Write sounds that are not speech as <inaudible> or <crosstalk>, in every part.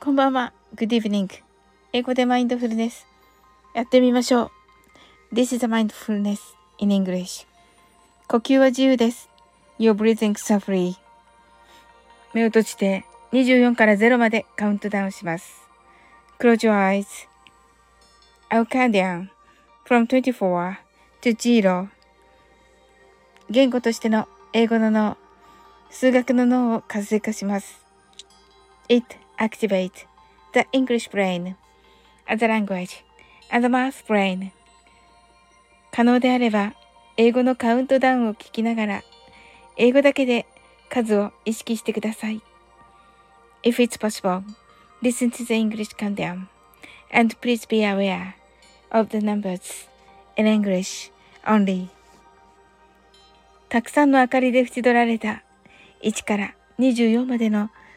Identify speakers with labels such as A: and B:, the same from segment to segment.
A: こんばんは。Good evening. 英語でマインドフルネス。やってみましょう。This is a mindfulness in English. 呼吸は自由です。Your breathing s u f f r e e 目を閉じて24から0までカウントダウンします。Close your eyes.I'll count down from 24 to 0. 言語としての英語の脳、数学の脳を活性化します。It activates the English brain, as a language, and the math brain. 可能であれば、英語のカウントダウンを聞きながら、英語だけで数を意識してください。If it's possible, listen to the English countdown, and please be aware of the numbers in English only. たくさんの明かりで縁取られた1から24までの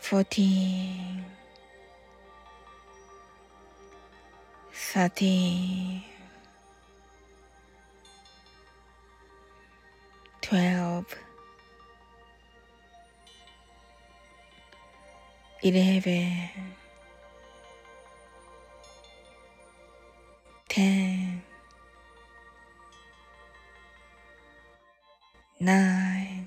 A: 14 13 12 11 10 9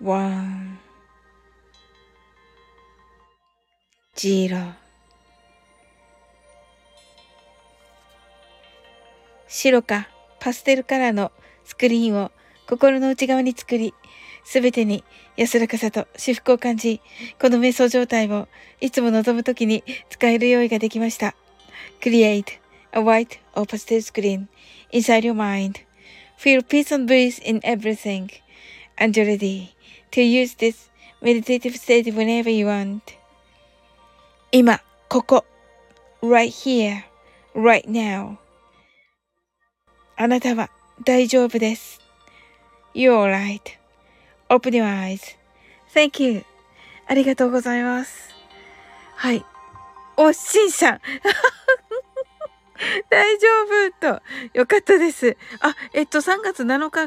A: one zero 白かパステルカラーのスクリーンを心の内側に作り、すべてに安らかさと至福を感じ、この瞑想状態をいつも望むときに使える用意ができました。Create a white or pastel screen inside your mind.Feel peace and breeze in everything. and you're ready to use this meditative state whenever you want. 今、ここ。right here, right now. あなたは大丈夫です。You're alright.Open your eyes.Thank you. ありがとうございます。はい。お、しんさん。大丈夫と。よかったです。あ、えっと、3月7日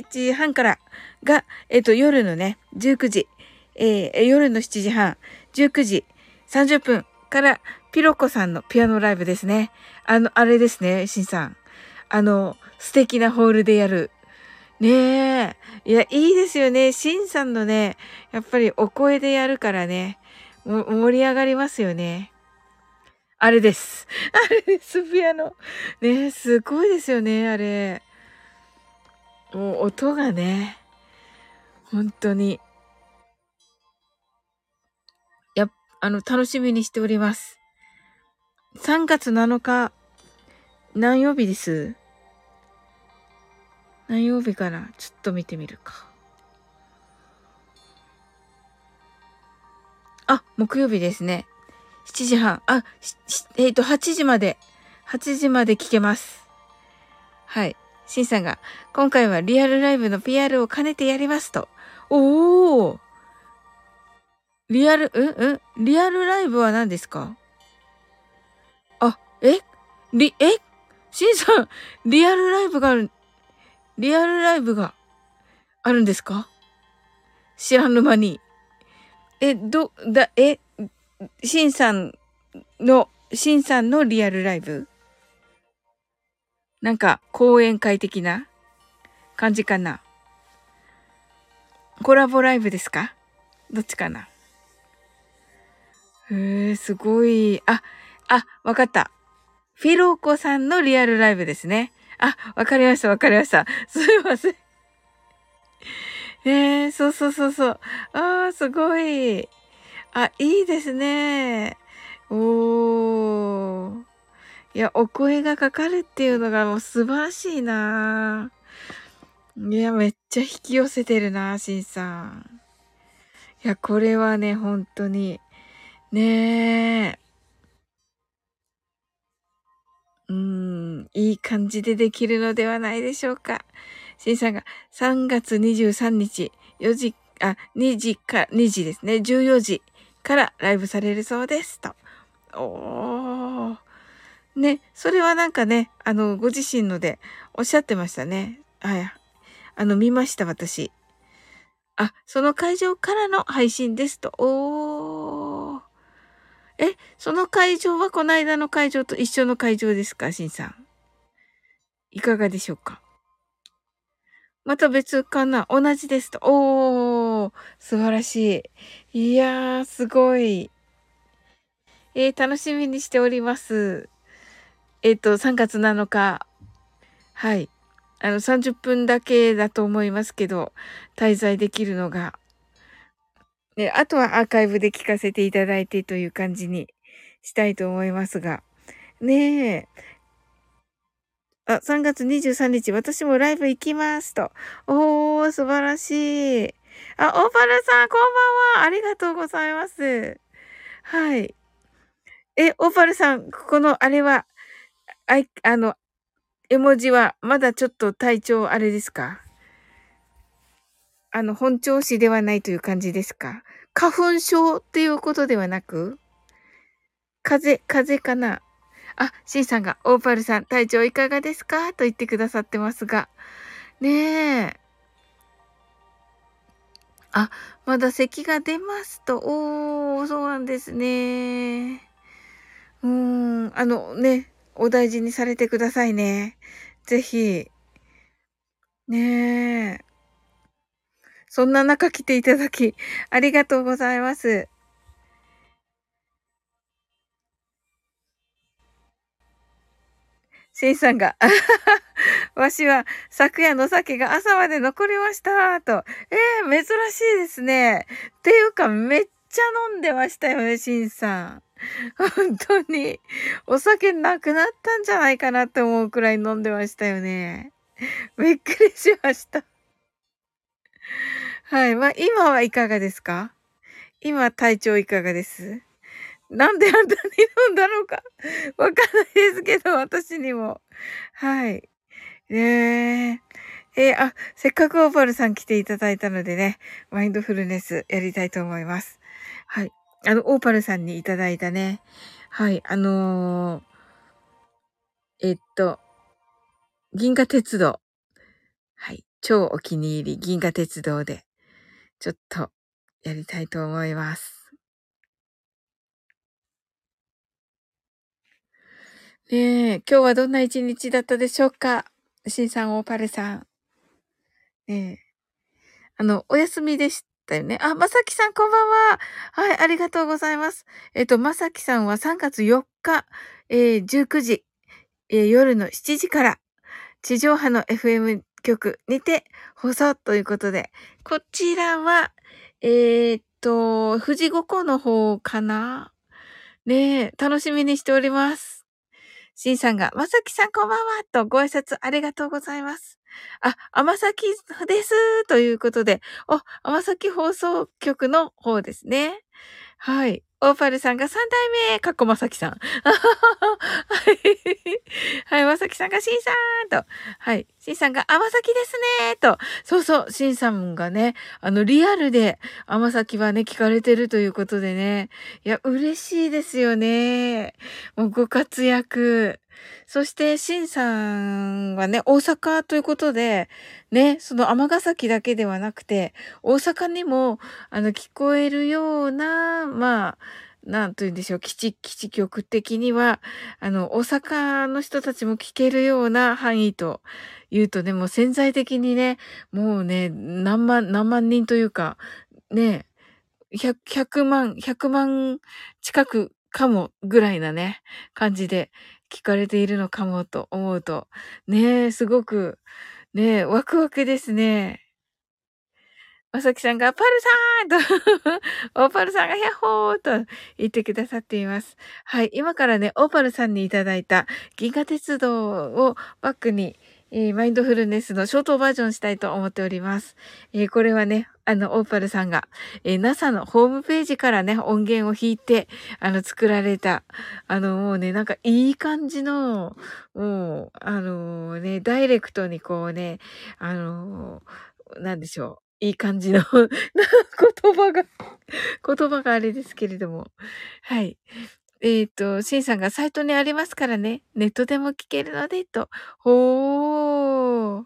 A: 7時半からが、えっと、夜のね、19時、えー夜の7時半、19時30分から、ピロコさんのピアノライブですね。あの、あれですね、しんさん。あの、素敵なホールでやる。ねえ。いや、いいですよね。しんさんのね、やっぱりお声でやるからね、も盛り上がりますよね。あれです。あれです、ピアノ。ねすごいですよね、あれ。もう音がね、本当に。やっ、あの、楽しみにしております。3月7日、何曜日です何曜日かなちょっと見てみるか。あ、木曜日ですね。7時半。あ、ししえっ、と、8時まで。8時まで聞けます。はい。しんさんが、今回はリアルライブの PR を兼ねてやりますと。おおリアル、うんうんリアルライブは何ですかあ、えり、えしんさん、リアルライブがある、リアルライブがあるんですか知らぬ間に。え、ど、だ、え、しんさんの、しんさんのリアルライブなんか、講演会的な感じかなコラボライブですかどっちかなへえ、すごい。あ、あ、わかった。フィローコさんのリアルライブですね。あ、わかりました、わかりました。すいません。えー、そうそうそうそう。ああ、すごい。あ、いいですね。おー。いや、お声がかかるっていうのがもう素晴らしいな。いや、めっちゃ引き寄せてるな、しんさん。いや、これはね、本当に。ねえ。うーん、いい感じでできるのではないでしょうか。しんさんが3月23日、4時、あ、2時か、2時ですね、14時からライブされるそうです、と。おー。ね、それはなんかね、あの、ご自身のでおっしゃってましたね。はい。あの、見ました、私。あ、その会場からの配信ですと。おー。え、その会場はこの間の会場と一緒の会場ですか、しんさん。いかがでしょうかまた別かな同じですと。おー、素晴らしい。いやー、すごい。えー、楽しみにしております。えっ、と、3月7日。はい。あの、30分だけだと思いますけど、滞在できるのが。ね、あとはアーカイブで聞かせていただいてという感じにしたいと思いますが。ねえ。あ、3月23日、私もライブ行きますと。おー、素晴らしい。あ、オーパルさん、こんばんは。ありがとうございます。はい。え、オーパルさん、このあれは、あい、あの、絵文字は、まだちょっと体調あれですかあの、本調子ではないという感じですか花粉症っていうことではなく風邪、風邪かなあ、シンさんが、オーパルさん、体調いかがですかと言ってくださってますが。ねえ。あ、まだ咳が出ますと。おー、そうなんですね。うーん、あのね、お大事にされてくださいね。ぜひ。ねえ。そんな中来ていただき、ありがとうございます。シンさんが、あ <laughs> ははわしは昨夜の酒が朝まで残りました、と。ええ珍しいですね。っていうか、めっちゃ飲んでましたよね、シンさん。本当に、お酒なくなったんじゃないかなって思うくらい飲んでましたよね。びっくりしました。はい。まあ、今はいかがですか今、体調いかがですなんであんなに飲んだのか、わかんないですけど、私にも。はい。ねえ。えーあ、 <laughs> せっかくオーパルさん来ていただいたのでね、マインドフルネスやりたいと思います。はい。あの、オーパルさんにいただいたね。はい。あのーえっと、銀河鉄道。はい。超お気に入り、銀河鉄道で、ちょっと、やりたいと思います。ねえ、今日はどんな一日だったでしょうかしんさん、オーパルさん。ねえ。あの、お休みでしだよね。あ、まさきさん、こんばんは。はい、ありがとうございます。えっと、まさきさんは3月4日、えー19時、えー夜の7時から、地上波の FM 局にて放送ということで、こちらは、えーっと、富士五湖の方かなねえ、楽しみにしております。しんさんが、まさきさんこんばんはとご挨拶ありがとうございます。あ、甘崎ですということで、お、甘崎放送局の方ですね。はい。オーパルさんが3代目、かっこまさきさん。 <laughs> はい。はい、まさきさんがしんさんと。はい。しんさんが甘崎ですねと。そうそう、しんさんがね、あの、リアルで甘崎はね、聞かれてるということでね。いや、嬉しいですよね。もうご活躍。そして、しんさんはね、大阪ということで、ね、その尼崎だけではなくて、大阪にも、あの、聞こえるような、まあ、なんと言うんでしょう、基地、基地局的には、あの、大阪の人たちも聞けるような範囲というとね、もう潜在的にね、もうね、何万、何万人というか、ね、100、100万、100万近くかもぐらいなね、感じで聞かれているのかもと思うと、ねえ、すごく、ねえ、ワクワクですね。まさきさんが、パルさんと、オー <laughs> パルさんが、ヤッホーと言ってくださっています。はい、今からね、オーパルさんにいただいた銀河鉄道をバックに、えーマインドフルネスのショートバージョンしたいと思っております。えーこれはね、あの、オーパルさんが、えー NASA のホームページからね、音源を弾いて、あの、作られた、あの、もうね、なんかいい感じの、もう、あのね、ダイレクトにこうね、あのなんでしょう。いい感じの <laughs> な言葉が、言葉があれですけれども。はい。えっ、と、シンさんがサイトにありますからね、ネットでも聞けるので、と。ほー。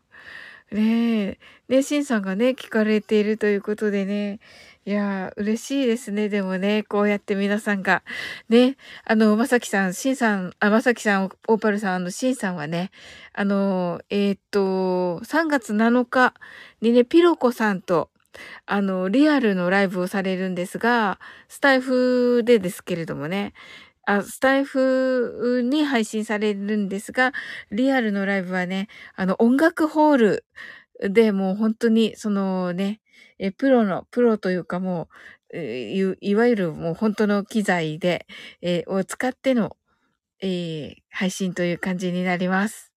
A: ねえ。ね、シンさんがね、聞かれているということでね。いやー、嬉しいですね。でもね、こうやって皆さんが。ね、あの、まさきさん、シンさん、あ、まさきさん、オーパルさん、あの、シンさんはね、あの、えーっと、3月7日にね、ピロコさんと、あの、リアルのライブをされるんですが、スタイフでですけれどもね、あスタイフに配信されるんですが、リアルのライブはね、あの、音楽ホールでもう本当に、そのね、えプロの、プロというかもう、えいういわゆるもう本当の機材で、えを使っての、えー配信という感じになります。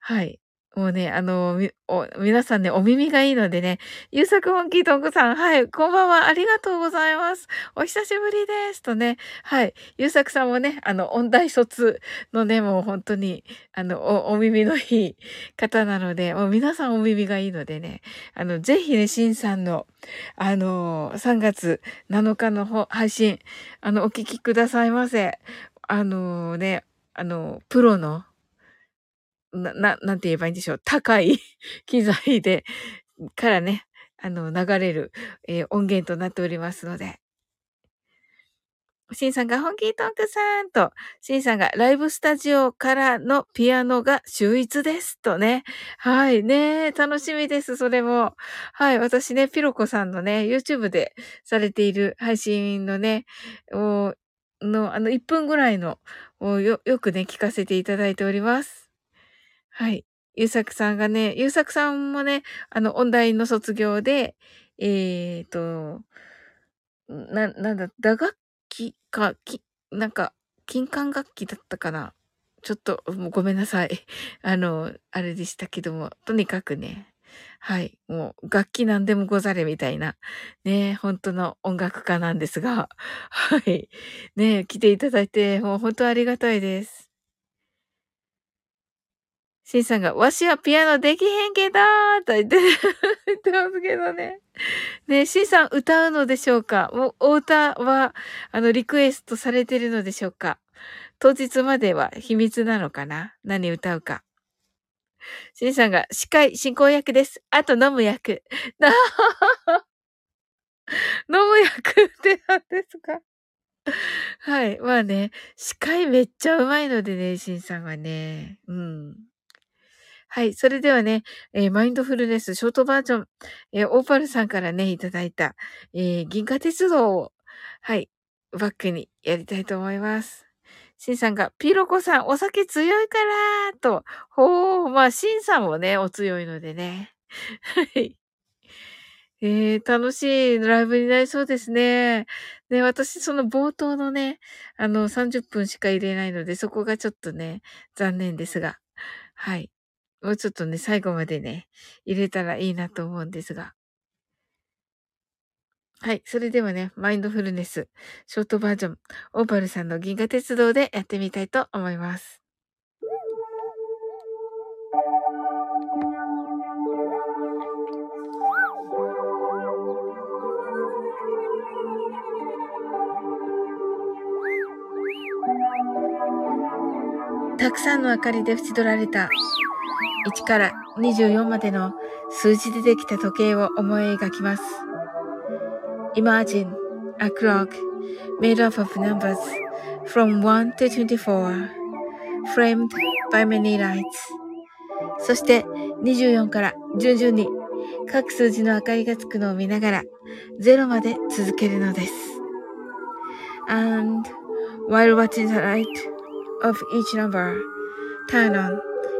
A: はい。もうね、あの、みお皆さんね、お耳がいいのでね、ゆうさくモンキートンコさん、はい、こんばんは、ありがとうございます。お久しぶりです。とね、はい、ゆうさくさんもね、あの、音大卒のね、もう本当に、あの、お、お耳のいい方なので、もう皆さんお耳がいいのでね、あの、ぜひね、しんさんの、あの、3月7日のほ配信、あの、お聞きくださいませ。あのね、あの、プロの、な、な、なんて言えばいいんでしょう。高い <laughs> 機材で、からね、あの、流れる、えー音源となっておりますので。シンさんが本気トークさんと、シンさんがライブスタジオからのピアノが秀逸ですとね。はいね、楽しみです、それも。はい、私ね、ピロコさんのね、YouTube でされている配信のね、をの、あの、1分ぐらいのをよ、よくね、聞かせていただいております。はい。ゆうさくさんがね、ゆうさくさんもね、あの、音大の卒業で、えーと、な、なんだ、打楽器か、き、なんか、金管楽器だったかな。ちょっと、もうごめんなさい。 <laughs> あの、あれでしたけども、とにかくね、はい、もう、楽器なんでもござれみたいな、ね、本当の音楽家なんですが、はい。ね、来ていただいて、もう本当ありがたいです。シンさんが、わしはピアノできへんけどーと言って、 <laughs> 言ってますけどね。ねえ、シンさん歌うのでしょうかもう、お歌は、あの、リクエストされてるのでしょうか当日までは秘密なのかな何歌うか。シンさんが、司会進行役です。あと飲む役。な飲む役って何ですか <laughs> はい。まあね、司会めっちゃうまいのでね、シンさんはね。うん。はい。それではね、えーマインドフルネスショートバージョン、えーオーパルさんからね、いただいた、えー銀河鉄道を、はい、バックにやりたいと思います。シンさんが、ピロコさん、お酒強いからと、ほう、まあ、シンさんもね、お強いのでね。はい。えー、楽しいライブになりそうですね。で、私、その冒頭のね、あの、30分しか入れないので、そこがちょっとね、残念ですが。はい。もうちょっとね、最後までね、入れたらいいなと思うんですが。はい。それではね、マインドフルネス、ショートバージョン、オーパルさんの銀河鉄道でやってみたいと思います。たくさんの明かりで縁取られた1から24までの数字でできた時計を思い描きます。Imagine a clock made up of numbers from 1 to 24 framed by many lights そして24から順々に各数字の明かりがつくのを見ながら0まで続けるのです。And while watching the light of each number turn on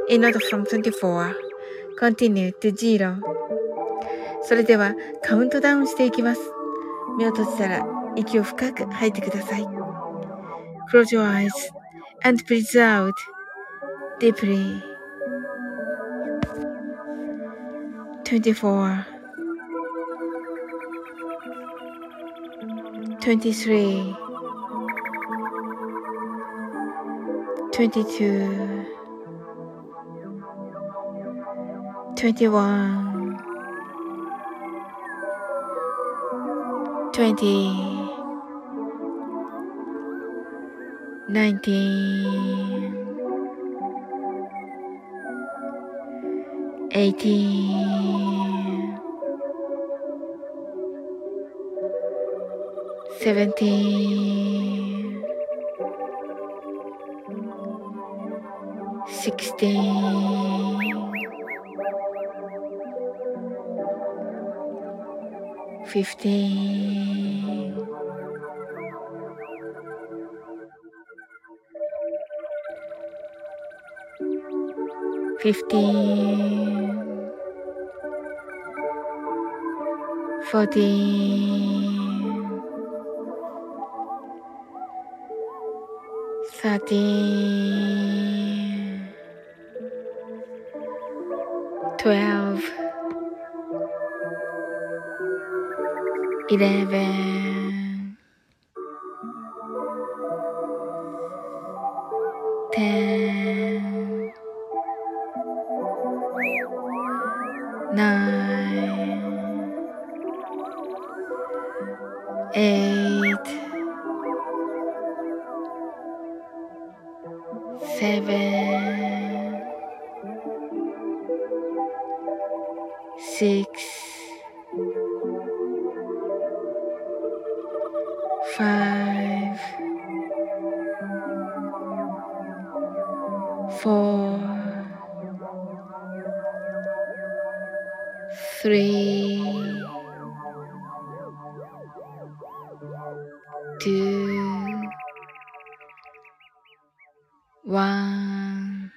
A: in order from 24 continue to zero それではカウントダウンしていきます目を閉じたら息を深く吐いてください Close your eyes and breathe out deeply 24 23 22 21 20 19 18 17 16 15 15 14 13 12 eleven, ten, nine, eight, seven, six. five, four, three, two, one,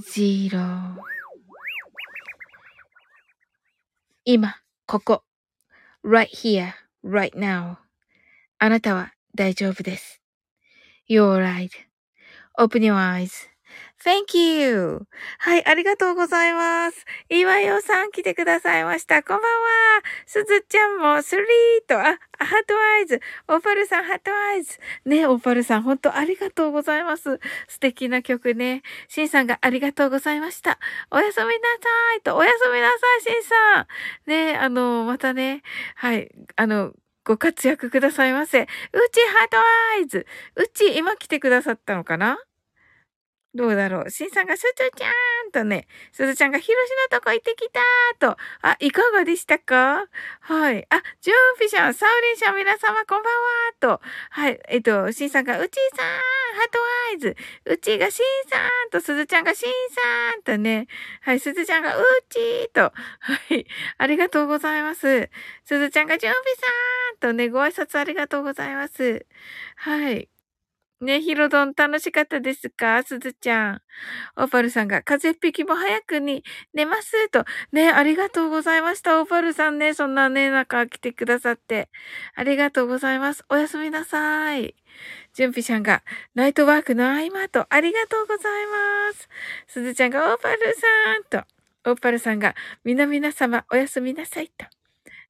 A: zero. 今、ここ。right here, right now. あなたは大丈夫です。You're right.Open your eyes.Thank you. はい、ありがとうございます。岩よさん来てくださいました。こんばんは。すずちゃんもスリーと、あ、あハートアイズ。オパルさん、ハートアイズ。 <laughs> ね、オパルさん、本当ありがとうございます。素敵な曲ね。シンさんがありがとうございました。おやすみなさいと、おやすみなさい、シンさん。ね、あの、またね、はい。あの、ご活躍くださいませ。うちハートアイズ。うち今来てくださったのかなどうだろう。しんさんがすずちゃんとね、すずちゃんがひろしのとこ行ってきたと。あ、いかがでしたかはい。あ、ジュンフィシャン、サウリンシャン、皆様こんばんはと。はい。えっと、しんさんがうちさハートアイズ。うちがしんさんと、すずちゃんがしんさんとね。はい、すずちゃんがうちーと。はい、ありがとうございます。すずちゃんがじゅんびさんとね、ご挨拶ありがとうございます。はい。ね、ひろどん楽しかったですかすずちゃん。オーパルさんが風邪っぴきも早くに寝ますと。ね、ありがとうございました。オーパルさんね、そんなね、中来てくださって。ありがとうございます。おやすみなさい。じゅんぴちゃんが、ナイトワークの合間と、ありがとうございます。すずちゃんが、オーパルさんと、オーパルさんが、みなみな様、おやすみなさいと。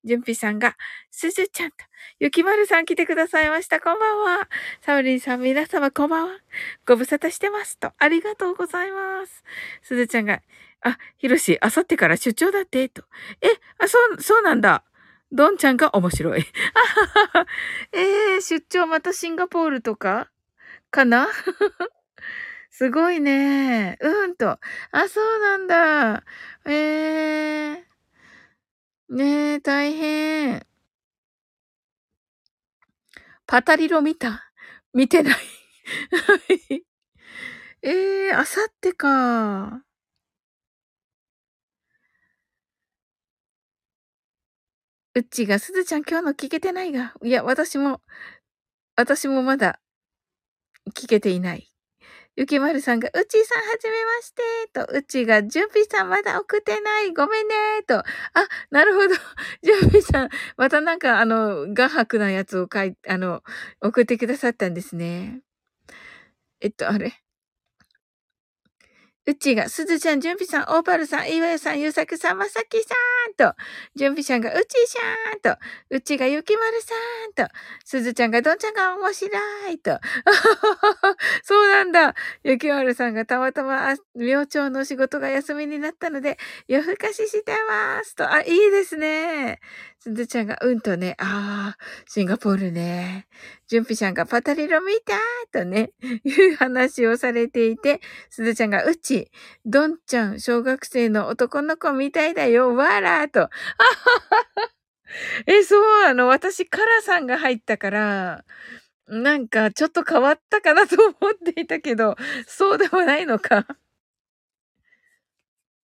A: じゅんぴさんが、すずちゃんと、ゆきまるさん来てくださいました。こんばんは。サウリンさん、皆様こんばんは。ご無沙汰してますと、ありがとうございます。すずちゃんが、あ、ひろし、あさってから出張だって、と。え、あ、そう、そうなんだ。どんちゃんが面白い。あははは <laughs> えー、出張またシンガポールとかかな <laughs> すごいね。うんと。あ、そうなんだ。えー。ねえ、大変。パタリロ見た見てない。 <laughs> はいえー、あさってか。うっちーが、すずちゃん今日の聞けてないが。いや、私も、私もまだ聞けていない。ゆきまるさんが、うっちーさんはじめましてと、うっちーが、じゅんぴさんまだ送ってないごめんねと、あ、なるほど。 <laughs> じゅんぴさん、またなんかあの、画伯なやつを書い、あの、送ってくださったんですね。えっと、あれうっちーが、すずちゃん、じゅんぴさん、オーパルさん、いわゆさん、ゆうさくさん、まさきさんと、じゅんぴさんが、うちーしゃーんと、うちが、ゆきまるさんと、すずちゃんが、どんちゃんが面白いと。 <laughs> そうなんだ。ゆきまるさんがたまたま、あ明朝の仕事が休みになったので、夜更かししてますと。あ、いいですね。すずちゃんが、うんとね、あー、シンガポールね。じゅんぴちゃんがパタリロ見たとね、いう話をされていて、すずちゃんが、うち、どんちゃん、小学生の男の子みたいだよ、わらーと。あはははえ、そう、あの、私、カラさんが入ったから、なんか、ちょっと変わったかなと思っていたけど、 <laughs> そうでもないのか。 <laughs>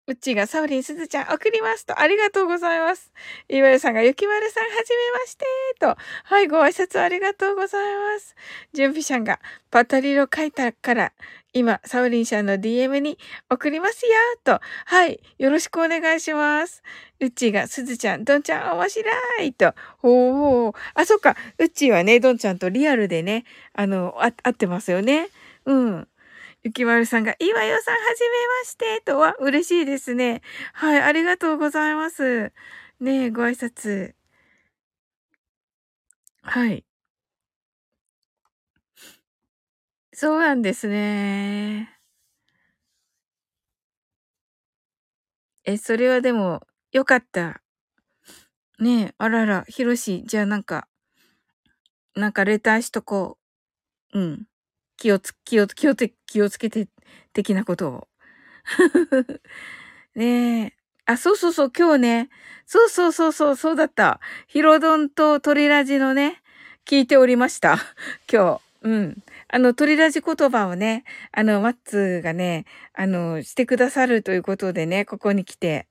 A: うちがサウリンすずちゃん送りますと、ありがとうございます。いわゆさんがゆきまるさんはじめましてと、はい、ご挨拶ありがとうございます。準備さんがパタリロ書いたから、今、サウリンさんの DM に送りますよと、はい、よろしくお願いします。うちがすずちゃん、どんちゃん面白いと、おー、あ、そっか、うちはね、どんちゃんとリアルでね、あの、あ会ってますよね。うん。ゆきまるさんが、いわよさん、はじめまして、とは、嬉しいですね。はい、ありがとうございます。ねえ、ご挨拶。はい。そうなんですね。え、それはでも、よかった。ねえ、あらら、ひろし、じゃあなんか、なんかレターしとこう。うん。気をつ、気を、気をつ、気をつけて、的なことを。 <laughs> ねえ。あ、そうそうそう、今日ね。そうそうそうそう、そうだった。ヒロドンとトリラジのね、聞いておりました。 <laughs> 今日。うん。あの、トリラジ言葉をね、あの、マッツーがね、あの、してくださるということでね、ここに来て。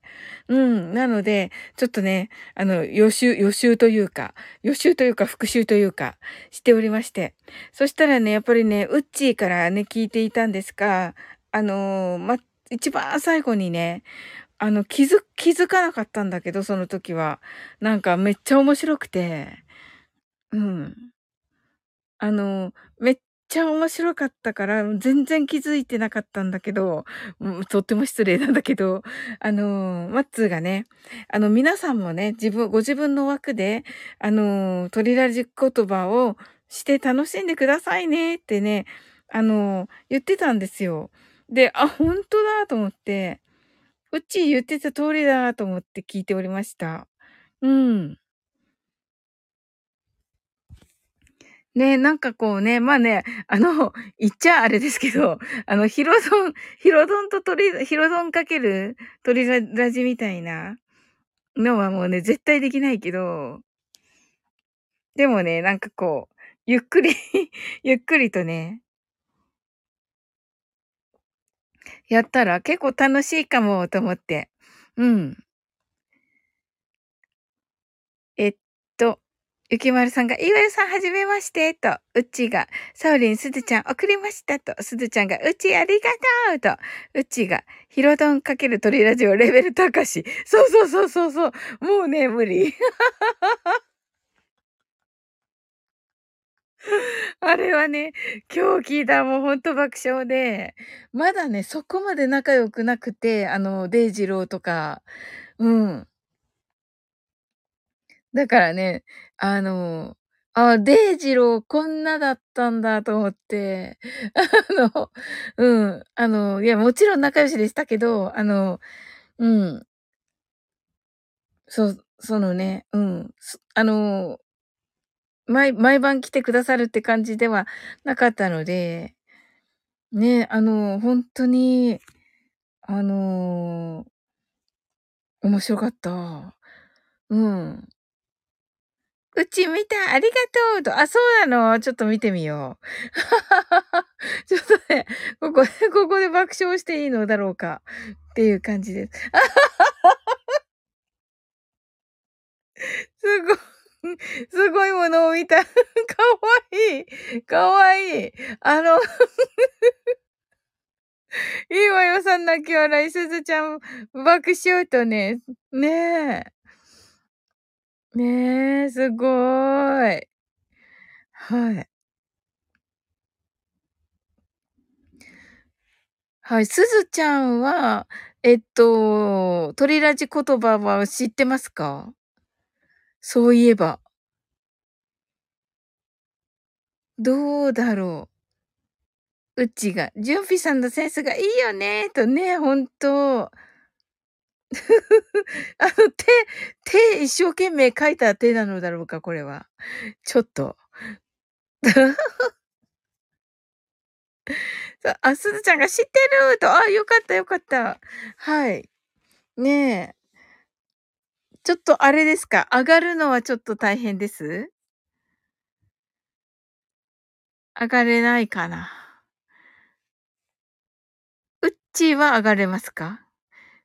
A: うん。なので、ちょっとね、あの、予習、予習というか、予習というか、復習というか、しておりまして。そしたらね、やっぱりね、ウッチーからね、聞いていたんですが、あのーま、一番最後にね、あの、気づ、気づかなかったんだけど、その時は。なんかめっちゃ面白くて、うん。あの、めっちゃ面白かったから、全然気づいてなかったんだけど、うんとっても失礼なんだけど、あの、マッツーがね、あの、皆さんもね、自分、ご自分の枠で、あの、トリラジ言葉を、して楽しんでくださいねってね、あの、言ってたんですよ。で、あ、本当だと思って、うち言ってた通りだと思って聞いておりました。うん。ねなんかこうね、まあね、あの、言っちゃあれですけど、あの、ヒロドン、ヒロドンとトリ、ヒロドンかけるトリララジみたいなのはもうね、絶対できないけど、 <laughs> でもね、なんかこう、ゆっくり、ゆっくりとね、やったら結構楽しいかもと思って。うん。えっと、ゆきまるさんが、いわゆさんはじめましてと、うっちーが、サウリンすずちゃん送りましたと、すずちゃんが、うっちーありがとうと、うっちーが、ヒロドン×鳥ラジオレベル高し。そうそうそうそうそう、もうね、無理。 <laughs> あれはね、今日聞いたもうほんと爆笑で、まだね、そこまで仲良くなくて、あの、デイジローとか、うん。だからね、あの、あ、デイジローこんなだったんだと思って、 <laughs> あの、うん、あの、いや、もちろん仲良しでしたけど、あの、うん、そう、そのね、うん、すあの、毎、毎晩来てくださるって感じではなかったので、ね、あの、本当に、あの、面白かった。うん。うち見たありがとうと、あ、そうなのちょっと見てみよう。 <laughs> ちょっとね、こ <laughs> こで、ここで爆笑していいのだろうかっていう感じです。 <laughs> すごい、すごいものを見た。かわ <laughs> いい。かわいい。あの、 <laughs> いいわよ、さん泣き笑い。すずちゃん、爆笑とね。ねえ。ねえ、すごーい。はい。はい、すずちゃんは、えっと、鳥ラジ言葉は知ってますかそういえば。どうだろう。うちが、純ピさんのセンスがいいよね、とね、ほんと。あ <laughs> の、手、手一生懸命書いた手なのだろうか、これは。ちょっと。そうあ、すずちゃんが知ってると、あ、よかったよかった。はい。ねえ。ちょっとあれですか上がるのはちょっと大変です上がれないかなうっちーは上がれますか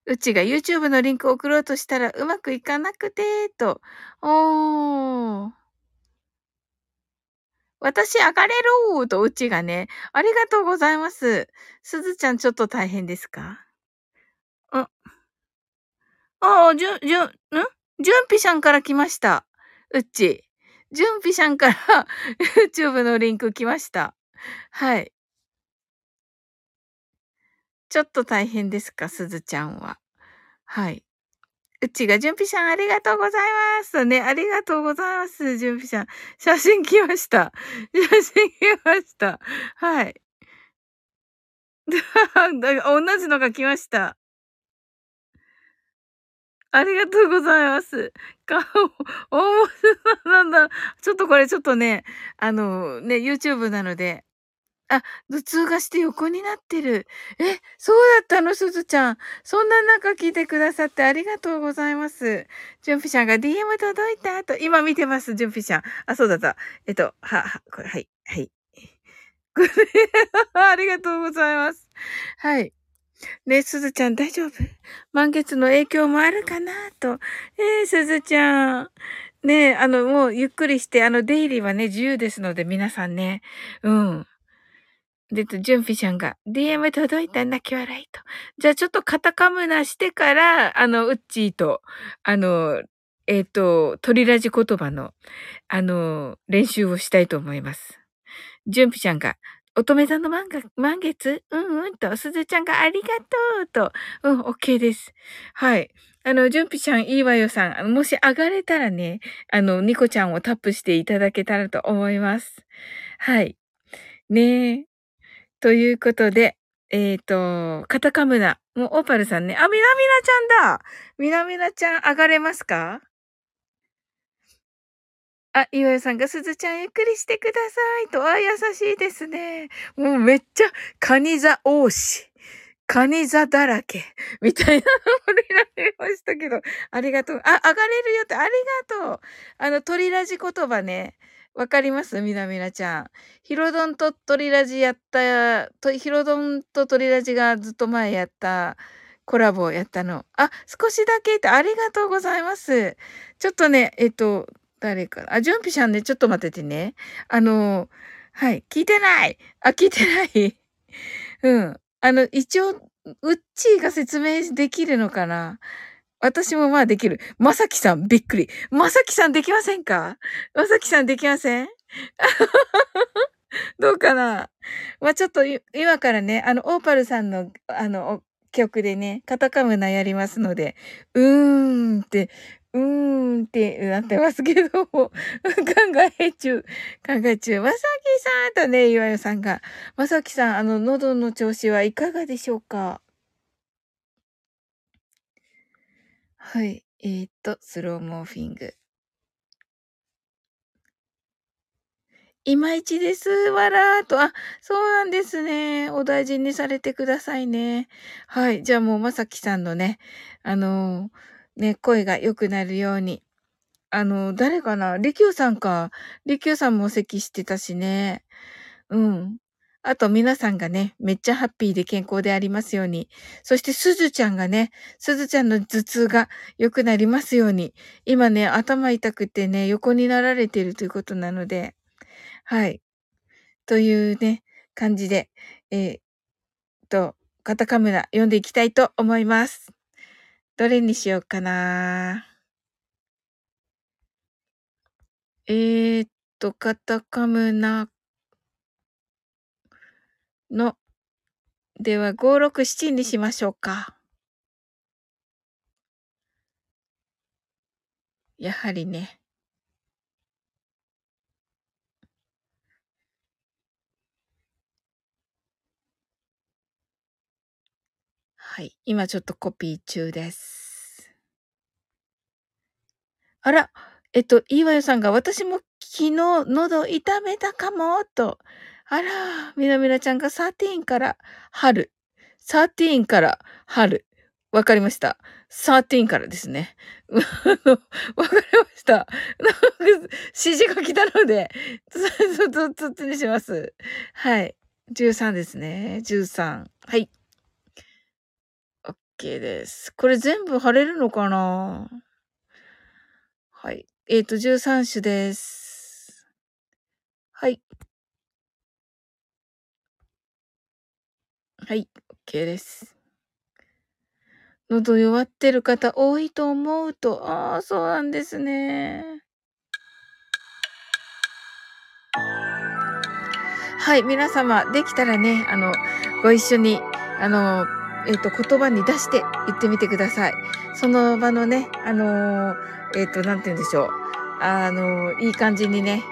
A: うっちーが YouTube のリンクを送ろうとしたらうまくいかなくてと。おー。私上がれろーとうっちーがね。ありがとうございます。すずちゃんちょっと大変ですかああ、じゅん、じゅん、んじゅんぴしゃんから来ました。うっち。じゅんぴしゃんから <laughs> YouTube のリンク来ました。はい。ちょっと大変ですか、すずちゃんは。はい。うちが、じゅんぴしゃんありがとうございます。とね、ありがとうございます、じゅんぴしゃん。写真来ました。 <laughs> 写真来ました。はい。 <laughs> 同じのが来ました。ありがとうございます。顔、大物なんだ。ちょっとこれちょっとね、あの、ね、YouTube なので。あ、頭痛がして横になってる。え、そうだったの、すずちゃん。そんな中聞いてくださってありがとうございます。じゅんぴしゃんが DM 届いたと、今見てます、じゅんぴしゃん。あ、そうだった。えっと、は、は、これ、はい、はい。 <laughs> これ、ありがとうございます。はい。ね、すずちゃん大丈夫満月の影響もあるかなと。えー、すずちゃん。ねえ、あの、もうゆっくりして、あの、出入りはね、自由ですので、皆さんね。うん。で、と、じゅんぴちゃんが、DM 届いた泣き笑いと。じゃあ、ちょっとカタカムナしてから、あの、うっちーと、あの、えっ、と、鳥ラジ言葉の、あの、練習をしたいと思います。じゅんぴちゃんが、乙女座の満月満月うんうんと、すずちゃんがありがとうと、うん、OK です。はい。あの、じゅんぴちゃん、いいわよさん、あのもし上がれたらね、あの、ニコちゃんをタップしていただけたらと思います。はい。ねえ。ということで、えっ、と、カタカムナ、もうオーパルさんね、あ、みなみなちゃんだみなみなちゃん上がれますかあ、いわよさんが、すずちゃんゆっくりしてくださいと、あ、優しいですね。もうめっちゃ、カニ座王子。カニ座だらけ。みたいなものになりましたけど。ありがとう。あ、上がれるよって、ありがとう。あの、鳥ラジ言葉ね。わかりますみなみなちゃん。ヒロドンとトリラジやった、とヒロドンとトリラジがずっと前やったコラボやったの。あ、少しだけってありがとうございます。ちょっとね、えっと、誰か、あ、ジュンピシャンね、ちょっと待っててね。あの、はい、聞いてないあ、聞いてない。 <laughs> うん。あの、一応、うっちーが説明できるのかな私もまあできる。まさきさん、びっくり。まさきさんできませんかまさきさんできません <laughs> どうかなまあちょっとい今からね、あの、オーパルさんの、あの、お曲でね、カタカムナやりますので、うーんって、うーんってなってますけど <laughs> も、考え中、考え中。まさきさんとね、岩代さんが、まさきさん、あの、喉の調子はいかがでしょうかはい。えー、っと、スローモーフィング。いまいちです。わらーと。あ、そうなんですね。お大事にされてくださいね。はい。じゃあもう、まさきさんのね、あのーね、声が良くなるように。あのー誰かなリキューさんか。リキューさんも席してたしね。うん。あと、皆さんがね、めっちゃハッピーで健康でありますように。そして、すずちゃんがね、すずちゃんの頭痛が良くなりますように。今ね、頭痛くてね、横になられているということなので。はい。というね、感じで、えーっと、カタカムナ読んでいきたいと思います。どれにしようかな。えーっと、カタカムナの、では567にしましょうか。やはりね。はい。今ちょっとコピー中です。あら、えっと、いいわよさんが、私も昨日喉痛めたかも、と。あら、みなみなちゃんが13から春。13から春。わかりました。13からですね。 <laughs> あのわかりました。 <laughs> なんか指示が来たので、ずっと、ずっとにします。はい。13ですね。13。はい。OK です。これ全部貼れるのかなはい。えっ、と、13種です。はい。はい。OK です。喉弱ってる方多いと思うと、ああ、そうなんですね。はい。皆様、できたらね、あの、ご一緒に、あの、えっ、と、言葉に出して言ってみてください。その場のね、あのーえっ、と、なんて言うんでしょう。あのーいい感じにね、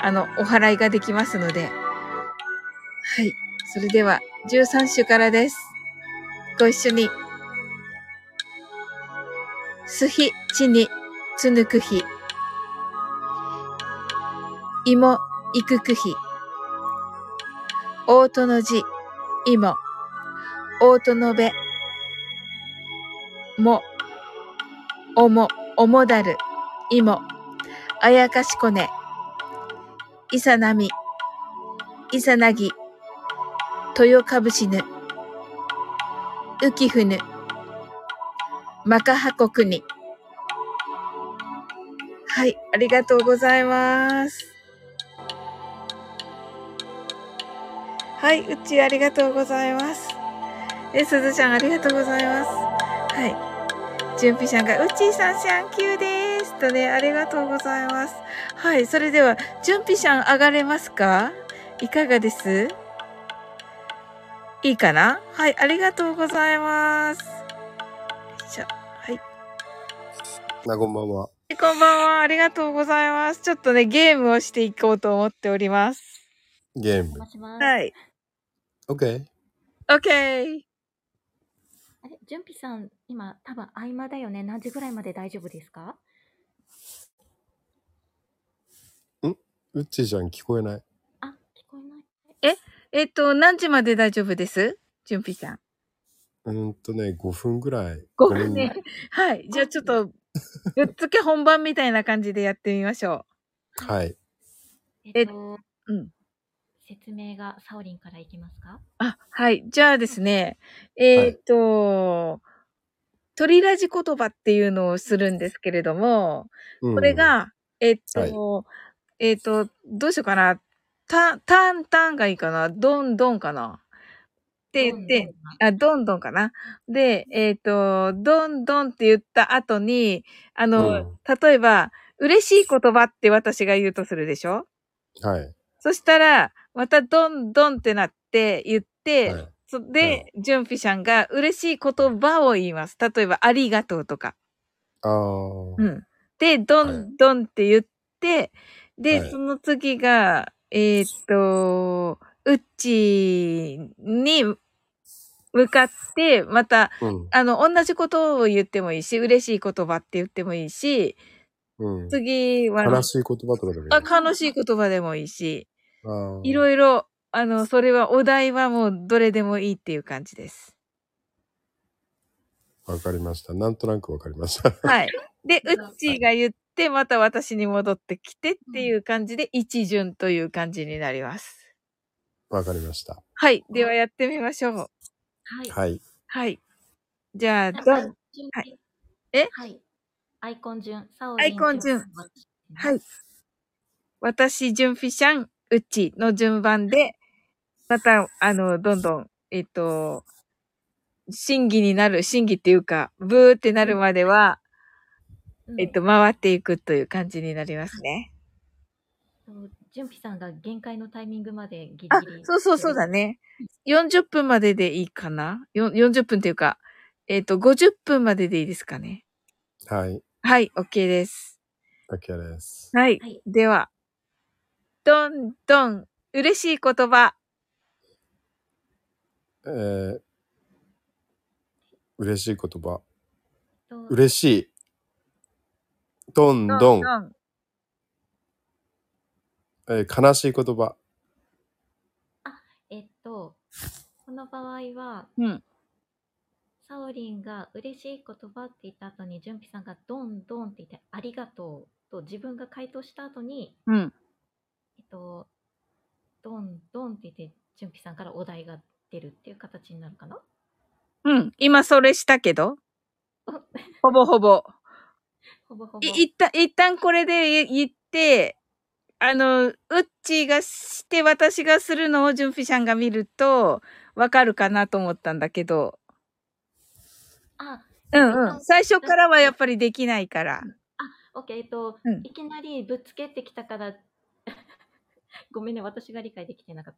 A: あの、お祓いができますので。はい。それでは、13種からです。ご一緒に。すひ、ちに、つぬくひ。いも、いくくひ。おうとのじ、いも。おうとのべ、も、おも、おもだる、いも、あやかしこね、いさなみ、いさなぎ、とよかぶしぬ、うきふぬ、まかはこくに。はい、ありがとうございます。はい、うちありがとうございます。え、すずちゃんありがとうございます。はい。準備さんが、うっちーさん、シャンキューです。とね、ありがとうございます。はい。それでは、準備さん上がれますかいかがですいいかなはい。ありがとうございます。じゃ、はい。
B: な、こんばんは。
A: えこんばんは。ありがとうございます。ちょっとね、ゲームをしていこうと思っております。
B: ゲーム。
C: します。
A: はい。
B: OK。
A: OK。
C: あれ、純ぴさん、今、多分合間だよね。何時ぐらいまで大丈夫ですか
B: うっちーちゃん聞こえない。
C: あ、聞こえない。
A: えっと、何時まで大丈夫です準備さん。
B: うーんとね、5分ぐらい。
A: 5
B: ごめ
A: 分
B: ん
A: ね。はい。じゃあちょっ
C: は
A: と、ぶっつけ本番みたいな感じでやってみましょ
B: はい。
C: えっと、
A: うん。
C: 説明がサオリンからいきますか
A: あ、はい。じゃあですね、えーっと、鳥ラジ言葉っていうのをするんですけれども、
B: うん
A: これ、が、えーっと、えーっと、どうしようかな。た、たんたんがいいかな。どんどんかな。って言って、あ、どんどんかな。で、えっ、と、どんどんって言った後に、あの、
B: うん
A: 例えば、嬉しい言葉って私が言うとするでしょ
B: はい。
A: そしたら、またどんどんってなって言って、
B: はい
A: そで、ジュンピシャンが嬉しい言葉を言います。例えば、ありがとうとか。
B: ああ、
A: うん。で、ど
B: は
A: んどんって言って、で、
B: はい
A: その次が、えーっと、うっちに向かって、また、
B: うん。
A: あの、同じことを言ってもいいし、嬉しい言葉って言ってもいいし、
B: うん。
A: 次は、
B: 悲しい言葉とかでもいい。
A: あ悲しい言葉でもいいし、
B: あ
A: い
B: い
A: ろいろ、あの、それはお題はもうどれでもいいっていう感じです。
B: ろ。わかりました。なんとなくわかりました。
A: <laughs>
B: <laughs>
A: はい。で、うっちーが言って、また私に戻ってきてっていう感じで、一巡という感じになります。
B: わかりました。
A: はい。ではやってみましょう。
C: はい。
B: はい。
A: はい。じゃあ、
C: あ
A: どん、
C: 順
A: はえ
C: えはい。アイコン順、サオ
A: アイコン順
C: ジュさん
A: はい私、ジュンフィシャン、うっちの順番で、また、あの、どんどん、えっと、審議になる、審議っていうか、ブーってなるまでは、
C: うん
A: えっと、回っていくという感じになりますね。
C: ジュンピさんが限界のタイミングまでギリ
A: あ
C: ギリ。、
A: そうそうそうだね。40分まででいいかなよん ?40 分っていうか、えっと、50分まででいいですかね。
B: はい。
A: はい、OK です。
B: 竹谷です。
A: はい。
C: はい。
A: では、どんどん、嬉しい言葉。
B: えー、嬉しい言葉。
C: と
B: 嬉しい。どんどん。
A: ん。
B: えー悲しい言葉。
C: えっと、この場合は、
A: うん。
C: サオリンが嬉しい言葉って言った後に、ジュンピさんがドンドンって言って、ありがとうと自分が回答した後に、
A: うん。
C: えっと、ドンドンって言って、ジュンピさんからお題が出るっていう形になるかな
A: うん。今それしたけど
C: うん。
A: ほぼほぼ。
C: ほぼほぼ。
A: い、一旦、一旦これで言って、あの、ウッチーがして私がするのをジュンフィシャンが見ると、わかるかなと思ったんだけど。
C: あ、
A: うんうん。最初からはやっぱりできないから。
C: オッケー、えっと、
A: うん
C: いきなりぶつけてきたから、 <laughs> ごめんね、私が理解できてなかっ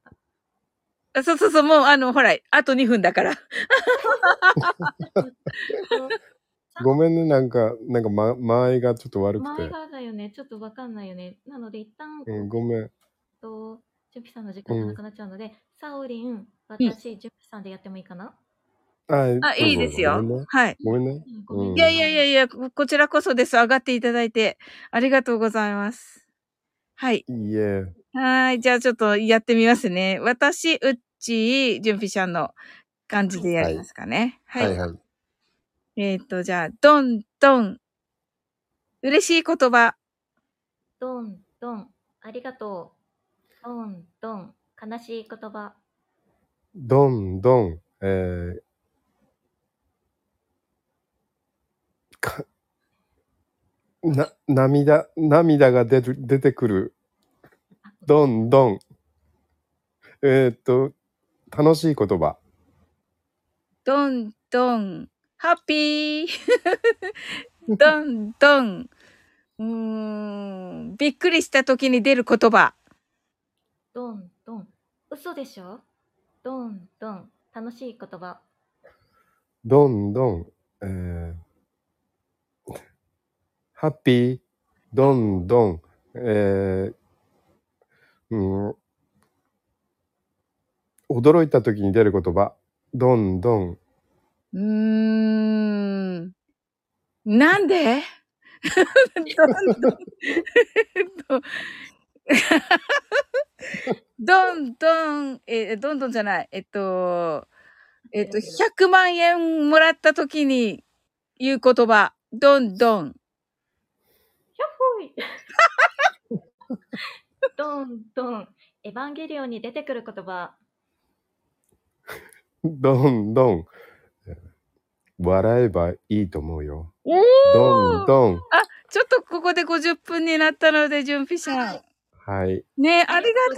C: た。
A: あそうそうそう、もうあの、ほら、あと2分だから。
B: ごめんね、なんか、なんか、ま、間合いがちょっと悪く
C: 前
B: て。
C: がだよね、ちょっとわかんないよね。なので、一旦、
B: う
C: え
B: ん、
C: っ
B: ごめん。
C: と、ジュンピさんの時間がなくなっちゃうので、サオリン、私、ジュンピさんでやってもいいかな、
B: はい。
A: あ、いいですよ
B: ごめんね。。
A: はい。
B: ごめんね。
C: ごめん
B: うん
A: いやいやいやいや、ここちらこそです。上がっていただいて、ありがとうございます。はい。
B: いいえ。
A: はーい。じゃあちょっとやってみますね。私、うっちー、じゅんぴしゃんの感じでやりますかね。は。
B: はいいはい。
A: えーっ、と、じゃあ、どんどん。嬉しい言葉。
C: ドン、ドン、ありがとう。ドン、ドン、悲しい言葉。
B: どんどん、えー、か、な、涙、涙が出る、出てくる。
C: あ
B: どんどん。えー、っと、楽しい言葉。
A: どんどん。ハッピー。どんどん。うーん。びっくりした時に出る言葉。
C: ドン、ドン、嘘でしょドン、ドン、楽しい言葉。
B: どんどん、えー、ハッピー、どんどん、えー、うん、驚いた時に出る言葉、どんどん、
A: うーん。なんでどんどん、えー、どんどんじゃない。えっと、えっと、100万円もらった時に言う言葉、どんどん。
C: ひょっほいどんどんエヴァンゲリオンに出てくる言葉
B: どんどん、笑えばいいと思うよ。
A: お
B: どんどん、
A: ちょっとここで50分になったので、準備さん。
B: はい。
A: ねありが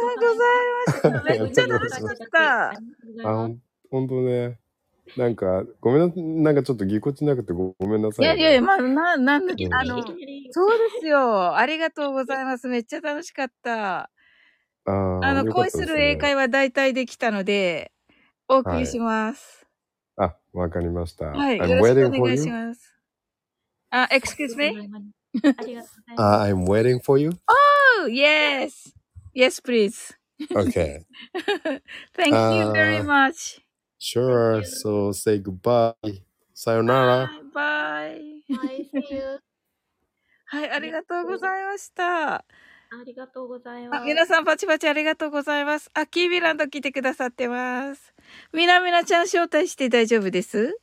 A: とうございました。
B: りがとう
A: めっ
B: ございます
A: ちゃ楽しかった
C: あ。りがとうござ
B: あ、
C: いま
B: ほ
C: す
B: んほんとね。なんか、ごめんなさい。なんかちょっとぎこちなくてごごめんなさ
A: い
B: い、
A: やいやいや、まあ、な、なんだ
C: いきな
A: あ
C: り
A: の
C: いき、なり
A: そうですよ。ありがとうございます。めっちゃ楽しかった。
B: あー
A: あの、
B: よか
A: 恋
B: った
A: す
B: で
A: る英会
B: ね、
A: 話大体できたので、お送りします。
B: あ、わかりました。
A: はい。
B: I'm
A: よろしく
B: waiting
A: お
B: for
A: 願いし
B: you.
A: ます。あ、excuse me?
C: ありがとうございます。
B: あ、I'm Ah, waiting for you.
A: Oh, yes. Yes, please.
B: Okay.
A: Thank you very
B: あー
A: much.
B: Sure. So say goodbye. さよ
A: Ah,
B: なら。
A: バイ。
C: はい、See you
A: はい、ありがとうございました。
C: ありがとうございま
A: あ
C: す。
A: 皆さん、パチパチありがとうございます。あ、キービランド来てくださってます。みなみなちゃん招待して大丈夫です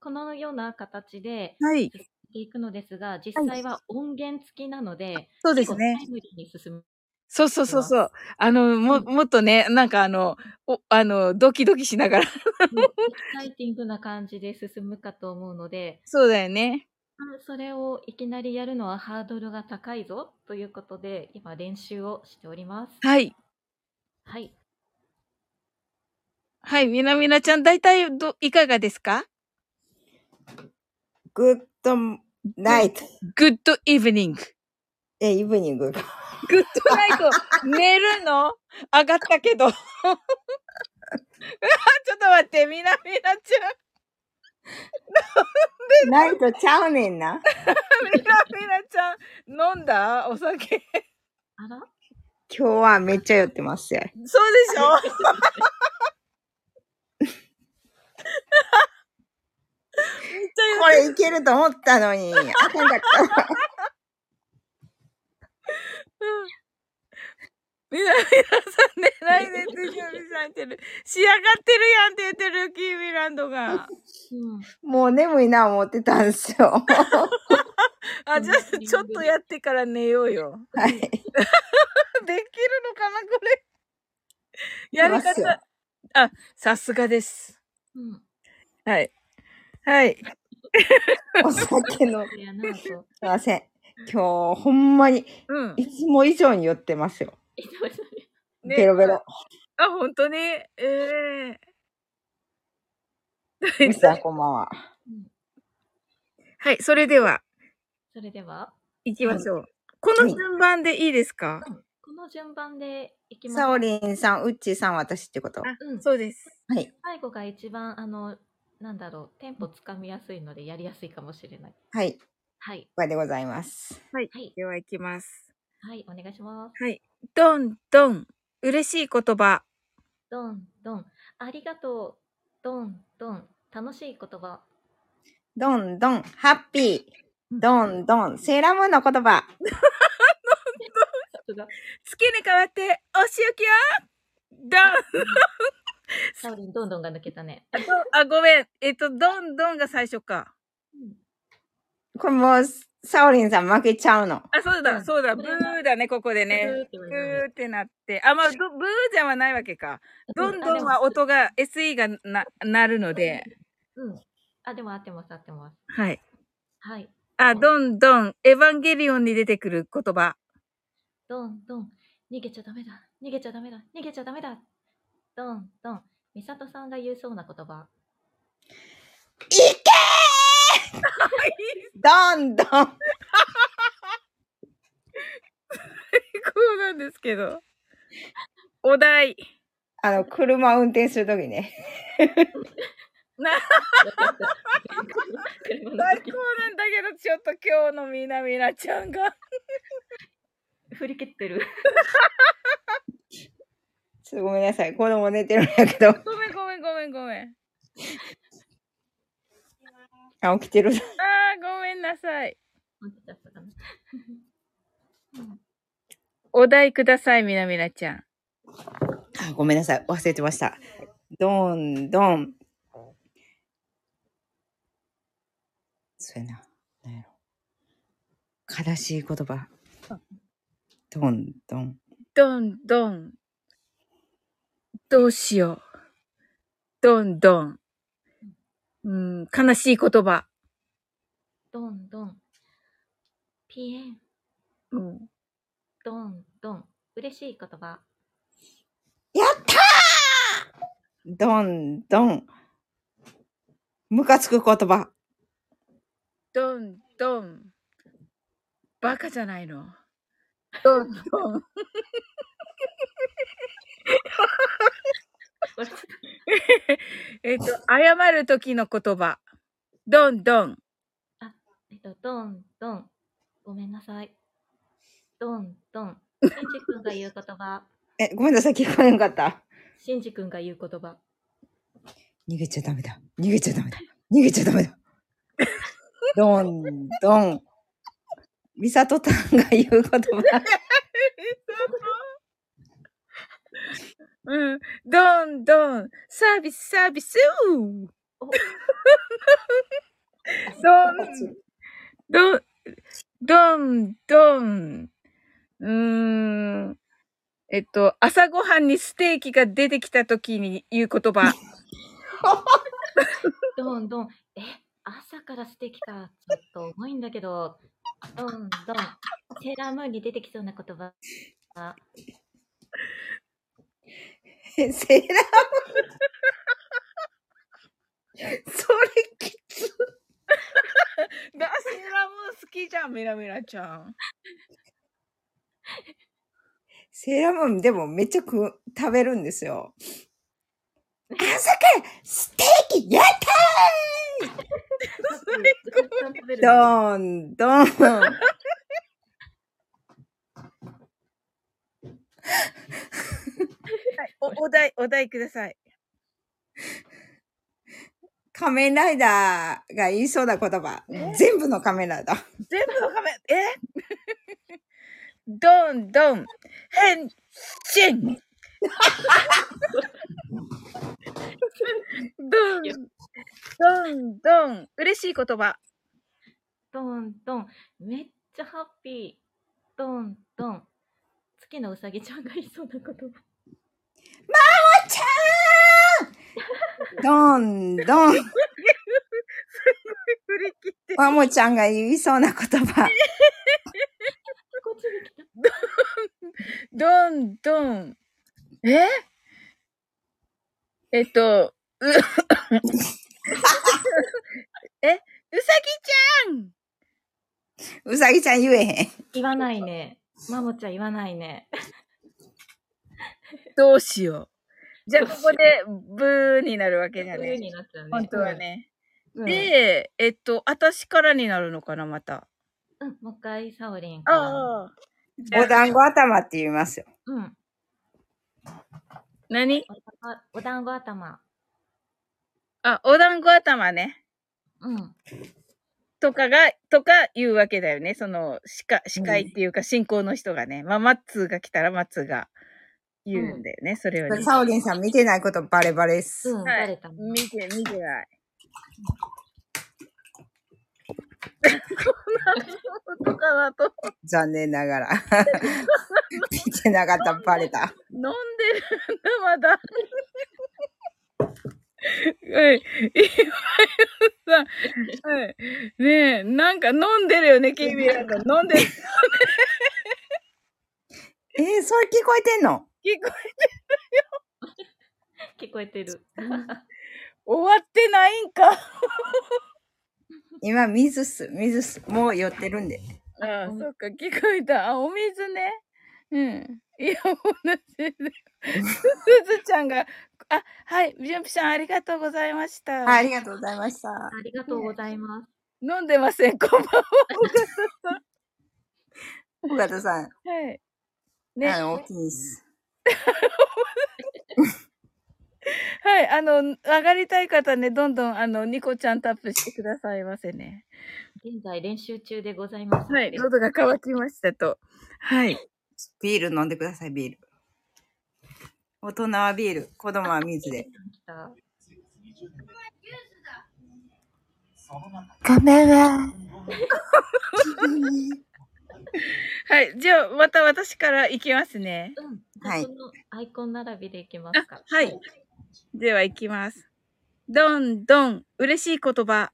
C: このような形で
A: はい。
C: やっていくのですが、実際は音源付きなので、
A: そうですね
C: 結構タイムリーに進む。
A: そうそうそうそう。あの、も、もっとね、なんかあの、お、あの、ドキドキしながら。
C: エキサイティングな感じで進むかと思うので、
A: そうだよね。
C: あそれをいきなりやるのはハードルが高いぞということで、今練習をしております。
A: はい。
C: はい。
A: はい、みなみなちゃん、大体、ど、いかがですか
D: Good night.
A: ?Good evening.
D: え、イブニング。
A: グッドナイト、寝るの上がったけど。うわ <laughs> ちょっと待って、みなみなちゃ
D: ナイトちゃうねんな。
A: ん、みなみなちゃん、飲んだお酒。
C: あら
D: 今日はめっちゃ酔ってますよ。
A: そうでしょめっちゃ酔っ
D: これいけると思ったのに、あかんかった。
A: <laughs> みなみなさん寝ないでって準備されてる。仕上がってるやんって言ってる、キーミランドが。
C: うん。
D: もう眠いな思ってたんですよ。
A: あ、じゃあ、ちょっとやってから寝ようよ。
D: はい。
A: できるのかなこれ。やり
D: いますよ
A: 方。あ、さすがです。
C: うん。
A: はい。はい。
D: お酒の。す
C: それやなと。
D: いません。今日、ほんまに、
A: うん。
D: いつも以上に酔ってますよ。
C: いつもそれ
A: ね
D: ベロベロ。
A: あ、本当にええ
D: みさん、こんばんは。
C: うん
A: はい、それでは、
C: それでは、
A: 行きましょう。この順番でいいですか、
C: この順番でいきます。
D: サオリンさん、ウッチーさん、私ってこと。は
A: あ
C: うん
A: そうです。
D: い。
C: 最後が一番、あの、なんだろう、テンポつかみやすいのでやりやすいかもしれない。
D: はい。こ
C: はい。
D: れでございます。
C: はい。
A: では行きます。
C: はい、お願いします。
A: はい。どんどん。嬉しい言葉。
C: どんどん。ありがとう。どんどん。楽しい言葉。
D: どんどん、ハッピー。どんどん、セーラームーンの言葉。
C: さすが。
A: 月に変わって、お仕置きよどん
C: サオリン、どんどんが抜けたね。
A: あ、ごめん。えっと、どんどんが最初か。
D: これもう、サオリンさん負けちゃうの。
A: あ、そう
C: う
A: だ、
C: ん
A: そうだ、
C: こ
A: ブ
C: れは
A: ーだね、ここでね。
C: ブーって言わ
A: ブ
C: れるね
A: ーってなって。あ、まあ、どブーじゃはないわけか。どんどんは。音が、SE がな、なるので。
C: あでもうん。あ、でも合ってます、合ってます。
A: はい。
C: はい。
A: あ、どんどん、エヴァンゲリオンに出てくる言葉。 <laughs>
C: どんどん。逃げちゃダメだ。逃げちゃダメだ。逃げちゃダメだ。どんどん。ミサトさんが言うそうな言 <laughs> 葉。
D: いけー <laughs> どんどん。
A: こうなんですけど。お題。
D: あの、車を運転するときね。
A: な、
C: 車の
A: 最
C: 時
A: 高なんだけど、ちょっと今日のみなみなちゃんが。
C: 振り切って <laughs> る。
D: ちょっとごめんなさい。子供寝てるんやけど。
A: ごめん、ごめん、ごめん、ごめん。
D: あ、起きてる。
A: あー、ごめんなさい。
C: 本当だったかな
A: お題ください、みなみなちゃん。
D: あごめんなさい。忘れてました。どんどん。そうやな。なんやろ。悲しい言葉。どんどん。
A: どんどん。どうしよう。どんどん。うん、悲しい言葉。
C: どんどん。ピエン、
A: うん、
C: どんどん。嬉しい言葉。
D: やったーどんどん。ムカつく言葉。
A: どんどん。バカじゃないの。どんどん。
C: これちょっ
A: <laughs> えっと、謝る時の言葉。どんどん。
C: とえっと、どんどん。ごめんなさい。どんどん。しんじ君が言う言葉。
D: え、ごめんなさい、聞こえなかった。
C: しんじ君が言う言葉。
D: 逃げちゃダメだ。逃げちゃダメだ。逃げちゃダメだ。どんどん。ミサトタンが言う言葉。
A: <laughs> うん。どんどん。サービス、サービス。どん
C: お。
A: どん、どんどん。うーん。えっと、朝ごはんにステーキが出てきた時に言う言 <laughs> 葉。
C: どんどん。え、朝からしてきた。ちょっと重いんだけど。どんどん。セーラームーンに出てきそうな言葉。あ
D: セーラームーン。それきつ。
A: ガセラも好きじゃん、メラメラちゃん。
D: セーラームーンでもめっちゃ食う食べるんですよ。朝からステーキやっ
C: どん
D: どんどん。
A: お、お題、お題ください。
D: 仮面ライダーが言いそうな言葉。全部の仮面ライダー。
A: 全部の仮面、えどんどん、変身どん、どんどん、嬉しい言葉。
C: どんどん。めっちゃハッピー。どんどん。月のうさぎちゃんが言いそうな言葉。
D: ちゃーんどんどん、
A: 振り切
D: <laughs>
A: って、
D: マモちゃんが言いそうな言葉。
C: こっちに来た。
A: どんどん、ええっと、う、え、うさぎちゃん
D: うさぎちゃん言えへん。
C: 言わないね。マモちゃん言わないね。
A: どうしよう。じゃあ、
C: どう
A: こ
C: しよ
A: こ
C: う
A: で、ブーになるわけじゃ
C: 冬
A: ね。
C: になっちゃうね。
A: 本当はね。
C: うん。うん
A: で、えっと、私からになるのかな、また。
C: うん、もう一回、サオリンから。
A: ああ。
D: お団子頭って言いますよ。
C: うん。
A: 何
C: おお団子頭。
A: あ、お団子頭ね。
C: うん。
A: とかが、とか言うわけだよね。その、司会、司会っていうか、信仰の人がね。まあ、マッツーが来たら、マッツーが言うんだよね。それをね。
D: サオリンさん見てないことバレバレっす。
C: うん、
A: はい
C: バレたね。
A: 見て、見て <laughs> ない。こんなことかなと。
D: 残念ながら。見てなかった、バレた。
A: 飲んでるんだ、まだ。はい。さ、はい。ねえ、なんか飲んでるよね、君らが。飲んでる。
D: えー、それ聞こえてんの
A: 聞こえ
C: 聞こえてる。
A: 終わってないんか。
D: 今、水っす。水っす。もう寄ってるんで。
A: ああ、そっか、聞こえた。あ、お水ね。うん。いや、同じで。すずちゃんが、あ、はい、ジュンピちゃんありがとうございました。
D: ありがとうございました。
C: ありがとうございます。
A: 飲んでません、こんばんは。
D: 尾形さん、
A: はい。ね。
D: あの、大きいっす。
A: <laughs> はい、あの、上がりたい方ね、どんどん、あの、ニコちゃんタップしてくださいませね。
C: 現在練習中でございます。
A: はい、喉が渇きましたと。はい。
D: ビール飲んでください、ビール。大人はビール、子供は水で。
C: 来た
E: こんばんは。
A: はい。じゃあ、また私から行きますね。
C: うん。
D: はい
C: このアイコン並びでいきますか。
A: はい。では、行きます。どんどん、嬉しい言葉。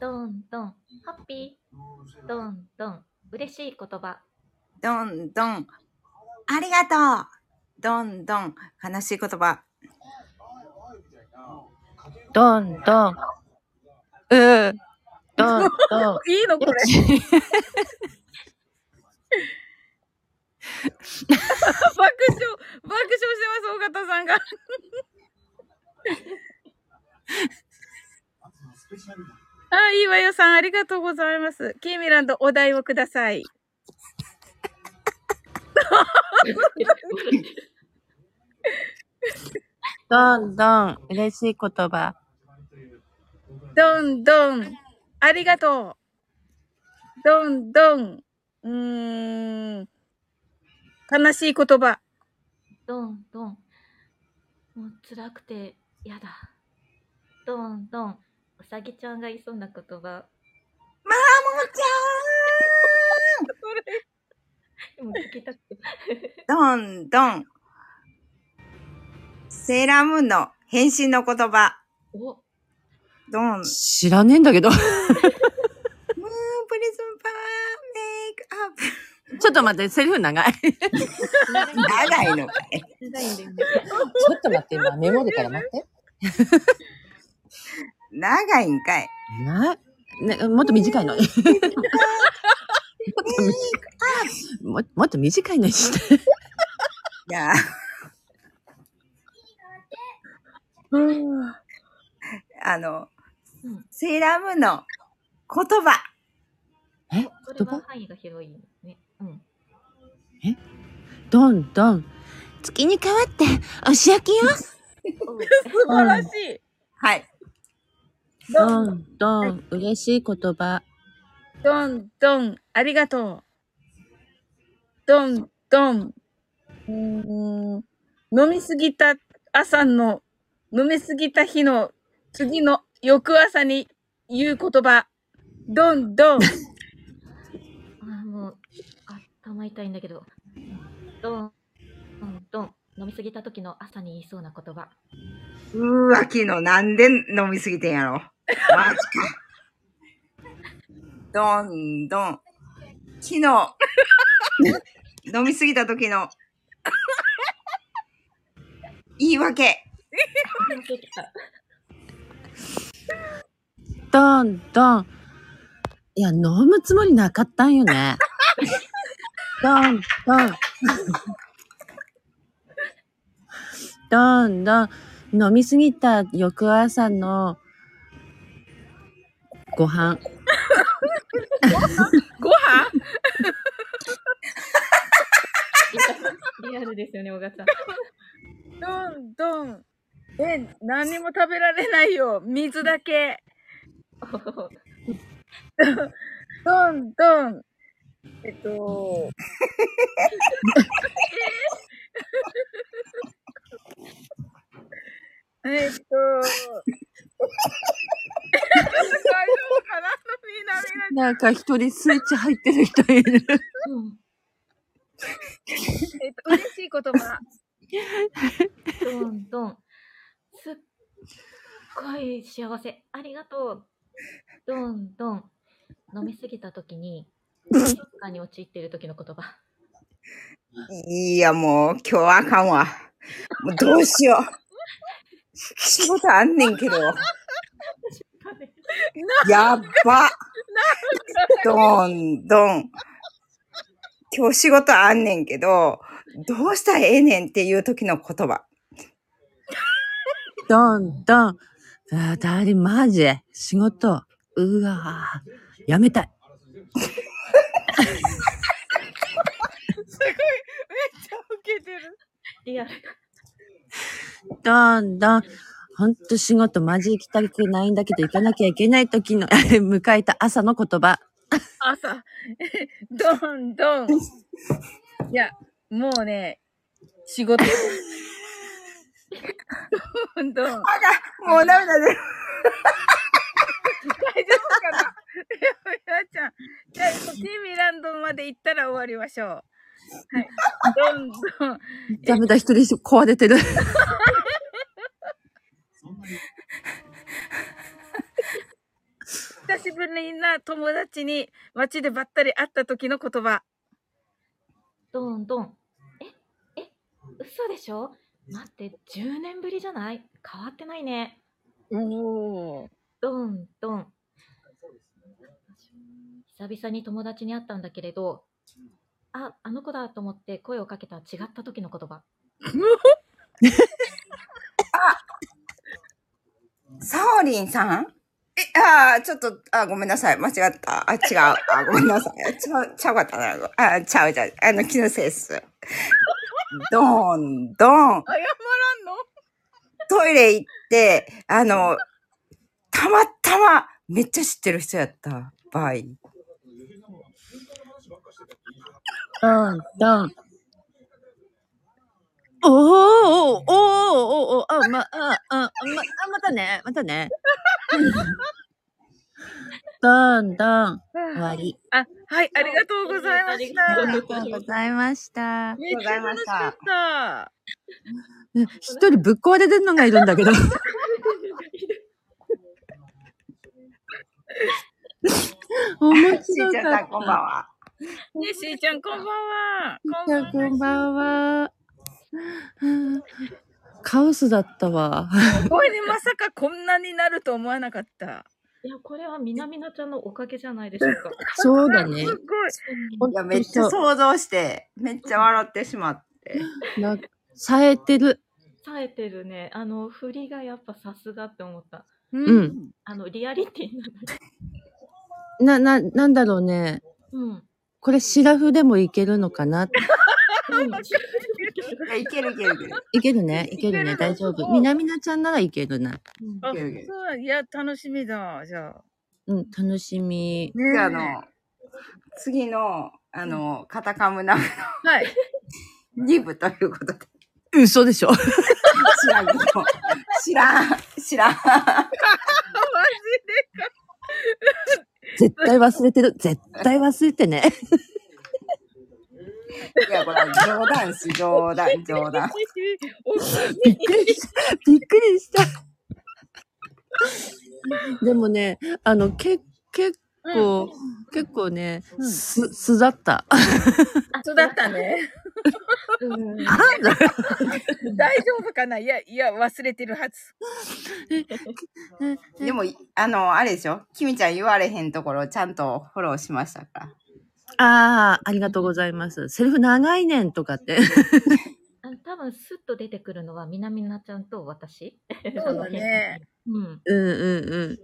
C: どんどん、ハッピー。どんどん、嬉しい言葉。
D: どんどん、ありがとう。どんどん、悲しい言葉。
E: どんどん。うー。どんどん。
A: いいのこれ。爆笑、爆笑してます、尾形さんが。あ、いいわよさん、ありがとうございます。キーミランド、お題をください。
E: どんどん。嬉しい言葉。
A: どんどん、ありがとう。どんどん、うーん、悲しい言葉。
C: どんどん、もう辛くてやだ。どんどん、うさぎちゃんが言いそうな言葉。でも聞きたくて。
D: どんどん。セーラームーンの変身の言葉。
C: お、
D: どん。ムーンプ
E: 知らねえんだけど。ち
D: リズムパワーメイ
E: ょっと待って、セリフ長い。ち
D: クアップ。長いのかい。
C: 長いんだよね。
F: ょっと待って、今メモるから待って。
D: 長いんかい。
E: な、ね、もっと短いの。もっと短いももっと短いのにして。
D: いや、あの
C: うん、
D: セーラームーンの言葉。
E: え言
C: これは
E: 葉
C: 範囲が広いね。うん。
E: どんどん。月に変わって、お仕置きよ。
C: お
A: 素晴らしい。
D: はい。
E: どんどん。嬉しい言葉。
A: どんどん、ありがとう。どんどん、うーん、飲みすぎた朝の、飲みすぎた日の次の翌朝に言う言葉。どんどん、
C: あーもう、頭痛いんだけど。どん、どん、どん。飲みすぎた時の朝に言いそうな言 <laughs> 葉。
D: うーわ、昨日なんで飲みすぎてんやろ。マジか。どんどん。昨日、飲みすぎた時の、言い訳。
C: 忘れてた
E: どんどん。いや、飲むつもりなかったんよ <laughs> ね。どんどん。どんどん。飲みすぎた翌朝のご飯。
A: ご飯
C: リアルですよね、小川さん。
A: どんどん。え、何も食べられないよ。水だけ。どんどん。えっと。 <laughs> えーえっと。大丈夫かなみんなみんな
E: なんか一人スイッチ入ってる人いる。
C: <laughs> うん
A: えっと、嬉しい言葉。
C: どんどん。すっごい幸せ。ありがとう。どんどん。飲みすぎた時に、ショックに陥っている時の言葉。
D: いや、もう、今日はあかんわ。もう、どうしよう。仕事あんねんけど。やっば。どんどん。今日仕事あんねんけど、どうしたらええねんっていう時の言葉。
E: どんどん。あだりマジ。仕事。うわぁ。やめたい。
A: 受けてる。
C: リアル。
E: どんどん。ほんと仕事マジ行きたくないんだけど行かなきゃいけない時の <laughs> 迎えた朝の言葉。
A: 朝。どんどん。いや、もうね、仕 <laughs> 事。どんどん。
D: もうダメだね。
A: <laughs> 大丈夫かないや、みなちゃん。じゃあ、ティーミランド、どまで行ったら終わりましょう。はい。どんどん。
E: ダメだ、一人壊れてる。
A: 久しぶりな友達に街でばったり会った時の言葉。
C: どんどん。え、え、嘘でしょ待って、10年ぶりじゃない変わってないね。
F: おお。
C: どんどん。久々に友達に会ったんだけれど、あ、あの子だと思って声をかけた違った時の言葉。
D: サオリンさんえ、あーちょっと、あーごめんなさい。間違った。あ、違う。あー、ごめんなさい。ちゃう、ちゃうかったな。あー、ちゃう、ちゃう。あの、気のせいです。どん、どん。
A: 謝らんの
D: トイレ行って、あの、たまたま、めっちゃ知ってる人やった場合。
E: どんどん。おーおーおーおーおーあ、ま、あ、あ、あ、ま、あ、またね、またね。どんどん。終わり。
A: あ、はい、ありがとうございました。
C: あり
A: め
C: が
A: っ
C: とうございま
E: ございました。
A: ちゃ楽しかった。
E: 一人ぶっ壊れてるのがいるんだけ <laughs> ど。
D: しーちゃんさん、
E: 面白かっ
D: こんばんは。
A: ね、しーちゃんこんばんは。こんばん
E: た。こんばんは。うんカオスだったわ。
A: は。これでまさかこんなになると思わなかった。
C: いや、これはみなみなちゃんのおかげじゃないでしょうか。
E: <laughs> そうだね
A: す。ごい。
D: いや、めっちゃ想像して、めっちゃ笑ってしまって。
E: な冴えてる。
C: 冴えてるね。あの、振りがやっぱさすがって思った。
E: う
A: うん。
E: ん。
C: あの、リアリティなのに。
E: な、な、なんだろうね。
A: <laughs>
C: うん。
E: これ、シラフでもいけるのかな
C: うん
D: いやいけるいけるいける。
E: いけるね。いけ
A: いけ
E: る
A: る
E: ね。
A: の
E: 大丈
A: す
E: 夫。
A: ごい
E: みなみなちゃんならいけるな。
C: うん
A: あ
D: いけるいける
A: そういや、楽しみだ。じゃあ。
E: うん、楽しみ。
A: ね
D: じゃあ、あの、次の、あの、カタカ
C: <laughs>
D: ムナム
A: はい。
D: 2部ということで。 <laughs>
E: 嘘でしょ。
D: 知らんけど。知らん。知らん。
E: 絶対忘れてる。絶対忘れてね。
D: いや、これは冗談し、冗談、冗談。
E: びっくりした。びっくりした。でもね、あの、け、結構、結構ね、
A: うん
E: す、すだった。あ
A: そうだったね。
C: うん
A: 大丈夫かないや、いや、忘れてるはず。
D: でも、あの、あれでしょきみちゃん言われへんところ、ちゃんとフォローしましたから。
E: <laughs> あー、ありがとうございます。セリフ長いねんとかって。
C: あの多分スッと出てくるのはみなみなちゃんと私。 <laughs>
A: そうだね。
C: うん
E: うんうんうん。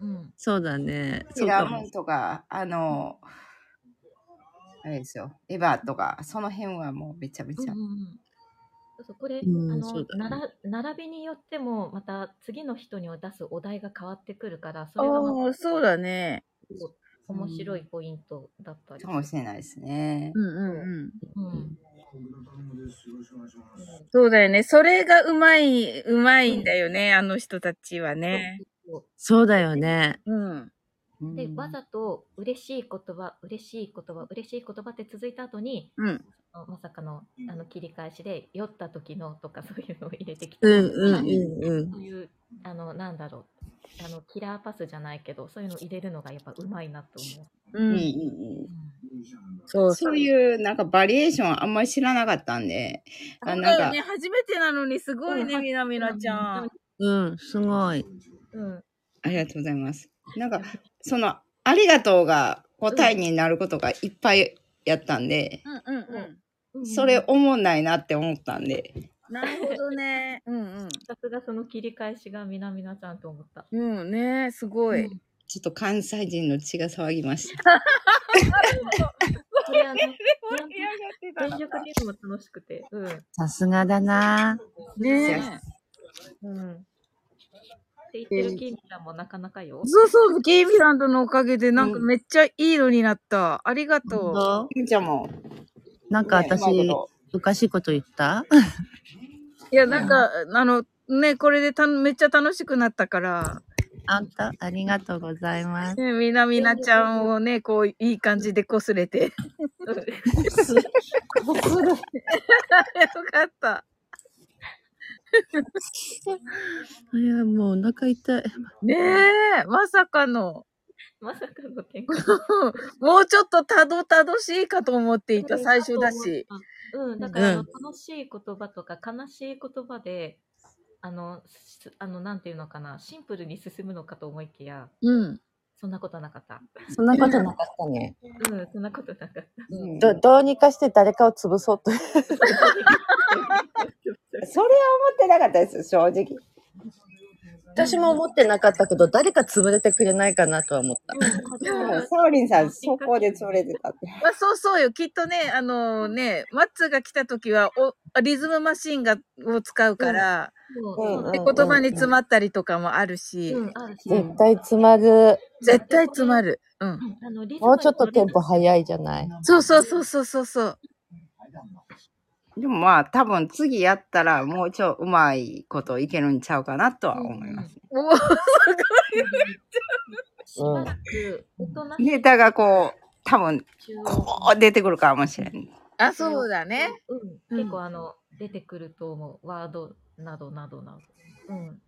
C: うん。
E: そうだね。そ
D: シ
E: う
D: ラ
E: か
D: ム
E: も
D: ン。とか、あの、あれですよ。エヴァとか、その辺はもうめちゃめ
C: うん
D: ちゃ
C: うん。うんそうそうこれ、
E: うん
C: あ
E: そ
C: の
E: うだね
C: なら並びによってもまた次の人に出すお題が変わってくるからそれがま
A: おーそうだね。
C: た面白いポイントだったり
D: かもしれないですね。
A: うんうんうん。
C: うん
A: そうだよね。それがうまい、うまいんだよね。あの人たちはね。
E: そうだよね。
A: うん。
D: うん
C: でわざと嬉しい言葉嬉しい言葉嬉しい言葉って続いた後に
A: うん。
C: あのまさかのあの切り返しで酔った時のとかそういうのを入れてきた
E: う
C: り
E: んうんうんうん。
C: そういう、あの、なんだろう。あの、キラーパスじゃないけど、そういうの入れるのがやっぱうまいなと思
A: う
D: いい
A: ん。
D: いいいい
A: そう
D: そういうなんかバリエーションあんまり知らなかったんで、あ
A: そう
D: な
A: だ
D: んか
A: よね。初めてなのにすごいね、
C: うん
A: みなみなちゃん。
E: うん、すごい。
C: う。うん。
D: ありがとうございます。なんかそのありがとうが答えになることがいっぱいやったんで、
A: うんうんうん。
C: うん
D: それ、おもんないなって思ったんで、
A: なるほどね。うん
C: さすがその切り返しがみなみなちゃんと思った。
A: うん。うんね、すごい。
D: ちょっと関西人の血が騒ぎました。
A: <laughs>
C: それあの、
A: 盛り上が
C: 全
A: って
C: 力ゲームも楽しくて。うん。
E: さすがだな。
A: た。ね
C: うん。って言ってるキミちゃんもなかなかよ。
A: そうそう、ゲイビランドのおかげで、なんかめっちゃいいのになった。ありがと
E: どう
D: ゆみちゃんも、
E: なんか
D: ね
E: 私、
D: うまいこ
E: おかしいこと言った
A: う。いや、なんか、あの、ね、これでためっちゃ楽しくなったから。
E: あんた、ありがとうござい
A: <laughs>
E: ます。
A: ねみなみなちゃんをね、こう、いい感じでこすれて。 <laughs> よかった。
E: いや、もうお腹痛い。
A: ねえ、まさかの。
C: <laughs>
A: <laughs>
C: まさかの展
A: もうちょっとたどたどしいかと思っていた最初だし。。
C: うん、だからあの、
E: うん
C: 楽しい言葉とか悲しい言葉で、あの、すあの、なんていうのかな、シンプルに進むのかと思いきや、
A: うん。
C: そんなことなかった。
E: そんなことなかったね。
C: うん、そんなことなかった。
D: うん
E: ど、どうにかして誰かを潰そう
D: そ
E: と。
D: れは思ってなかったです、正直。
E: <laughs> 私も思ってなかったけど、誰か潰れてくれないかなとは思った。
D: うんサオリンさん、そこで潰れてたって。
A: まあ、そうそうよ。きっとね、あのね、マッツーが来た時は、お、リズムマシンが、を使うから、
C: そう
D: うん
A: で言葉に詰まったりとかもあるし、
C: うん、あるし。
E: 絶対詰まる。
A: 絶対詰まる。うん。
C: あのリズム
E: もうちょっとテンポ
C: に
E: 早いじゃない。
A: そうそうそうそうそうそう。
D: でもまあ、多分次やったら、もうちょうまいこといけるんちゃうかなとは思います。
A: おー
C: 乗れてしばらく大人の
D: ネタがこう、多分、
C: 中
D: こう出てくるかもしれん。
A: あ、そうだね。
C: うん、結構あの、出てくると思う。ワードなどなどなど。うん。
D: うん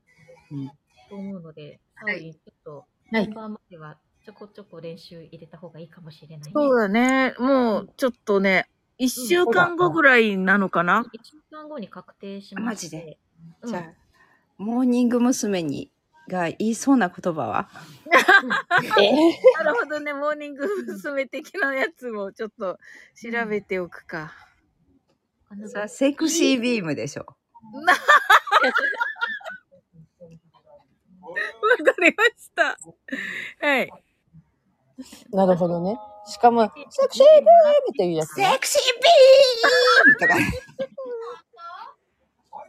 C: と思うので、
A: は
C: サオ
A: い
C: リン、ちょっと、
A: はい
C: 本番まではちょこちょこ練習入れた方がいいかもしれない、ね。
A: そうだね。もう、ちょっとね、一週間後ぐらいなのかな、
C: 1週間後に確定しま
D: マジで。
C: うん、
D: じゃあ、モーニング娘。に、が言いそうな言葉は
A: なるほどね。モーニング娘。的なやつをちょっと調べておくか。
C: あの
D: さセクシービームでしょ。
A: わかりました。はい。
E: なるほどね。しかも、セクシービームっていうやつね。
D: セクシービームとか、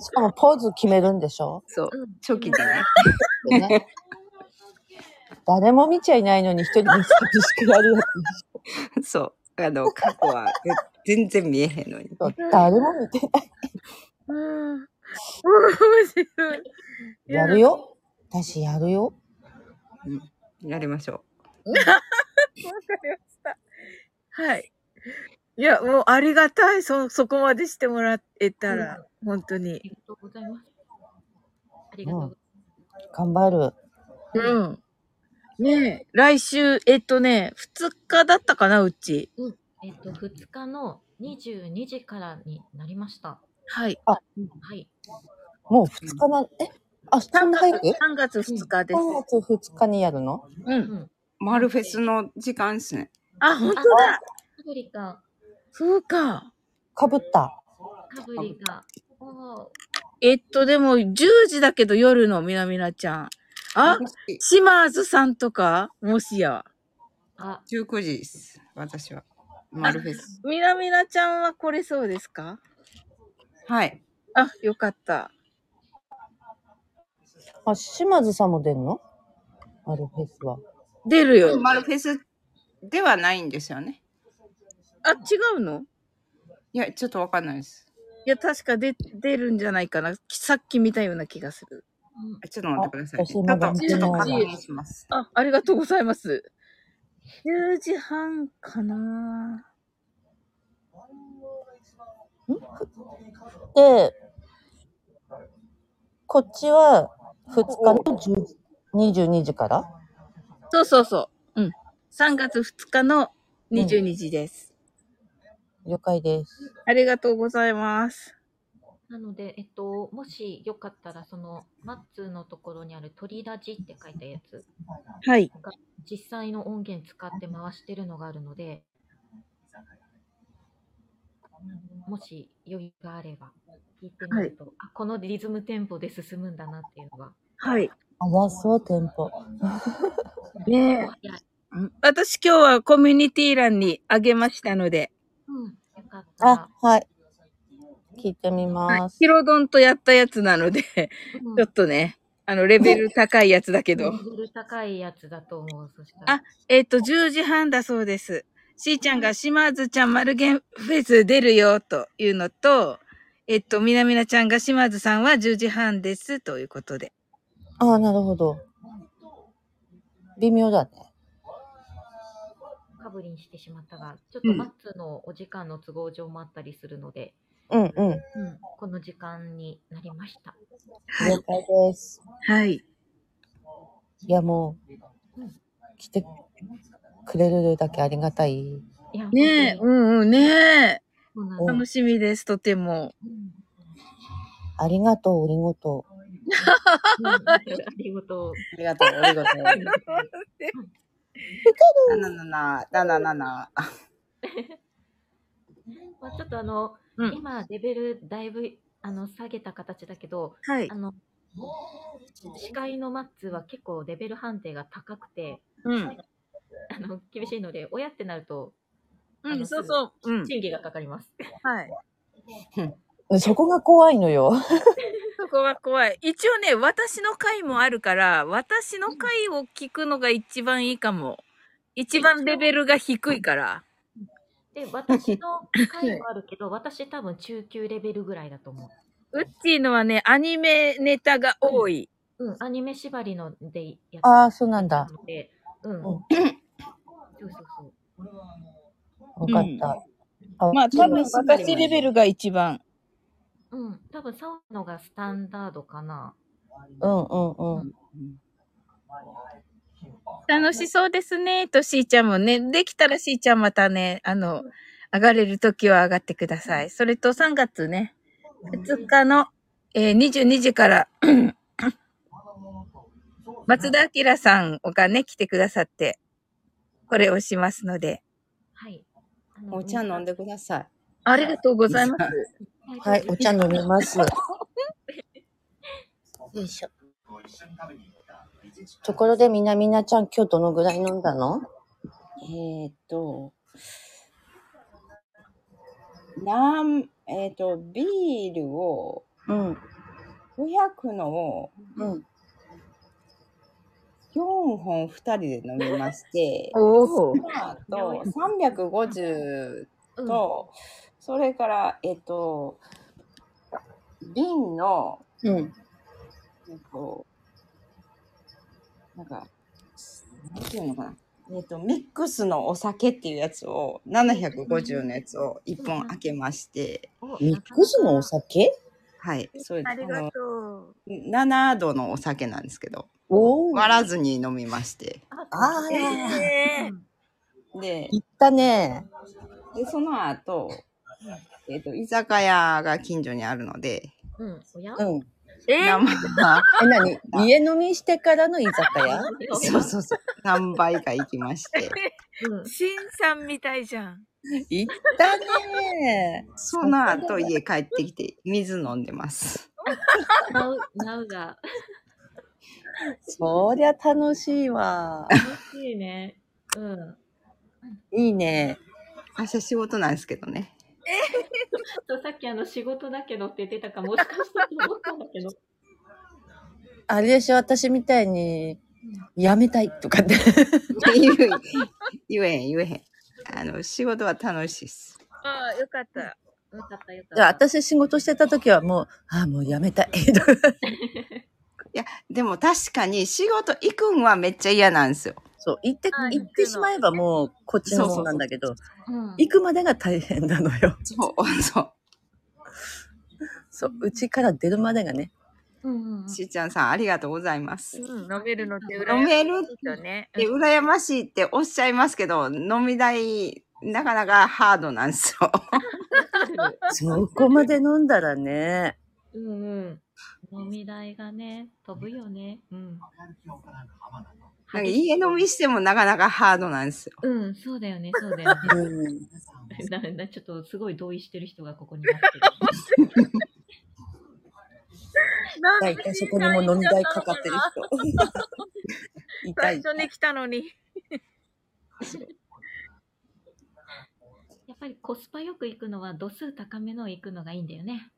E: しかもポーズ決めるんでしょ
D: <laughs> そう
C: うん、
D: チョキで <laughs> ね。
E: で <laughs> ね誰も見ちゃいないのに一人で寂しくやるやつ。
D: そう。あの、過去はぜ全然見えへんのに。
E: 誰も見てない。
A: うん。面白い。
E: やるよ。私やるよ。
D: やりましょ
A: はい。いや、もうありがたい。そ、そこまでしてもらえたら、本当
C: あり
A: に。
C: がとうございます。ありがとうございます。
E: 頑張る。
A: うん。ねえ、来週、えっとね、2日だったかな、うち。
C: えっと、2日の22時からになりました。
A: はい。
C: はい。
E: もう2日な、えあ、そ
A: 3
E: んな
A: 月
E: 早く ?3
A: 3月2日です。
E: 月2日にやるの
A: うん。
D: う。マルフェスの時間ですね。
A: あ、本当だ。
C: カブリカ、
A: そうか。
E: かぶった。
C: カブリカ。おー
A: えっと、でも、10時だけど夜のみなみなちゃん。あ、
D: 私
A: シマーズさんとかもしや。
C: あ、
D: 19時です。私は。マルフェス。
A: みなみなちゃんはこれそうですか
D: はい。
A: あ、よかった。
E: あ、島津さんも出るのあるフェスは。
A: 出るよ。
D: マルフェスではないんですよね。
A: あ、違うの
D: いや、ちょっとわかんないです。
A: いや、確か出、出るんじゃないかな。きさっき見たような気がする。
C: うん、
D: ちょっと待ってください、ね。
E: あ
D: ちょっと、ちょっと確認します。
A: あ、ありがとうございます。10時半かな
E: で、こっちは2日の10 22時から
A: そうそうそう。うん。3月2日の22時です。
E: 了解です。
A: ありがとうございます。
C: なので、えっと、もしよかったら、その、マッツーのところにある鳥ラジって書いたやつ、
A: はい。
C: 実際の音源使って回してるのがあるので、もし余裕があれば、聞いてみると、あこのリズムテンポで進むんだなっていうのが。
A: はい。
E: あやそう、店舗。
A: ねえ
C: お早い
A: 私今日はコミュニティ欄にあげましたので、
C: うん、よかった
E: あ
C: ら。、
E: はい。聞いてみ
A: はい
E: ます。
A: ヒロドンとやったやつなので、ち
C: うん
A: ょっとね、あの、レベル高いやつだけ
C: レ
A: ど。
C: ベル高いやつだと思う。そしたら。
A: あえっ、と、10時半だそうです。しーちゃんが島津ちゃん丸源フェス出るよというのと、えっと、みなみなちゃんが島津さんは10時半ですということで。
E: ああ、なるほど。微妙だね。
C: かぶりにしてしまったが、ちょっとマッツーのお時間の都合上もあったりするので、
E: うんうん。了
C: うん、この時間になりました。
E: 解です。
F: はい。
E: いや、もう、来てくれるだけありがたい。
C: いや、
F: ねえ、
C: 本
F: うんうん、ねえ。
C: 当にそうなんで
F: 楽しみです、とても。
C: すうん
E: ありがとう、おりごとう。
C: うんありがとう。
D: ありがとう、ありがとう。
C: <laughs>
D: ななな、なななな。
C: まあ、ちょっとあの、
F: うん
C: 今、レベルだいぶあの下げた形だけど、
F: はい
C: あ。の司会のマッツーは結構レベル判定が高くて、
F: うん。
C: あの厳しいので、親ってなると、
F: う
C: あ
F: ん、
C: の
F: そうそう。うん。
C: 審議がかかります。
F: はい。
E: そこが怖いのよ。
F: そこは怖い。一応ね、私の回もあるから、私の回を聞くのが一番いいかも。一番レベルが低いから。
C: で、私の回もあるけど、私多分中級レベルぐらいだと思
F: うっちーのはね、アニメネタが多い。
C: う。うん、アニメ縛りのでやって
E: ああ、そうなんだ
C: た。ので、うん。
E: うん
C: そうそうそう。
E: よかった。
G: まあ、多分
E: そう
G: 私レベルが一番。
C: うん、多分サオのがスタンダードかな。
E: うんうんうん。
A: 楽しそうですね。としーちゃんもね。できたらしーちゃんまたね、あの、上がれるときは上がってください。それと3月ね、2日の、えー22時から、松田明さんがね、来てくださって、これをしますので。
C: はい。あの
D: お茶飲んでください。
A: ありがとうございます。
E: はい、お茶飲みます。よいしょ。ところでみなみなちゃん今日どのぐらい飲んだの
D: えっと、なん、えっと、ビールを、
E: うん、
D: 500のを
E: うん。
D: 4本2人で飲みまして、
A: おお。
D: あと350
C: うん
D: と、それから、えっと、瓶の、
E: うん。
D: えっと、なんか、なんていうのかな。えっと、ミックスのお酒っていうやつを、750のやつを1本開けまして、
C: お
E: ミックスのお酒
D: はい、それで、
F: あり
D: あ
F: が
D: の
F: とう。
D: 7度のお酒なんですけど、
E: おー
D: 割らずに飲みまして、
E: あー
F: ね
D: で、
E: いったね。
D: で、その後、えっ、と、居酒屋が近所にあるので、
C: うん、おや
E: うん。
F: え
D: <laughs>
F: え
D: 何
E: え、なに家飲みしてからの居酒屋
D: そうそうそう、何倍か行きまして。
C: <laughs> うん
F: しんさんみたいじゃん。
D: 行っ
E: だね
D: その後家帰ってきて、水飲んでます。
C: ナウ、ナウが。
E: そりゃ楽しいわ。
C: 楽しいね。うん。
E: いいね。
D: 明日仕事なんですけどね。 <laughs>
C: そうさっきあの仕事だけどって言ってたかもしかしたら思ったんだけど。
E: あれでしょ、私みたいに、やめたいと <laughs> かって。
D: 言う言えへん、言えへん。あの、仕事は楽しいっす。
F: ああ、よかった。
C: よかったよかった。
E: じゃあ、私仕事してた時はもう、ああ、もうやめたい。とか
D: でも確かに仕事行くんはめっちゃ嫌なんですよ。
E: そう、行って、
F: はい
E: 行ってしまえばもう、こっちのもんなんだけど、
C: うん、
E: 行くまでが大変なの
D: <laughs>
E: よ。
D: そう、そ
E: そう、うちから出るまでがね。
C: うんうんうん
D: う。しーちゃんさん、ありがとうございます。
F: うん、飲めるのって羨
D: 飲
F: まし
D: める
F: いよね。
D: で、羨ましいっておっしゃいますけど、飲み代、なかなかハードなんですよ。
E: そこまで飲んだらね。
C: うんうん。飲み代がね、飛ぶよね。うん。
D: なんか家飲みしてもなかなかハードなんですよ。
C: うん、そうだよね、そうだよね。
E: うん。
C: な <laughs> なちょっとすごい同意してる人がここにいますけど。
F: なん
E: 大体そこにも飲み代か
A: <laughs>
E: かってる人。痛
F: 最
E: い。
F: 初に来たのに。
C: やっぱりコスパよく行くのは度数高めの行くのがいいんだよね。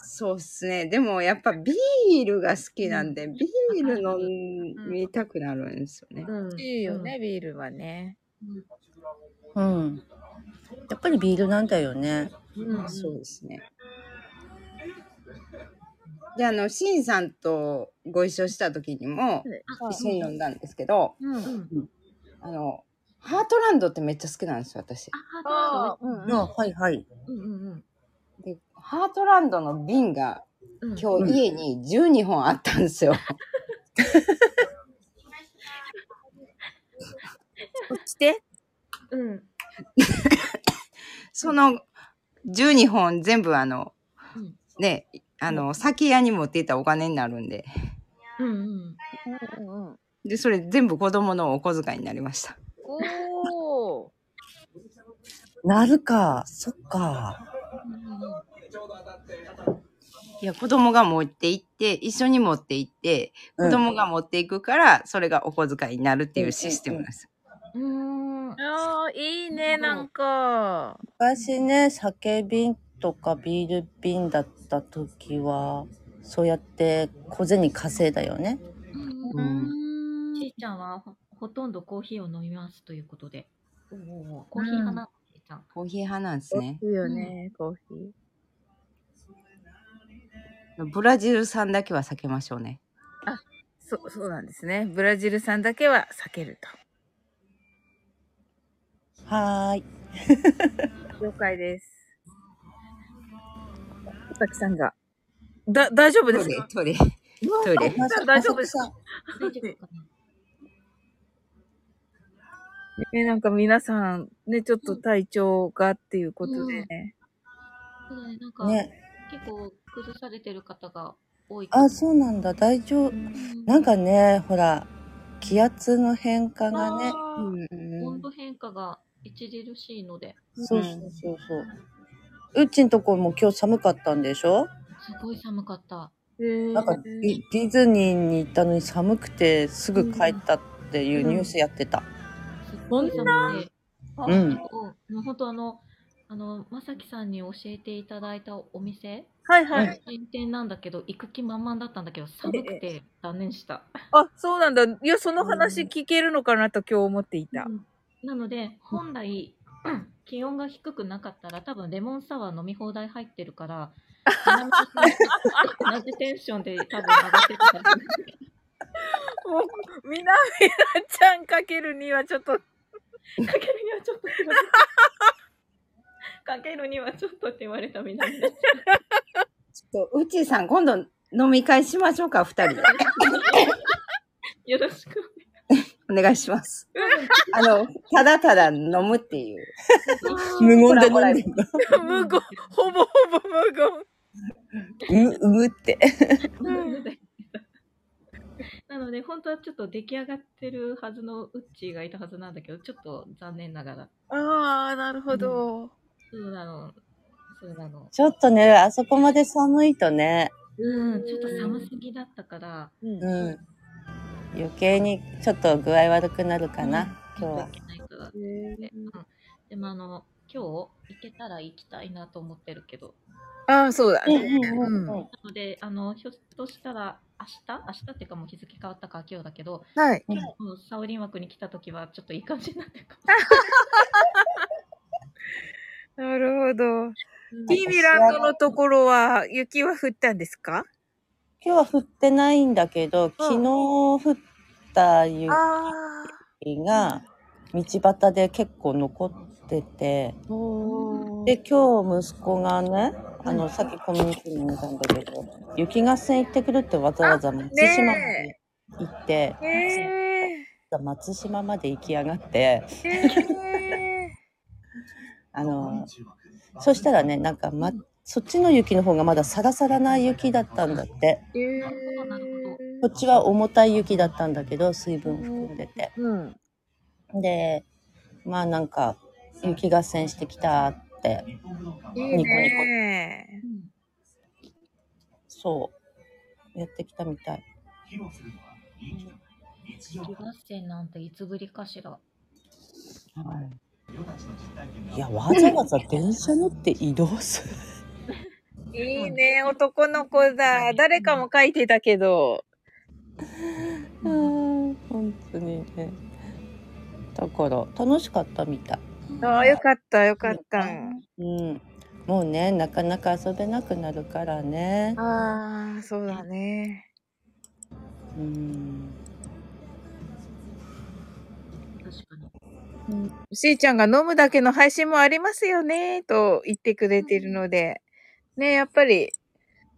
D: そうっすね。でもやっぱビールが好きなんで、ビール飲みたくなるんですよね。
C: うん
F: いいよね、ビールはね。
E: うん。やっぱりビールなんだよね。
C: うん、うん
D: そうですね。で、あの、シンさんとご一緒した時にも
C: あ
D: 一緒に飲んだんですけど、
C: うんうん。
D: あの、ハートランドってめっちゃ好きなんですよ、私。
C: あ、ハートランドね。
E: はいはい。
C: うんうんうん。
D: で、ハートランドの瓶が
C: うん
D: 今日家に12本あったんですよ。
A: して。
C: うん。
D: その12本全部あの
C: うん、
D: ね、あの、酒屋に持っていったらお金になるんで。
C: うんうん。
D: で、それ全部子供のお小遣いになりました。
A: おお。
E: なるか。そっか。
D: いや、子供が持って行って、一緒に持って行って、
E: うん
D: 子供が持っていくから、それがお小遣いになるっていうシステムなんです。
C: うん。うん。
A: ああ、いいね、なんか。
E: 昔ね、酒瓶とかビール瓶だった時は、そうやって小銭稼いだよね。
C: うんちいちゃんはほほとんどコーヒーを飲みますということで。おーおーコーヒー派なの、ちいちゃん。
D: コーヒー派なんですね。
A: いいよ
C: ね、
A: コーヒー。
D: ブラジル産だけは避けましょうね。
A: そう、そうなんですね。ブラジル産だけは避ける
E: はーい。
A: と。了解です。佐々木さんが。だ、大丈夫
D: ト
A: です
D: レ
A: か、
D: トレ、トレ。
A: 大丈夫です
E: か
C: 大丈夫かな
A: ね、なんか皆さん、ね、ちょっと体調がっていうことでね。
C: そうだねなんか、
E: ね。
C: 結構崩されてる方が多い。
E: あ、そうなんだ。大丈夫
C: う。ん
E: なんかね、ほら、気圧の変化がね。
C: あー
E: うん
C: 温度変化が著しいので、
E: そうそうそうそう。うっちんとこも今日寒かったんでしょ
C: すごい寒かった。
A: へえ
E: なんかディディズニーに行ったのに寒くてすぐ帰ったっていうニュースやってた。
C: すっごい寒くて。
E: う
C: うん
E: ん。
C: もう本当あの、あの、まさきさんに教えていただいたお店、
A: はいはい。
C: 新店なんだけど、行く気満々だったんだけど、寒くて断念した。
A: あ、そうなんだ。いや、その話聞けるのかなと今日思っていた。
C: うんなので、本
A: <laughs>
C: 来、気温が低くなかったら、多分レモンサワー飲み放題入ってる
A: <laughs>
C: から、同じテンションで多分上がっ
A: <laughs>
C: てた。
A: もう、みなみなちゃんかけるにはちょっと、
C: かけるにはちょっと。
A: <laughs>
C: かけるにはちょっとって言われたみたいな。
D: ちょっと、うちーさん、今度飲み会しましょうか、二人で。
C: よろしく。
D: お願いし <laughs> ます。あの、ただただ飲むっていう。
E: 無言で飲んでんだ。
A: 無言、ほぼほぼ無言。
E: う、うって。
C: <laughs> なので、本当はちょっと出来上がってるはずのウッチーがいたはずなんだけど、ちょっと残念ながら。
A: ああ、なるほど。
C: そうなの。そうなの。
E: ちょっとね、あそこまで寒いとね、
C: うん、ちょっと寒すぎだったから。
E: うん。余計にちょっと具合悪くなるかな、今日は
C: 行。けないからって言ってうんでもあの、今日行けたら行きたいなと思ってるけど。
A: ああ、そうだ
E: うん
A: ね。
E: うんうんうん。
C: なので、あの、ひょっとしたら、明日明日っていうかもう日付変わったから今日だけど、
A: はい。
E: うん
C: 今日のサオリン枠に来た時は、ちょっといい感じになってるかも。
A: なるほど。
C: うん
A: ティーミランドのところは雪は降ったんですか
E: 今日は降ってないんだけど、昨日降った雪
A: あ
E: が道端で結構残ってて、
A: あ。お
E: で今日息子がねあのさっきコミュニティに見たんだけど雪合戦行ってくるってわざわざ松島まで行って、
A: へえ。
E: 松島まで行きやがって
A: <laughs> へ
E: あのそしたらねなんか、ま、そっちの雪の方がまだサラサラな雪だったんだって
A: え
C: なる
E: こっちは重たい雪だったんだけど水分含んでて
A: うん。
E: でまあなんか雪合戦してきたって
A: いい
E: ニコニコ
A: ね。
C: うん
E: そうやってきたみたい。
C: 雪合戦なんていつぶりかしら。
E: いや、わざわざ電車乗って移動す <laughs> る。
A: いいね、男の子だ。誰かも書いてたけど。
E: 本当にね。だから、楽しかったみたい。
A: ああ、よかった、よかった。
E: うん。もうね、なかなか遊べなくなるからね。
A: ああ、そうだね。
H: うん
C: 確かに。
I: しーちゃんが飲むだけの配信もありますよね、と言ってくれてるので、ね、やっぱり、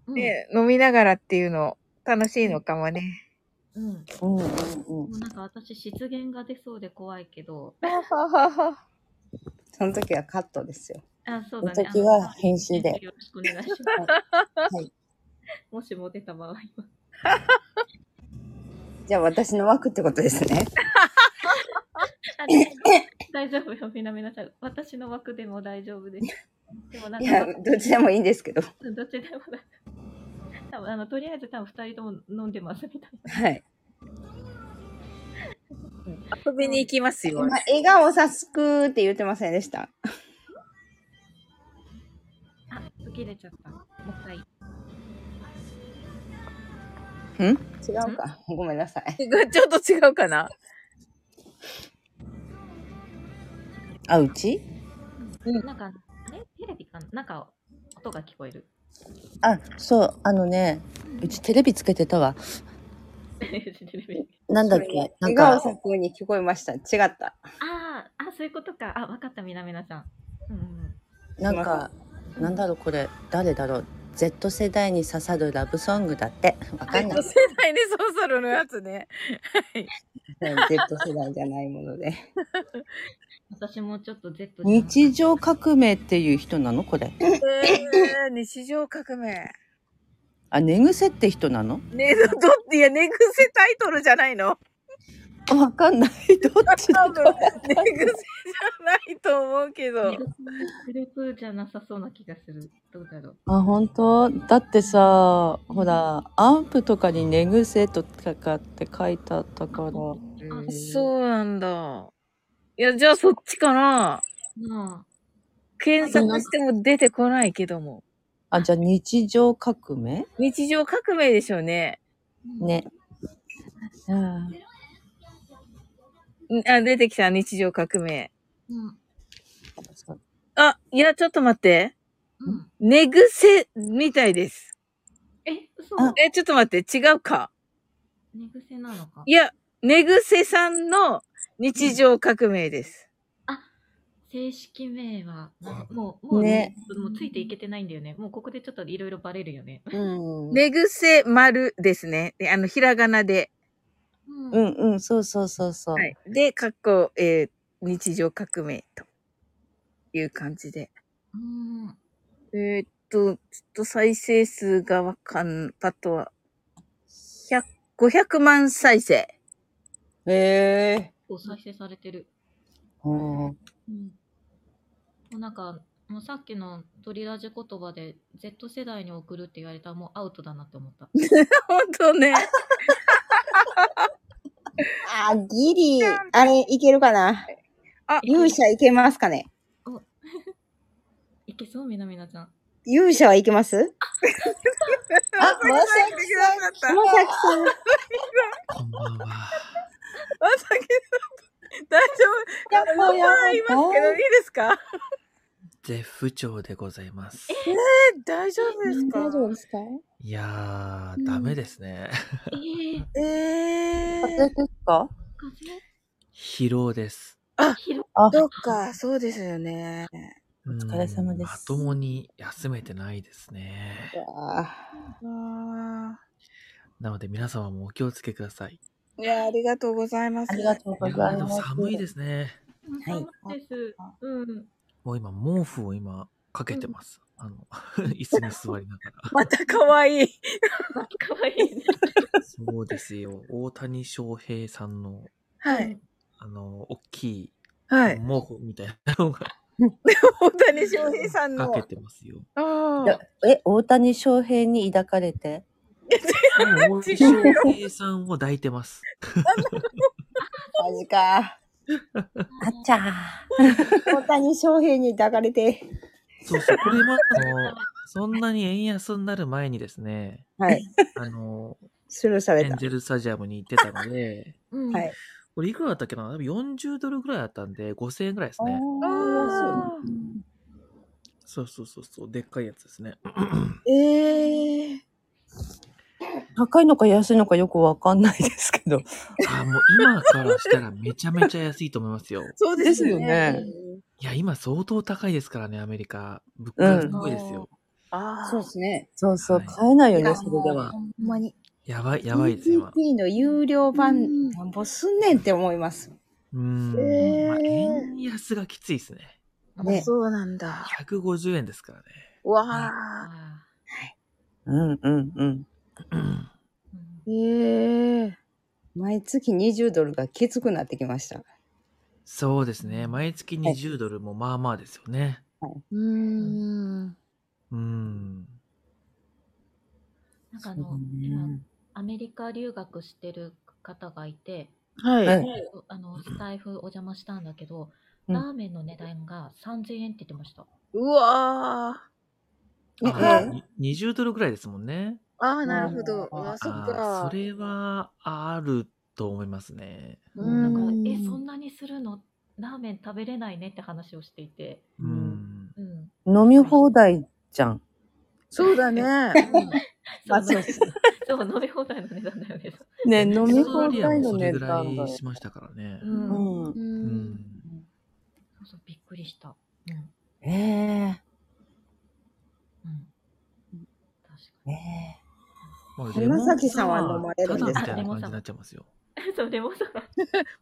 C: うん、
I: ね、飲みながらっていうの楽しいのかもね。
A: <laughs>
C: うん。
E: うんうんうん
C: もうなんか私、失言が出そうで怖いけど。
D: その時はカットですよ。
C: あ、そう
E: その
C: だね。
E: 時は編集で。
C: よろしくお願いします。
E: はい
C: もしも出た場合
E: <laughs>
C: は。
D: じゃあ私の枠ってことですね。
C: あでも大丈夫よ、みなみなさん。私の枠でも大丈夫です。でもなん
D: い
C: か、
D: や、どっちでもいいんですけど。
C: どっちでもない。多分あのとりあえず多分二人とも飲んでますみたいな。
D: はい。
A: 遊びに行きますよ
D: 今、。笑顔さすくって言ってませんでした。
C: あ、途切れちゃった。もう一回。
D: ん違うか。ごめんなさい。
A: ちょっと違うかな
E: あ、うち
C: なんか、あれテレビかななんか、音が聞こえ
E: <laughs>
C: る。
E: あ、そう、あのね、うちテレビつけてたわ。
C: テレビ
E: なんだっ
D: そ <laughs> れ
E: けなん
D: 笑顔
E: か、
D: さすくに聞こえました。違った。
C: あーあ、そういうことか。あ、わかった、みなみなさん。うんうん
E: なんか、なんだろうこれ、誰だろう。Z 世代に刺さるラブソングだって。わかんない
A: 女。世代にそろそろのやつね。
D: ね Z 世代じゃないもので。
C: 私もちょっと Z じゃん
E: 日常革命っていう人なのこれ。
A: えー、日常革命。
E: あ、寝癖って人なの
A: ねえ、どどいや、寝癖タイトルじゃないの
E: あわかんない。どっちだ
A: 多分
E: か。、
A: 寝癖じゃないと思うけど。
C: グループじゃなさそうな気がする。どうだろう。
E: あ、本当だってさ、ほら、アンプとかに寝癖とかって書いてあったから。
C: あ
A: そうなんだ。いや、じゃあそっちかな。
C: な
A: 検索しても出てこないけども。
E: あ、じゃあ日常革命
A: 日常革命でしょうね。
C: あ。
E: ね。あ
A: んあ、出てきた、日常革命。
C: うん。
E: あ
A: あ、いや、ちょっと待って。
C: うん。
A: 寝癖みたいです。
C: え、嘘
E: あ
A: え、ちょっと待って、違うか。
C: 寝癖なのか
A: い。や、寝癖さんの日常革命です。
C: 正式名は、なんかもう、もう、
E: ね
C: もうついていけてないんだよね。もうここでちょっといろいろバレるよね。
D: うん。
A: 寝癖丸ですね。であの、ひらがなで。
C: うん
E: うんうん、そうそうそうそう。
A: はい。で、かっこ、えー日常革命という感じで。
C: うん。
A: えーっと、ちょっと再生数がわかん、パッとは、100、500万再生。 <laughs>
E: へえ。
C: こう再生されてる。
E: うん
C: うん。もうなんか、もうさっきの鳥ラジ言葉で Z 世代に送るって言われたらもうアウトだなって思った。
A: 本当ね。
D: あ、ギリ。あれ、いけるかな
A: あ
D: 勇者いけますかね
C: いけそうみなみなちゃん。
D: 勇者はいけますあ、まさきさん。まさきさ
J: こ
D: ん。
J: んばんは。
A: まさきさん、大丈
D: やっぱや
A: 夫いますけど、いいですか
K: 絶不調でございます。
A: え大丈夫です
D: 大丈夫ですか
K: いやー、ダメですね。
C: ええー、
A: え
E: 風邪ですか
K: 疲労です。
C: 広
E: あ、
I: そっか、そうですよね。
K: お
E: 疲れ様です
K: まともに休めてないですね。
D: あ
I: あ
K: なので皆様もお気をつけください。
I: ーいや、ありがとうございます。
E: ありがとう
K: い
E: ご
K: や
E: ざい
K: ーでも
E: ます。
K: 寒いですね。
C: いです。うん。
K: もう今、毛布を今、かけてます。あの、 <laughs> 椅子に座りなが
A: また可愛い。
C: かわいいね。
K: ら。そうですよ。大谷翔平さんの、
I: はい。
K: あの、大きい
I: は
K: 毛
I: い。
K: 布みたいなのが
A: 大谷翔平さん
K: か
A: の。
K: けてますよ。
I: あ
E: いやえ、大谷翔平に抱かれて
K: でも大谷翔平さんを抱いてます。
D: マジか。
E: あっちゃー。
D: 大谷翔平に抱かれて。
K: そうそう、これま、あの、そんなに円安になる前にですね、
D: はい。
K: あの、
D: スルーさ
K: エ
D: れ
K: ン
D: た。
K: ジェルスタジアムに行ってたので、
C: うん。
D: はい。
K: これいくらだったっけな多分 ?40 ドルぐらいだったんで、5000円ぐらいですね。
I: あ
K: そうそうそうそう、でっかいやつですね。
I: ー。ええー。
E: 高いのか安いのかよくわかんないですけど。
K: あ、もう今からしたらめちゃめちゃ安いと思いますよ。
E: そうですよね。
K: いや、今相当高いですからね、アメリカ。物価すごいですよ。
D: あそうですね。
E: そうそう
K: は、い
E: 買えないよね、それでは。
D: ほんまに。
K: やばい、やばいです、今。
D: PPT の有料版、なんぼすんねんって思います。
K: うーん。
A: えー
K: まあ、円安がきついですね。
D: ね
A: そうなんだ。
K: 150円ですからね。
A: わあ。
C: あ
E: うんうんうん。
K: うん
C: ーうん
A: へえ。
D: 毎月20ドルがきつくなってきました。
K: そうですね。毎月20ドルもまあまあですよね。
A: うーん。
K: うーん。
C: なんかあの、今、アメリカ留学してる方がいて、
A: は
E: はい
A: い。
C: あの、スタイフお邪魔したんだけど、
E: うん
C: ラーメンの値段が3000円って言ってました。
A: うわあ。
K: あに20ドルぐらいですもんね。
A: ああ、なるほど。あ、そっ
K: あ
A: か
K: ーそ。れはあると思いますね。
A: う
C: なんか、
A: ん
C: え、そんなにするのラーメン食べれないねって話をしていて。
K: う。
E: うん
C: うん。
E: 飲み放題じゃん。
A: そうだね。
C: そ
E: ま
C: う
E: あそう
C: そう、飲み放題の値段だよね。
E: ね、飲み
K: オースト
E: 放
K: ラリア
E: 題
K: も
E: の
K: それ
E: 値
K: ぐら
E: 段だ
K: い
E: よ。
K: しましたからね。
C: うん。
E: うん。
A: う。
K: うんん
C: そうそう、びっくりした。うん。
E: え
C: うん。確か
E: え。え
K: まあ
D: 花咲さんは飲まれるんです
C: か
K: レモンサワーただみたいな感じになっちゃいますよ。
C: に。そう、レモンサワー。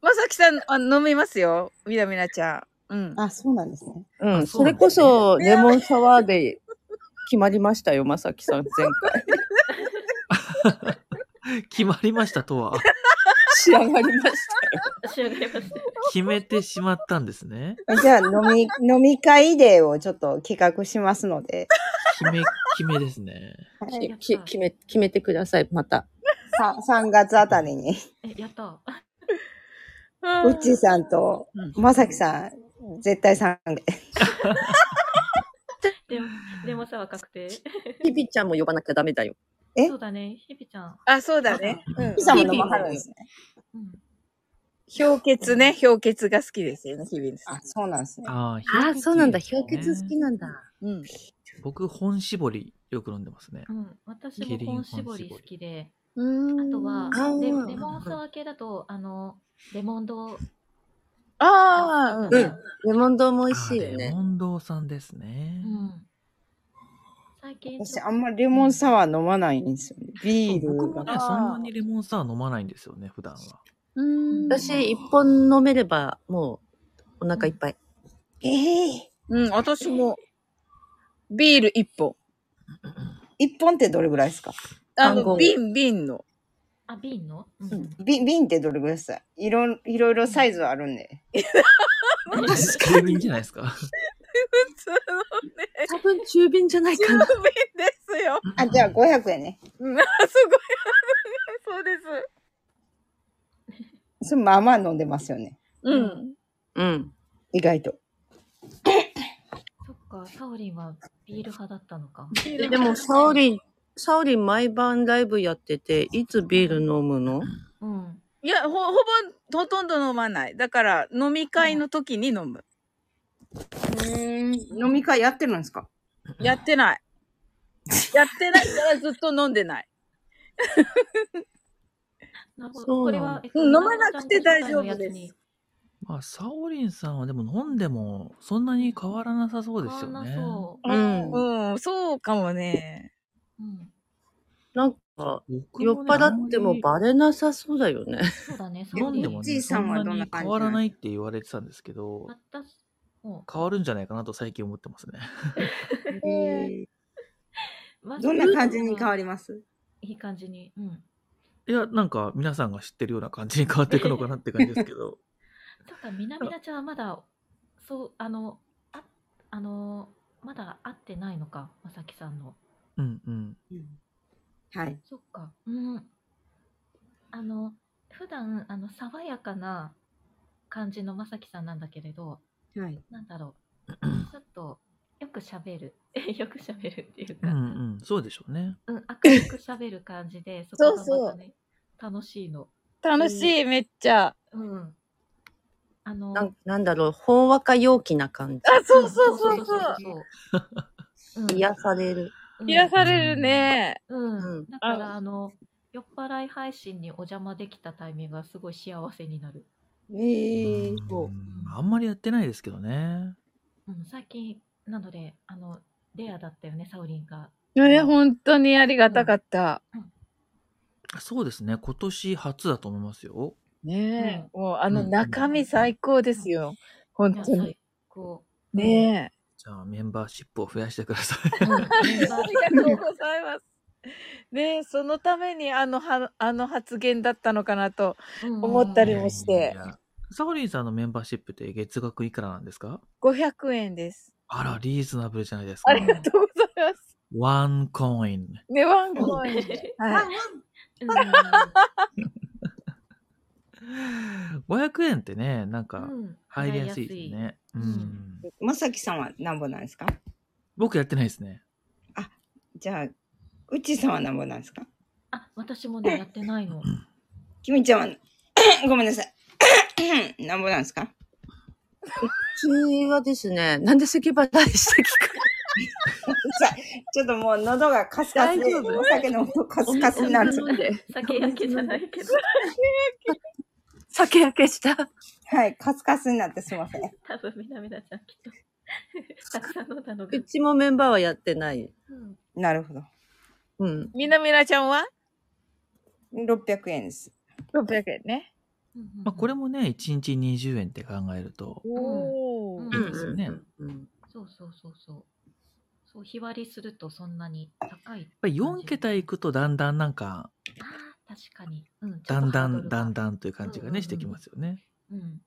A: まさきさん、あ飲みますよ。みなみなちゃん。うん。
D: あ、そうなんですね。
E: う
K: あ
E: ん、
K: そう
E: そ
K: なん
E: れ
K: で
E: こ
K: すね
E: そレモンサワーで決まりましたよ、まさきさん前回。
K: 決まりましたとは、
E: 仕上がりまし
C: 仕上がりました。
K: 決めてしまったんですね。
D: じゃあ、飲み、飲み会デーをちょっと企画しますので。
K: 決め、決めですね。
E: た
C: い
E: よ。きき決め、決めてください、また。
D: さ3月あたりに、
C: え、やった。
D: うっちーさんと、まさきさん、絶対参加で。
C: でも、レモンサワー確定。
E: ピピちゃんも呼ばなきゃダメだよ。
D: え
C: そうだね、ひびちゃん。
A: あ、そうだね。うん。
D: ピザも飲まはるんですね。
C: うん。
A: 氷結ね。氷結が好きですよね、日々です。
D: あ、そうなんですね。
K: あ
E: ああ、そうなんだ。氷
K: 結
E: 結好きなんだ。
A: うん。
K: 僕、本絞りよく飲んでますね
C: う。ん、私
K: キ
C: も
K: リン
C: 本絞り好きで、あ
A: あ
C: とは
E: あー
C: レレモンサワー系だと、あの、レモンドー
A: ああ、
E: う
A: うんん。。
E: レモンドも美味しいよ
K: あレ
E: ね。
K: モン堂さんですね
C: う。ん。最近
D: 私、
C: ちょ
D: あんまりレモンサワー飲まないんですよね。ビー
K: 僕
D: ル
K: も
D: が。
K: ね、そんなにレモンサワー飲まないんですよね、
E: <laughs>
K: 普段は。
C: うん
E: 私、一本飲めれば、もう、お腹いっぱい。
D: ええ
A: うん、私も、ビール一本。
D: 一1本ってどれぐらいですか
A: あ
E: 単語
A: の、瓶、瓶の。
C: あ、瓶のうん。
D: び瓶ってどれぐらいですかいろいろいろサイズあるんで。
K: 確かに。じゃないですか。
A: <laughs> 普通の
E: 多分、中瓶じゃないかな。
A: 瓶ですよ。
D: あ、じゃあ500円ね。
A: うん、あ、すごい。 <laughs> そうです。
D: それまあまあ飲んでますよね。
A: うん。
E: うん。
D: 意外と。
C: そっか、サオリンはビール派だったのか。
E: でも、サオリン、サオリン毎晩ライブやってて、いつビール飲むの
C: うん。
A: いや、ほ、ほぼ、ほとんど飲まない。だから、飲み会の時に飲む。
D: 飲み会やってるんですか
A: やって <laughs> ない。やってないからずっと飲んでない。
C: なるほど。
E: そ
C: こ
E: う
C: れ
E: な
C: は
E: ん、
C: えっ
A: うん飲まなくて大丈夫です。
K: <laughs> まあ、サオリンさんはでも飲んでも、そんなに変わらなさそうですよ
C: な
K: ね。
C: そ
E: うん。
A: うん、そうかもね。
C: う。うん。
E: なんか、
K: 僕
E: 酔っ
K: もね
E: 払ってもバレなさそうだよね。
C: そうだね、サ
K: 飲
C: オ
K: ん
C: リ
K: で
C: ン
K: も。
D: じ
K: ね、
D: いさ
K: そ
D: ん
K: ん
D: は
K: な
D: どんな
K: に
D: 感じ
K: 変わらないって言われてたんですけど、
C: 私、も
K: 変わるんじゃないかなと最近思ってますね。
C: う、
D: どんな感じに変わります
C: いい感じに。うん。
K: いや、なんか皆さんが知ってるような感じに変わっていくのかなって感じですけど。
E: <laughs>
C: そっか、みなみなちゃんはまだ、そう、あの、あ、あの、まだ会ってないのか、まさきさんの。
K: うんうん。
D: はい。
C: そっか、うん。あの、普段、あの、爽やかな感じのまさきさんなんだけれど、
D: はい。
C: なんだろう、ちょっと、よく喋る。 <laughs> よく喋るっていう
K: う
C: か、
K: ん
C: うん、
K: うん。そうでしょうね。
C: 明るく喋る感じで、そこ
A: そうそう
C: がまたね、楽しいの。
A: 楽しい、めっちゃ。
C: うん。あの、
E: なんなんだろう、ほんわか陽気な感
A: あ、
C: う
A: そ
C: ん
A: うそうそうそう。
C: そう。
E: じ。癒される。
C: うん
A: 癒されるね。
C: うん。
E: うん
C: だから、あの、酔っ払い配信にお邪魔できたタイミングがすごい幸せになる。
E: ええー。
K: うんあんまりやってないですけどね。
C: うん、最近、なので、あの、レアだったよね、サオリンが。
A: え、本当にありがたかった。
K: そうですね。今年初だと思いますよ。
A: ねえ、もうあ
K: う
A: の
K: ん
A: 中身最高ですよ。本
C: いや、
A: 当に。
C: 最高。
A: ね
K: じゃあメンバーシップを増やしてくださ
C: う
K: い。
C: ん
A: え。ありがとうございます。ねえ、そのためにあのは、あの発言だったのかなと思ったりもして
K: い。やサオリンさんのメンバーシップって月額いくらなんですか
A: 500円です。
K: あら、リーズナブルじゃないです
A: あ
K: か
A: り。がとうございます。
K: ワンコイン。
A: ね、ワンコイン。はい。
C: うん
K: 500円ってね、なんか
C: うん
K: 入りやすいですね。う
C: い
K: ん。
D: まさきさんはなんぼなんですか
K: 僕やってないですね。
D: じゃあ、うちさんはなんぼなんですか
C: あ、私もね、やってないの。
D: きみちゃんは、 <coughs> ごめんなさい。 <coughs> なんぼなんですか
E: 私はですね、なんで咳払いして聞く
D: さちょっともう喉がカスカスで、
E: 大丈夫
D: お酒飲むとカスカスになるんですよ。
C: 酒焼けじゃないけど、
E: 酒焼けした。
D: はい、カスカスになってすみません。
C: 多分みなみなちゃんきっと、たくさん飲んだのが
E: う。ちもメンバーはやってない。
C: うん
D: なるほど。
E: うん。
A: みなみなちゃんは
D: 600円です。
A: ?600 円ね。
K: まあ、これ、もね、1日20円って考えると、
A: おー
C: う
K: い
C: ん
K: いですよね。やっ
E: うん。
C: そうそうそうそう。そう、日割りするとそんなに高い。
K: ぱり4桁いくとだんだんなんか、
C: ああ、確かに。うん、
K: だんだんだん
C: ん。
K: だんという感じが
C: うんうんう
K: ね、
C: ん
K: してきますよね。
C: うん。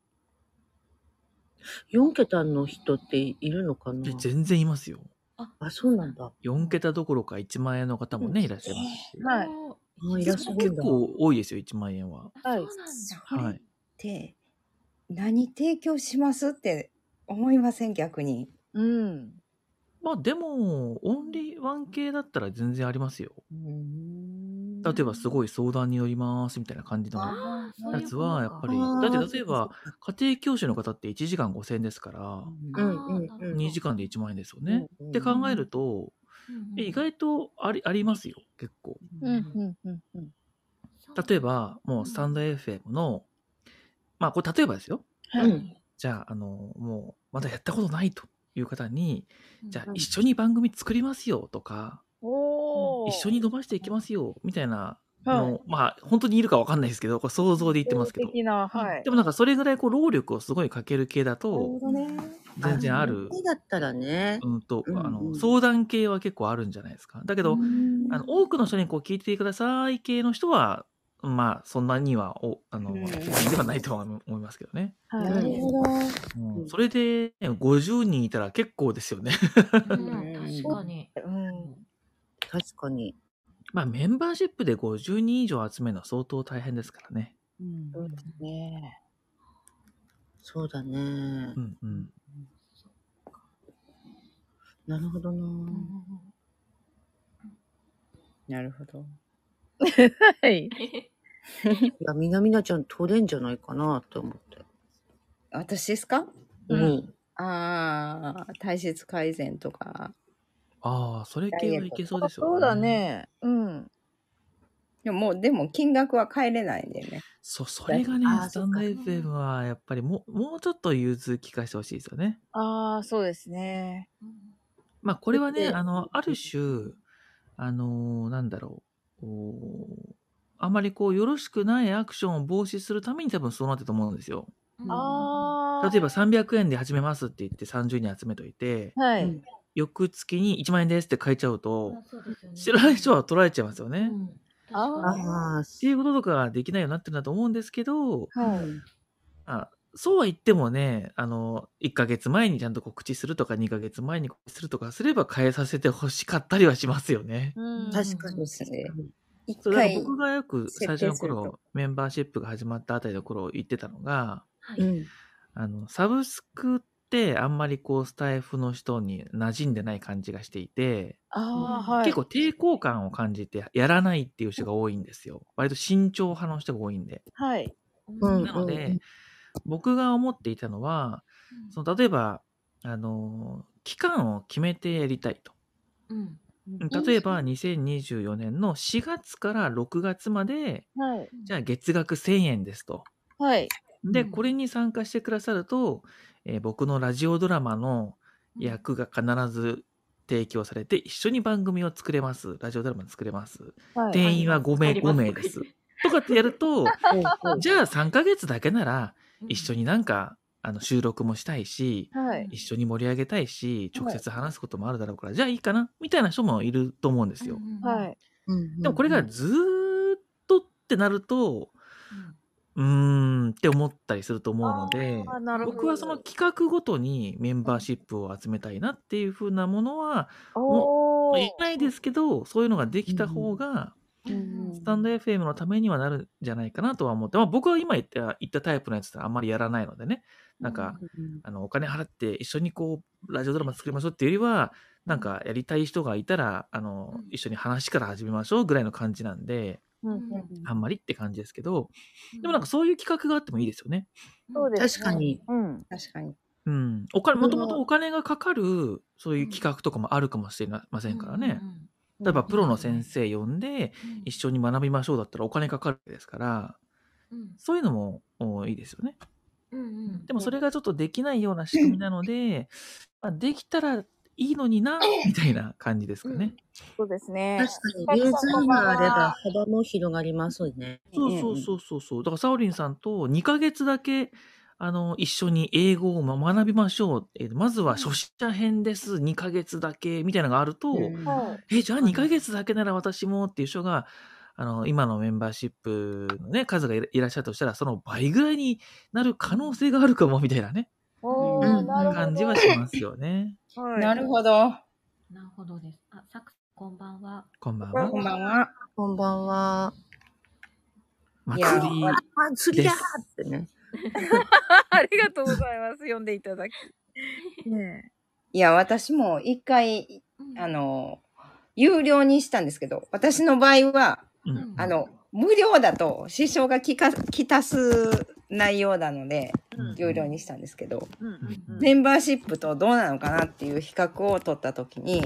E: 4桁の人っているのかな
K: で全然いますよ。
E: あ、そうなんだ。
K: 4桁どころか1万円の方もね、いらっしゃいますし。
A: はい。
C: おー
E: あいらっしゃる
K: 結
E: んだ。
K: 構多いですよ、1万円は。
C: あ
A: は
C: そう
A: い
C: なんだ。
K: はい。
D: で、何提供しますって思いません、逆に。
A: うん。
K: まあでも、オンリーワン系だったら全然ありますよ。例えばすごい相談に乗りますみたいな感じの
C: ああ、そう
K: や
C: いう
K: つ
C: もの
K: は
C: か
K: やっぱ
E: あ
K: り、
E: ー
K: だって例えば家庭教師の方って1時間5000円ですから、
E: う
C: あー
E: んうん
C: なるほ
E: う
C: ど
E: ん。
K: 2時間で1万円ですよね。って考えると、
C: うんうん
K: 意外とありありますよ、結構。
A: うん、うん、うん、うん。
C: そう
K: 例えば、もうスタンド FM の、まあこれ例えばですよ。
E: うんうん
K: じゃあ、あの、もうまだやったことないという方に、じゃあ
E: うん
K: 一緒に番組作りますよとか、
A: おお。
K: 一緒に伸ばしていきますよみたいな
A: はい
K: の、まあ本当にいるかわかんないですけどこれ想像で言ってますけど
A: 素敵な、はい
K: で。もなんかそれぐらいこう労力をすごいかける系だと全然ある、
E: だったらね。
K: うんと
E: うんうん
K: あの相談系は結構あるんじゃないですかだけど、あの多くの人にこう聞いてください系の人はまあそんなにはおあの、
D: うん
K: ではないとは思いますけどね、
A: は
E: なる
A: い。
E: ほど。
K: うん
E: うん
K: それで50人いたら結構ですよね <laughs>
C: うん確かに。
A: うん。
E: 確かに。
K: まあメンバーシップで50人以上集めるのは相当大変ですからね
A: そうですね。
E: そうだね
K: う。んうん
E: なるほどな。
D: なるほど。
A: はい。
E: いや、みなみなちゃん取れんじゃないかなって思って。
D: 私ですか
E: うん。
D: ああ、体質改善とか。
K: ああ、それ系はいけそうですよ、
A: そうだ。ね。うん。
D: でももう、でも金額は変えれないんでね。
K: そう、それがね
E: あ、ー
K: スタンド FM はやっぱりもうもうちょっと融通聞かしてほしいですよね。
A: ああ、そうですね。
K: まあ、これはね、
E: だって
K: あの、ある種、あのーなんだろう。おーあまりこう、よろしくないアクションを防止するために多分そうなってると思うんですよ。
A: ああ。
K: 例えば300円で始めますって言って30人集めといて、
A: ば、は
E: う
A: い。
E: ん
K: 翌月に1万円ですって書いちゃうと、知
C: 知
K: らない人
C: は
K: は取られちゃいますよね。っ
C: あ
E: ああ、
K: ていうこととかができないようになってるんだと思うんですけど、
A: はい。
K: あそうは言ってもね、あの、1ヶ月前にちゃんと告知するとか、2ヶ月前に告知するとかすれば変えさせてほしかったりはしますよね。
A: うん
E: 確か
D: そう
E: に。
D: ですね。一
K: そうだから
D: 回、
K: 僕がよく最初
D: 設
K: の
D: 定する
K: 頃、メンバーシップが始まったあたりの頃言ってたのが、
C: はい
E: うん。
K: あの、サブスクってあんまりこう、スタイフの人に馴染んでない感じがしていて、
A: ああ、はい。
K: 結構抵抗感を感じてやらないっていう人が多いんですよ。割と慎重派の人が多いんで。
A: はい。
E: うん
K: なので、
E: うん
K: 僕が思っていたのは、その例えば、あのー期間を決めてやりたいと。
C: うん
K: 例えば2024年の4月から6月まで、
G: はい。
K: じゃあ月額1000円ですと。
G: はい。
K: で、
C: うん
K: これに参加してくださると、えー僕のラジオドラマの役が必ず提供されて、一緒に番組を作れます。ラジオドラマ作れます。
G: はい
K: 定員は5名、
C: 入りま
K: 5
C: す
K: 名です。とかってやると、じゃあ3ヶ月だけなら、一緒
C: に。。
K: になんか、あの、収録もしたいし、
G: はい。
K: 一緒に盛り上げたいし、
G: はい
K: 直接話すこともあるだろうから、じゃあいいかなみたいな人もいると思うんですよ。
G: はいい。
K: でもこれがずーっとってなると、うーんって思ったりすると思うので、
G: あ、なるほど。
K: 僕はその企画ごとにメンバーシップを集めたいなっていう風なものは、
G: お
K: 言えないですけど、そういうのができた方が、
G: うん
K: スタンド FM のためにはなるんじゃないかなとは思って、まあ、僕は今言った言ったタイプのやつってあんまりやらないのでね、なんか、あのお金払って一緒にこうラジオドラマ作りましょうっていうよりは、なんかやりたい人がいたら、あの
C: うん
K: 一緒に話から始めましょうぐらいの感じなんで、
G: うん
C: う
G: う
C: ん
G: ん
K: あんまりって感じですけど、でもなんか
C: そ
K: そういう企画があってもいいですよね。
G: そうですね
D: 確か。に、
G: うん。
D: 確かに。
K: うん、お金もとも
G: う
K: とお金がかかるそういう企画とかもあるかもしれませんからね、例えばプロの先生呼んで一緒に学びましょうだったらお金かかるわけですからそういうのもおいいですよねでもそれがちょっとできないような仕組みなので、まあ、できたらいいのになみたいな感じですかね、
G: そうですね。
E: 確かに、人数があれば幅も広がりますね。
K: そうそうそうそうそうだからサオリンさんと2ヶ月だけあの一緒に英語を学びましょう、えーまずは初心者編です2ヶ月だけみたいなのがあると、
G: はい。
K: え、じゃあ
C: はい
K: 2ヶ月だけなら私もっていう人が、あの、今のメンバーシップのね、数がいらいらっしゃるとしたら、その倍ぐらいになる可能性があるかも、みたいなね、
G: お
D: う
G: ー、
D: ん
G: なるほど。
K: 感じはしますよね。
G: はい
A: なるほど。
C: なるほどです。あ、サクさんこんばんは。
K: こんばん
D: こん
K: は。
D: ばんは。
E: こんばんは。
K: ま
D: いや
K: くり。
E: あ、釣りだーってね。
F: <laughs> ありがとうございます。読んでいただき。
E: ね
D: いや、私も一回、あの、有料にしたんですけど、私の場合は、
K: うん
D: あの、無料だと支障がきか、きたす内容なので、
K: うん
D: 有料にしたんですけど、
E: うん
K: うん
D: メンバーシップとどうなのかなっていう比較を取ったときに、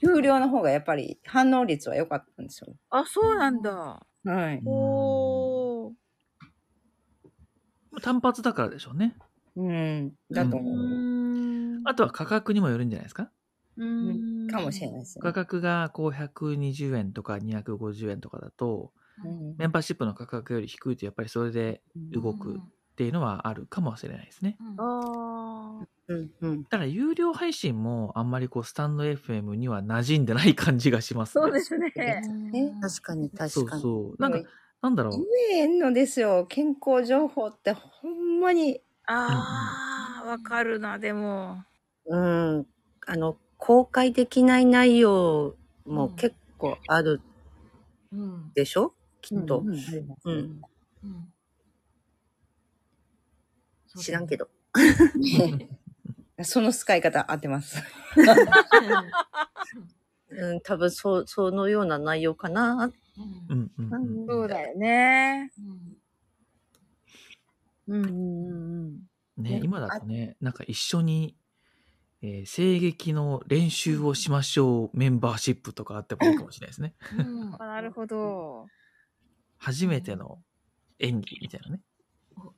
D: 有料の方がやっぱり反応率は良かったんですよ。
F: あ、そうなんだ。
D: はい。
F: おー。
K: 単発だからでしょうね。
D: うん。だと
F: う
D: 思う。
F: ん
K: あとは価格にもよるんじゃないですか
D: んかもしれないですね
K: 価。格がこう120円とか250円とかだと、
D: うん
K: メンバーシップの価格より低いとやっぱりそれで動くっていうのはあるかもしれないですね。
C: うん。うん
G: あ
E: うんうん。
K: だから有料配信もあんまりこうスタンド FM には馴染んでない感じがします、
F: そうですね。
D: え
E: 確かに、確
K: そう
E: かに。
K: そう。なんか、なんだろう。
D: 言えんのですよ。健康情報ってほんまに、
F: ああ、わかるな、でも。
E: うん、あの、公開できない内容も結構ある
C: うん。
E: でしょ、きっと、
D: うん
E: うん
C: うん
E: 知らんけど。
D: その使い方合ってます。
E: うん、多分そ、そのような内容かな。
C: うん
K: うんうんう
G: ー。
K: ん。
G: そうだよね。
C: うん
E: うん、うん、うん。
K: ね、今だとね、なんか一緒に、えー声劇の練習をしましょうメンバーシップとかあってもいいかもしれないですね。
C: うん
G: あなるほど。
K: 初めての演技みたいなね。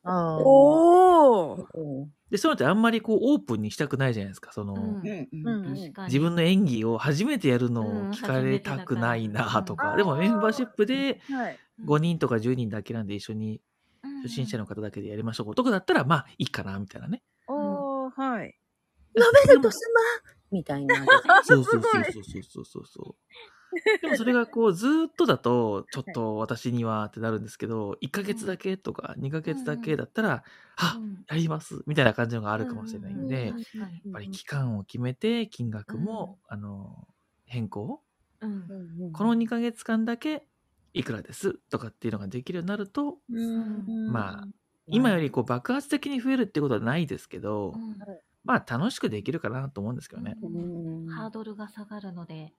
E: ああ。
G: おー。
D: うん。
K: で、そういうのってあんまりこうオープンにしたくないじゃないですか。その、
C: うん
D: うん
G: う
D: うん
G: ん。
C: 確かに
K: 自分の演技を初めてやるのを
C: うん
K: 聞かれたくないな
G: 初めて
K: とか、
G: だから
K: でもメンバーシップで
G: はい。
K: 5人とか10人だけなんで一緒に初心者の方だけでやりましょうとかだったら、まあいいかな、みたい
C: <laughs>
K: なね。
G: おー、はい。
E: ベルト様みたいな。
K: そうそうそうそうそうそうそうそう。でもそれがこうずーっとだと、ちょっと私にはってなるんですけど、1ヶ月だけとか2ヶ月だけだったら、あ
C: うん
K: やりますみたいな感じのがあるかもしれないんで、やっ
C: 確かに
K: ぱり期間を決めて、金額も、あの、変更
C: うん
K: この2ヶ月間だけいくらですとかっていうのができるようになると、まあ、今よりこう爆発的に増えるってことはないですけど、
C: うん
K: まあ楽しくできるかなと思うんですけどね。
E: うん
C: ハードルが下がるので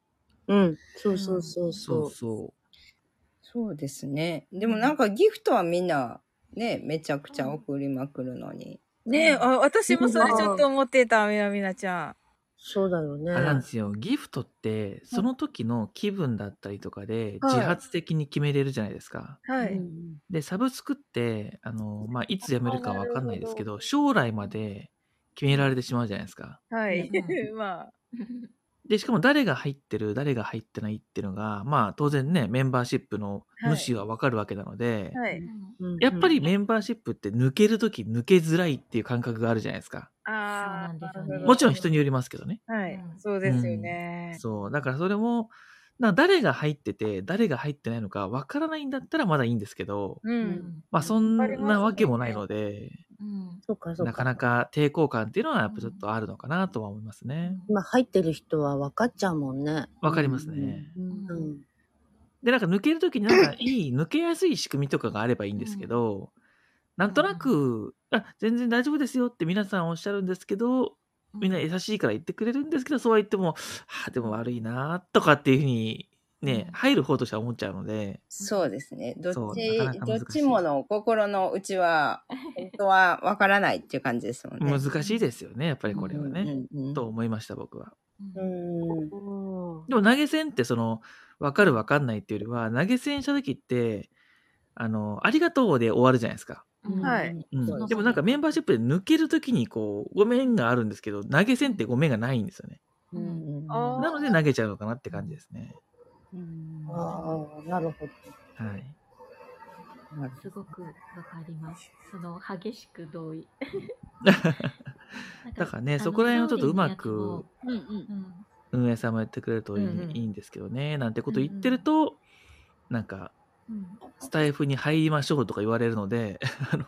E: うん、そうそうそう
K: そ
E: そ
K: うそ
D: そうですね。でもなんかギフトはみんな、ね、めちゃくちゃ送りまくるのに。
F: ねえ、あ私もそれちょっと思ってた、みなみなちゃん。
E: そうだよね。
K: あれなんですよギフトってその時の気分だったりとかで
A: はい
K: 自発的に決めれるじゃないですか、
A: は
E: う
A: い。
E: ん
K: でサブスクってあの、まあ、いつ辞めるか分かんないですけど将来まで決められてしまうじゃないですか
A: はい。
C: う
A: まあ。
K: でしかも誰が入ってる誰が入ってないっていうのがまあ当然ねメンバーシップの無視は分かるわけなので、
A: はい。
E: うん
K: やっぱりメンバーシップって抜ける時抜けづらいっていう感覚があるじゃないですか
A: ああ。
C: そうなんですよね
A: なるほど
K: もちろん人によりますけどね
A: はい。
C: うん
A: そうですよね。
K: そう。だからそれも、な誰が入ってて、誰が入ってないのかわからないんだったらまだいいんですけど、
A: うん。
K: まあそん
A: わかりますね
K: なわけもないので、
C: うん
E: そうか、そう
K: な
E: か。
K: かなか抵抗感っていうのはやっぱちょっとあるのかなとは思いますね。
E: 今入ってる人は分かっちゃうもんね。
K: わかりますね。
E: うん。うん
K: で、なんか抜けるときになんかいい、抜けやすい仕組みとかがあればいいんですけど、なんとなく、あ、全然大丈夫ですよって皆さんおっしゃるんですけど、みんな優しいから言ってくれるんですけど、そうは言っても、はあ、でも悪いなとかっていうふうに、ね、入る方としては思っちゃうので、
D: そうですね。どっ
K: そう
D: ち、
K: なかなか
D: ど
K: 難
D: っ
K: しい
D: ちもの心の内は、本当はわからないっていう感じですもんね。
K: 難しいですよねやっぱりこれはね、
D: うんうん
K: と思いました僕は
D: うん。うん
K: でも投げ銭ってその分かる分かんないっていうよりは投げ銭した時ってあのありがとうで終わるじゃないですか、
A: はい
C: うん
K: うん
C: そうそう
K: でもなんかメンバーシップで抜ける時にこうごめんがあるんですけど投げ銭ってごめんがないんですよね
E: うんうん
A: あー
K: なので投げちゃうのかなって感じですね
E: ああ、なるほど。
K: はい
C: すごくわかります。その激しく同
K: <laughs>
C: 意。
K: だからねそこら辺をちょっとうまく
A: うんうん。
C: あの、うん
K: 運営さんもやってくれるといい,、
A: うんうん
K: いいんですけどねなんてこと言ってると、なんか
C: うん
K: スタイフに入りましょうとか言われるので、 <laughs> あの、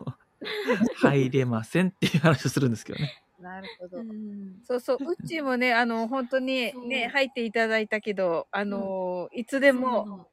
K: 入れませんっていう話をするんですけどね。
A: なるほど
C: う。ん
A: そうそう、うちもね、あの、本当に
C: そ
A: ね、
C: う
A: 入っていただいたけど、あの、いつでも、
C: そうなの、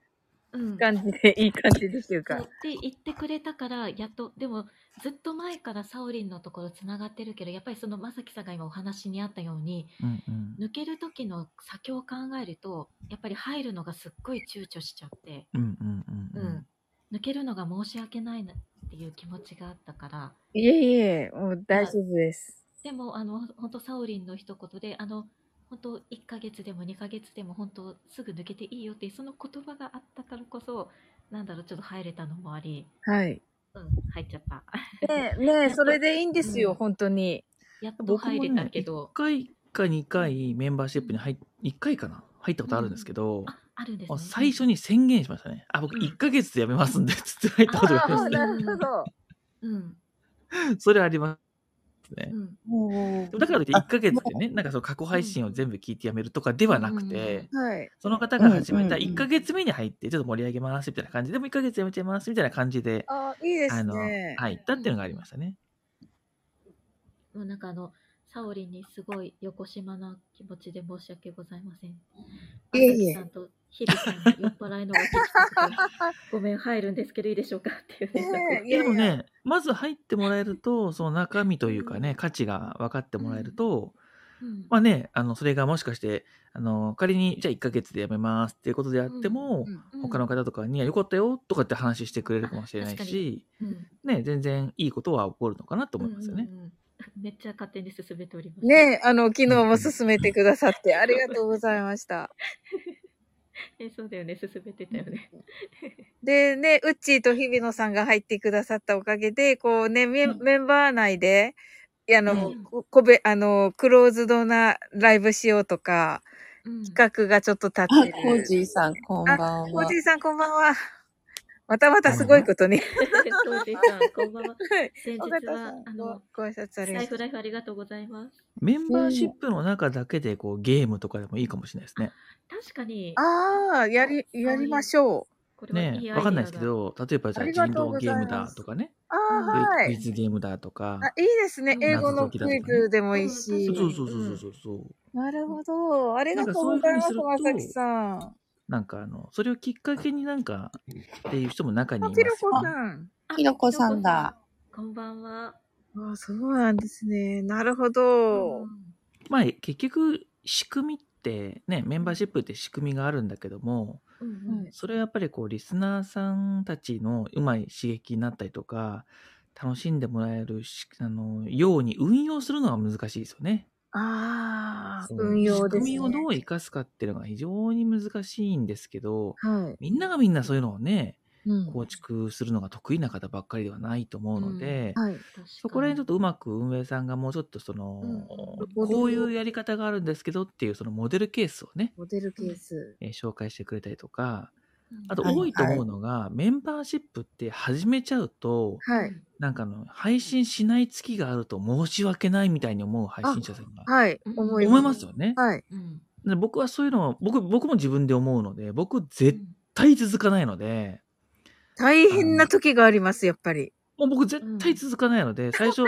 C: うん、
A: 感じで、いい感じでっていう
C: そうっ
A: か。
C: て言ってくれたからやっとでもずっと前からサオリンのところつながってるけどやっぱりそのまさきさんが今お話にあったように
K: うんうん。
C: 抜ける時の先を考えるとやっぱり入るのがすっごい躊躇しちゃって、
K: うんうんう
C: う
K: んうんん。
C: 抜けるのが申し訳ないなっていう気持ちがあったから
A: いえいえ、もう大丈夫です。
C: でもあの本当サオリンの一言であの本当1ヶ月でも2ヶ月でも本当すぐ抜けていいよっていうその言葉があったからこそなんだろうちょっと入れたのもあり、
A: はい。
C: うん、入っちゃった。
A: ねえ、ねえ、それでいいんです
C: う
A: よ、
C: ん
A: 本当に。
C: やっと
K: 僕も、ね、
C: 入れたけ
K: 1
C: ど。
K: 回か2回メンバーシップに入っ、1回かな入ったことあるんですけど、
C: あ、あるんです
K: もう
C: ね。
K: 最初に宣言しましたね。あ、僕
C: うん
K: 1ヶ月でやめますんで、つって入ったことがあります
C: ー
K: ね。
A: なるほど。
C: うん。
K: それありますね
C: う。ん。
K: でもだからといって1ヶ月でね、なんかその過去配信を全部聞いてやめるとかではなくて、
C: うん
A: はい。
K: その方が始めた
D: うんうんうん
K: 1ヶ月目に入って、ちょっと盛り上げますみたいな感じで、でも1ヶ月やめちゃいますみたいな感じで、
A: ああ、いいで
K: あ
A: す
K: の、
A: ね。
K: はい、行ったっていうのがありましたね。
C: もうなんかあの、サオリンにすごい横島な気持ちで申し訳ございません。
E: いえいえ
C: あさきさんとヒルさんが酔っ払いのが来たのでごめん、入るんですけどいいでしょうかっていう連絡
A: ね
C: を
A: えい
K: で
A: やい
K: も
A: や
K: ね、まず入ってもらえると、その中身というかね、価値が分かってもらえると、
C: うん
K: まあね、あの、それがもしかして、あの、仮に、じゃあ1ヶ月でやめますっていうことであっても、
C: うん
K: 他の方とかに、いやよかったよとかって話してくれるかもしれないし、
C: うん
K: ね、全然いいことは起こるのかなと思いますよね。
C: うんうんうんめっちゃ勝手に進めております。
A: ねえ、あの、昨日も勧めてくださって、ありがとうございました。
C: え。そうだよね、進めてたよ <laughs> ね。
A: でね、ウッチーと日比野さんが入ってくださったおかげで、こうね、メンメンバー内で、いやあの、
C: うん
A: ここべ、あの、クローズドなライブしようとか、
C: うん
A: 企画がちょっと立
L: あ、
A: って
L: コー
A: る。
L: ジーさん、こんばん
A: コー
L: は
A: ジ。ーさんこんばんは。またまたすごいことに。
C: コージーさん、こんばんは。
A: はい。
C: 先日
A: 尾形さ
C: は
A: ん、
C: あ
A: ご
C: の、
A: ご挨拶ありが
C: ラ
A: と
C: イ
A: う
C: フライフありがとうございます。
K: メンバーシップの中だけで、こう、ゲームとかでもいいかもしれないですね。
C: 確かに、
A: ああ、やり、やりましょう。
C: これはいいアイ
K: ね
C: デアだ
K: わかんないですけど、例えばじゃあ
A: ありが
K: 人
A: とうご
K: 狼
A: ざ
K: ゲ
A: い
K: ーム
A: ま
K: だ
A: す
K: とかね、
A: あ
K: ク
A: あ、は
K: イ
A: い。
K: ズゲームだとか
A: あ、いいですね。
C: うん
A: 英語のクイズでもいいし
K: そ。う
C: 謎解きだとかね
K: そうそうそうそうそう、
A: なるほど。ありがとうございます、
K: なんかそういう風に
A: ます
K: ると
A: さきさん。
K: なんかあのそれをきっかけになんかっていう人も中にい
A: あ、
K: ます
A: ひろこ
K: よ
A: さ
K: ね
A: ん。
C: あ
L: ひろこさんだ。
C: こんばんは。
A: ああ、そうなんですね。なるほ
C: う
A: ど。
C: ん
K: まあ結局仕組みってねメンバーシップって仕組みがあるんだけども
C: うん
K: それはやっぱりこうリスナーさんたちのうまい刺激になったりとか楽しんでもらえるしあのように運用するのが難しいですよね。
A: ああ、
K: その
A: 運用です、ね。
K: 仕組みをどう生かすかっていうのが非常に難しいんですけど、
A: はい。
K: みんながみんなそういうのをね、
A: うん。
K: 構築するのが得意な方ばっかりではないと思うので、
A: はい。
K: そこら辺ちょっとうまく運営さんがもうちょっとその、
A: うん
K: こういうやり方があるんですけどっていうそのモデルケースをね、
A: モデルケース。
K: えー紹介してくれたりとか、あと
D: はい
K: 多いと思うのが、メンバーシップって始めちゃうと、
A: はい。
K: なんかあの、配信しない月があると申し訳ないみたいに思う配信者さんが
A: はい。
C: うん
A: 思い
K: 思い
A: ま。
K: ますすよね。
A: はい。
C: うん
K: で僕はそういうのを、僕、僕も自分で思うので、僕絶対続かないので、
A: 大変な時があります、やっぱり。
K: もう僕絶対続かないの <laughs> で、最初、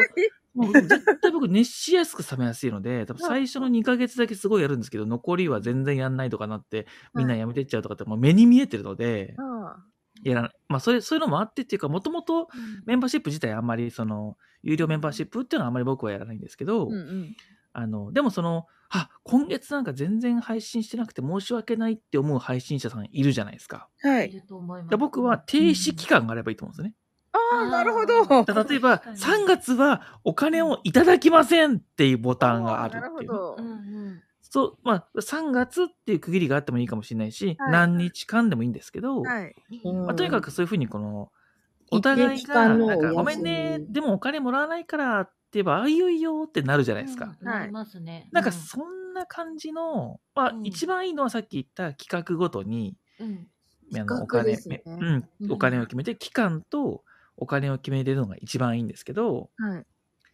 K: もう絶対僕熱しやすく冷めやすいの <laughs> で、多分最初の2ヶ月だけすごいやるんですけど、残りは全然やんないとかなって、みんなやめてっちゃうとかって、もう目に見えてるので、
A: あ
K: やらない。まあ、それ、そういうのもあってっていうか、もともとメンバーシップ自体あんまり、その、有料メンバーシップっていうのはあんまり僕はやらないんですけど、
A: あ。うんうん。
K: あの、でもその、あ、今月なんか全然配信してなくて申し訳ないって思う配信者さんいるじゃないですか。
A: はいい。
C: ると思いま。
K: です僕は停止期間があればいいと思うんですよね。
A: ああ、なるほど。
K: だから例えば、
C: 確かに
K: 3月はお金をいただきませんっていうボタンがある
A: なる
K: っ
A: ほ
K: ていうね。
A: ど
C: う。んうん
K: そう、まあ、3月っていう区切りがあってもいいかもしれないし、
A: はい
K: 何日間でもいいんですけど、
A: はい。
E: うん
K: まあ、とにかくそういうふうにこの、
E: うん
K: お互い
E: 一定期間
K: が、
E: の
K: なんか、
E: お休み
K: ごめんね、でもお金もらわないからって言えば、ああいういよってなるじゃないですか。
C: うんなりますね。
K: なんか、
C: う
K: そんな感じの、まあ
C: う、ん
K: 一番いいのはさっき言った企画ごとに、
C: うん
K: あの
A: 企
K: お
A: 画
K: 金、
A: ですね
K: うん、お金を決めて、期間とお金を決めれるのが一番いいんですけど、
A: はい。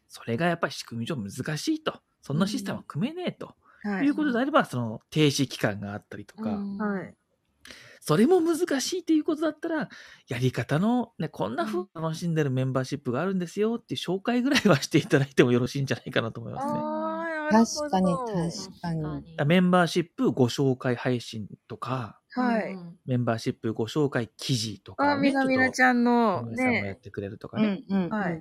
K: それがやっぱり仕組み上難しいと。そんなシステムは組めねえと。、
A: はいい。
K: うことであれば、その停止期間があったりとか、
C: うん
A: はい。
K: それも難しいっていうことだったら、やり方の、ね、こんな風に楽しんでるメンバーシップがあるんですよっていう紹介ぐらいはしていただいてもよろしいんじゃないかなと思いますね。
A: ああ、なるほど。
E: 確かに確かに。
K: だからメンバーシップご紹介配信とか、
A: はい。
K: メンバーシップご紹介記事と
A: あ
K: か
A: あ、
K: を
A: み
K: ね、
A: なみな
K: ち
A: ちゃん
K: ょ
A: の
K: っと、皆さんもやっ
A: ね。
K: てくれるとか
E: う
K: ね、
E: んうん。
A: は
E: はいい。。
K: い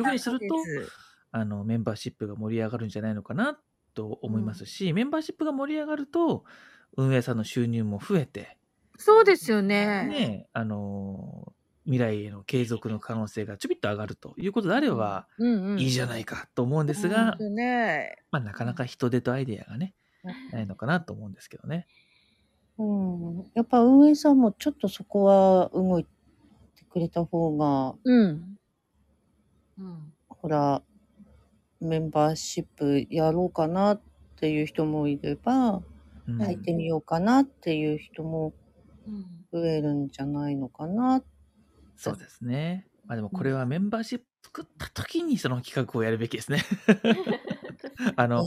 K: うふうにすると、
A: です
K: あの、メンバーシップが盛り上がるんじゃないのかなと思いますし、メンバーシップが盛り上がると、運営さんの収入も増えて、
A: そうですよね。
K: ね、あのー未来への継続の可能性がちょびっと上がるということであれば、
A: うんうん。
K: いいじゃないかと思うんですが、
A: ですね。
K: まあ、なかなか人手とアイデアがね、ないのかなと思うんですけどね。
E: うん。やっぱ運営さんもちょっとそこは動いてくれた方が、
A: うん。
C: うん
E: ほら、メンバーシップやろうかなっていう人もいれば、
K: うん
E: 入ってみようかなっていう人も
C: うん
E: 増えるんじゃないのかな。
K: そうですね。まあ、でもこれはメンバーシップ作った時にその企画をやるべきです <laughs> ね。あの、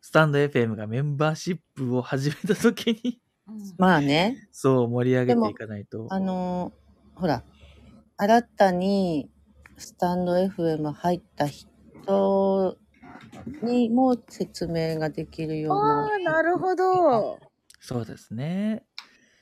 K: スタンド FM がメンバーシップを始めた時に、
C: うん
E: まあね。
K: そう盛り上げていかないと。
E: あのーほら、新たにスタンド FM 入った人にも説明ができるよう
A: ああ、な
E: な、
A: るほど。。
K: そうですね。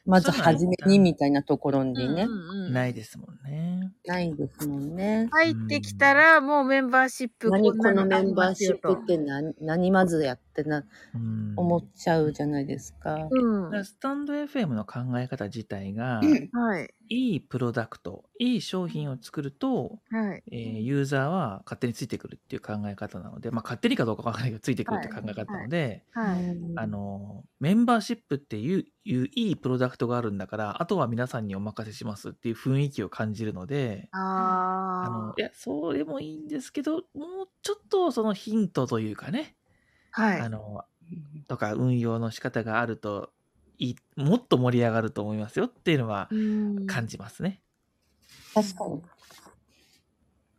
E: まず
K: そうなんだ
E: 初めにみたいなところにね、
K: ないいですもんね。
E: ないんですもんね。
A: 入ってきたら、もうメンバーシップ
E: 何この
A: んな
E: メ
A: あり
E: ンバー
A: ます
E: シ
A: よ
E: ップって何何まずやってな
K: うん
E: 思っちゃうじゃないですか。
A: とうん。
K: だからスタンド FM の考え方自体が、
A: はい。
K: いいプロダクト、いい商品を作ると、
A: はい。
K: えーユーザーは勝手についてくるっていう考え方なので、まあ、勝手にかどうかわからないけど、ついてくるって考え方なので、
A: はい。
K: あの、メンバーシップっていう、いういいプロダクトがあるんだから、あとは皆さんにお任せしますっていう雰囲気を感じるので、あ
A: あ
K: の、いや、それもいいんですけど、もうちょっとそのヒントというかね、
A: あ。は
K: あ
A: い。
K: の、とか運用の仕方があるといい、もっと盛り上がると思いますよっていうのは感じますね。
E: 確かに。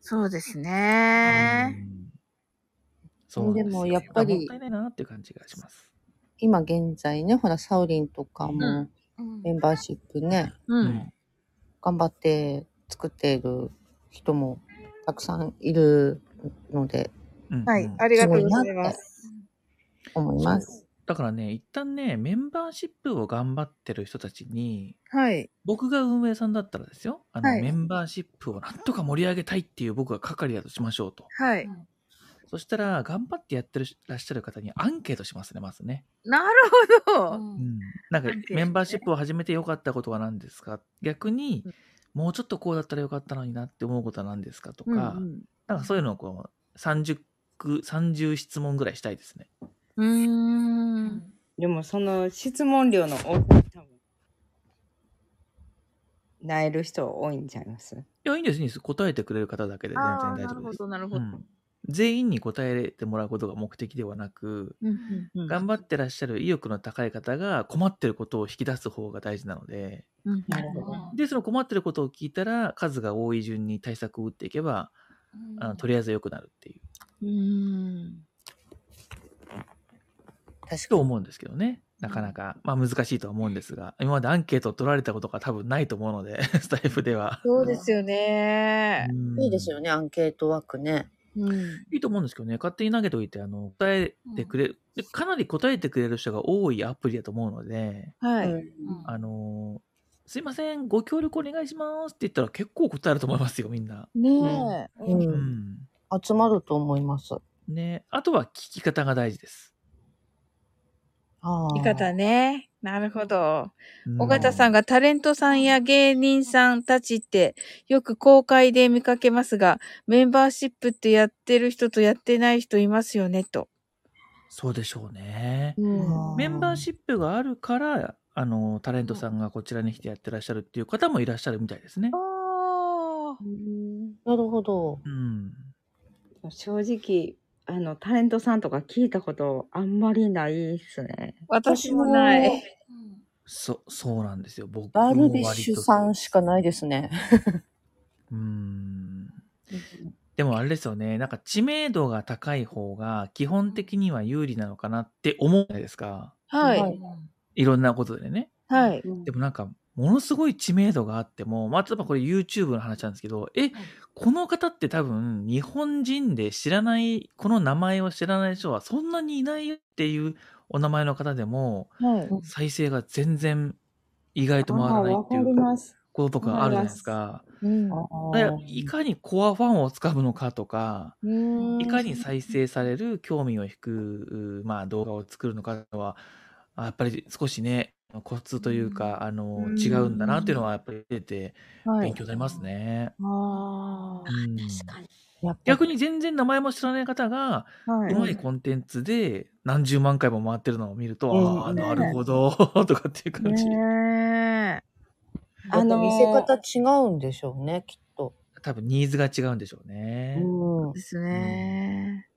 A: そうです
K: う
A: ね。
K: んそうなんで
E: で
K: すよ
E: もやっぱり
K: あもったいないなっていう感じがします。
E: 今現在ね、ほら、サオリンとかもメンバーシップね、
A: う。
K: うんん
E: 頑張って作っている人もたくさんいるので
K: うん
A: は
K: う
A: い
K: ん。
A: ありがとうございます。
E: 思います。
K: だからね、一旦ね、メンバーシップを頑張ってる人たちに、
A: はい。
K: 僕が運営さんだったらですよ、あの、
A: はい
K: メンバーシップをなんとか盛り上げたいっていう僕が係だとしましょうと。
A: はい。
K: そしたら、頑張ってやってるらっしゃる方にアンケートしますね、まずね。
A: なるほど。
K: うんなんか
A: アンケートね
K: メンバーシップを始めてよかったことは何ですか逆に
A: う、
K: もうちょっとこうだったらよかったのになって思うことは何ですかと
A: うんう
K: か、
A: ん
K: なんかそういうのをこう30ク30質問ぐらいしたいですね。
D: うーん。でもその質問量の多さに多分、なえる人多いんちゃいます
K: いや、いいんです、いいんです。答えてくれる方だけで全然
D: あー
K: 大丈夫です。
D: なるほどなる
K: うん全員に答えてもらうことが目的ではなく、
D: うんうんうん
K: 頑張ってらっしゃる意欲の高い方が困ってることを引き出す方が大事なので、
D: なるほど。
K: で、その困ってることを聞いたら、数が多い順に対策を打っていけば、あのとりあえず良くなるっていう。
D: うん。
K: 確か思うんですけどね。なかなか、まあ難しいとは思うんですが、今までアンケートを取られたことが多分ないと思うので、 <laughs> スタイフでは。
A: そうですよね。
K: い
A: いですよ
E: ね、アンケート枠ね。
A: うん。
K: いいと思うんですけどね、勝手に投げておいて、あの、答えてくれる、でかなり答えてくれる人が多いアプリだと思うので、
A: はい。
K: あの、すいません、ご協力お願いしますって言ったら結構答えると思いますよ、みんな。
E: ねえ。うん。集まると思います。
K: ね。あとは聞き方が大事です。
E: あ
A: 言い方ね。なるほど。
K: うん
A: 尾形さんがタレントさんや芸人さんたちってよく公開で見かけますが、メンバーシップってやってる人とやってない人いますよね、と。
K: そうでしょうね。メンバーシップがあるから、あの、タレントさんがこちらに来てやってらっしゃるっていう方もいらっしゃるみたいですね。
E: なるほど。。
K: うん。
D: 正直、あの、タレントさんとか聞いたことあんまりないっすね。
A: 私もない
K: そ、そうなんですよ。僕も
E: ダ
K: 割
E: ルビッシュ
K: と
E: さんしかないですね。
K: でもあれですよね。なんか知名度が高い方が基本的には有利なのかなって思うじゃないですか。
A: はい。
K: いろんなことでね。
A: はい。
K: でもなんか、ものすごい知名度があっても、まあ、例えばこれ YouTube の話なんですけど、え、この方って多分日本人で知らない、この名前を知らない人はそんなにいないよっていうお名前の方でも、
A: はい。
K: 再生が全然意外と回らないって
D: あ
K: い
D: ーわかり
K: う
D: ます
K: こととかあるじゃないですか。
A: うん。
K: だからいかにコアファンをつかむのかとか、いかに再生される興味を引く、うまあ、動画を作るのかは、あやっぱり少しね、コツというか、あの
A: うん
K: 違うんだなっていうのは、やっぱり出て
A: はい
K: 勉強になりますね。
A: あ
K: うん
E: 確かに。やっぱ
K: 逆に全然名前も知らない方が、
A: はいう
K: まいコンテンツで何十万回も回ってるのを見ると、ああ、
E: うん
K: なるほど、 <laughs> とかっていう感じ。
A: ね
E: あ
A: の
E: の
A: ー
E: 見せ方違うんでしょうね、きっと。
K: 多分ニーズが違うんでしょうね。
E: うん。
A: ですね。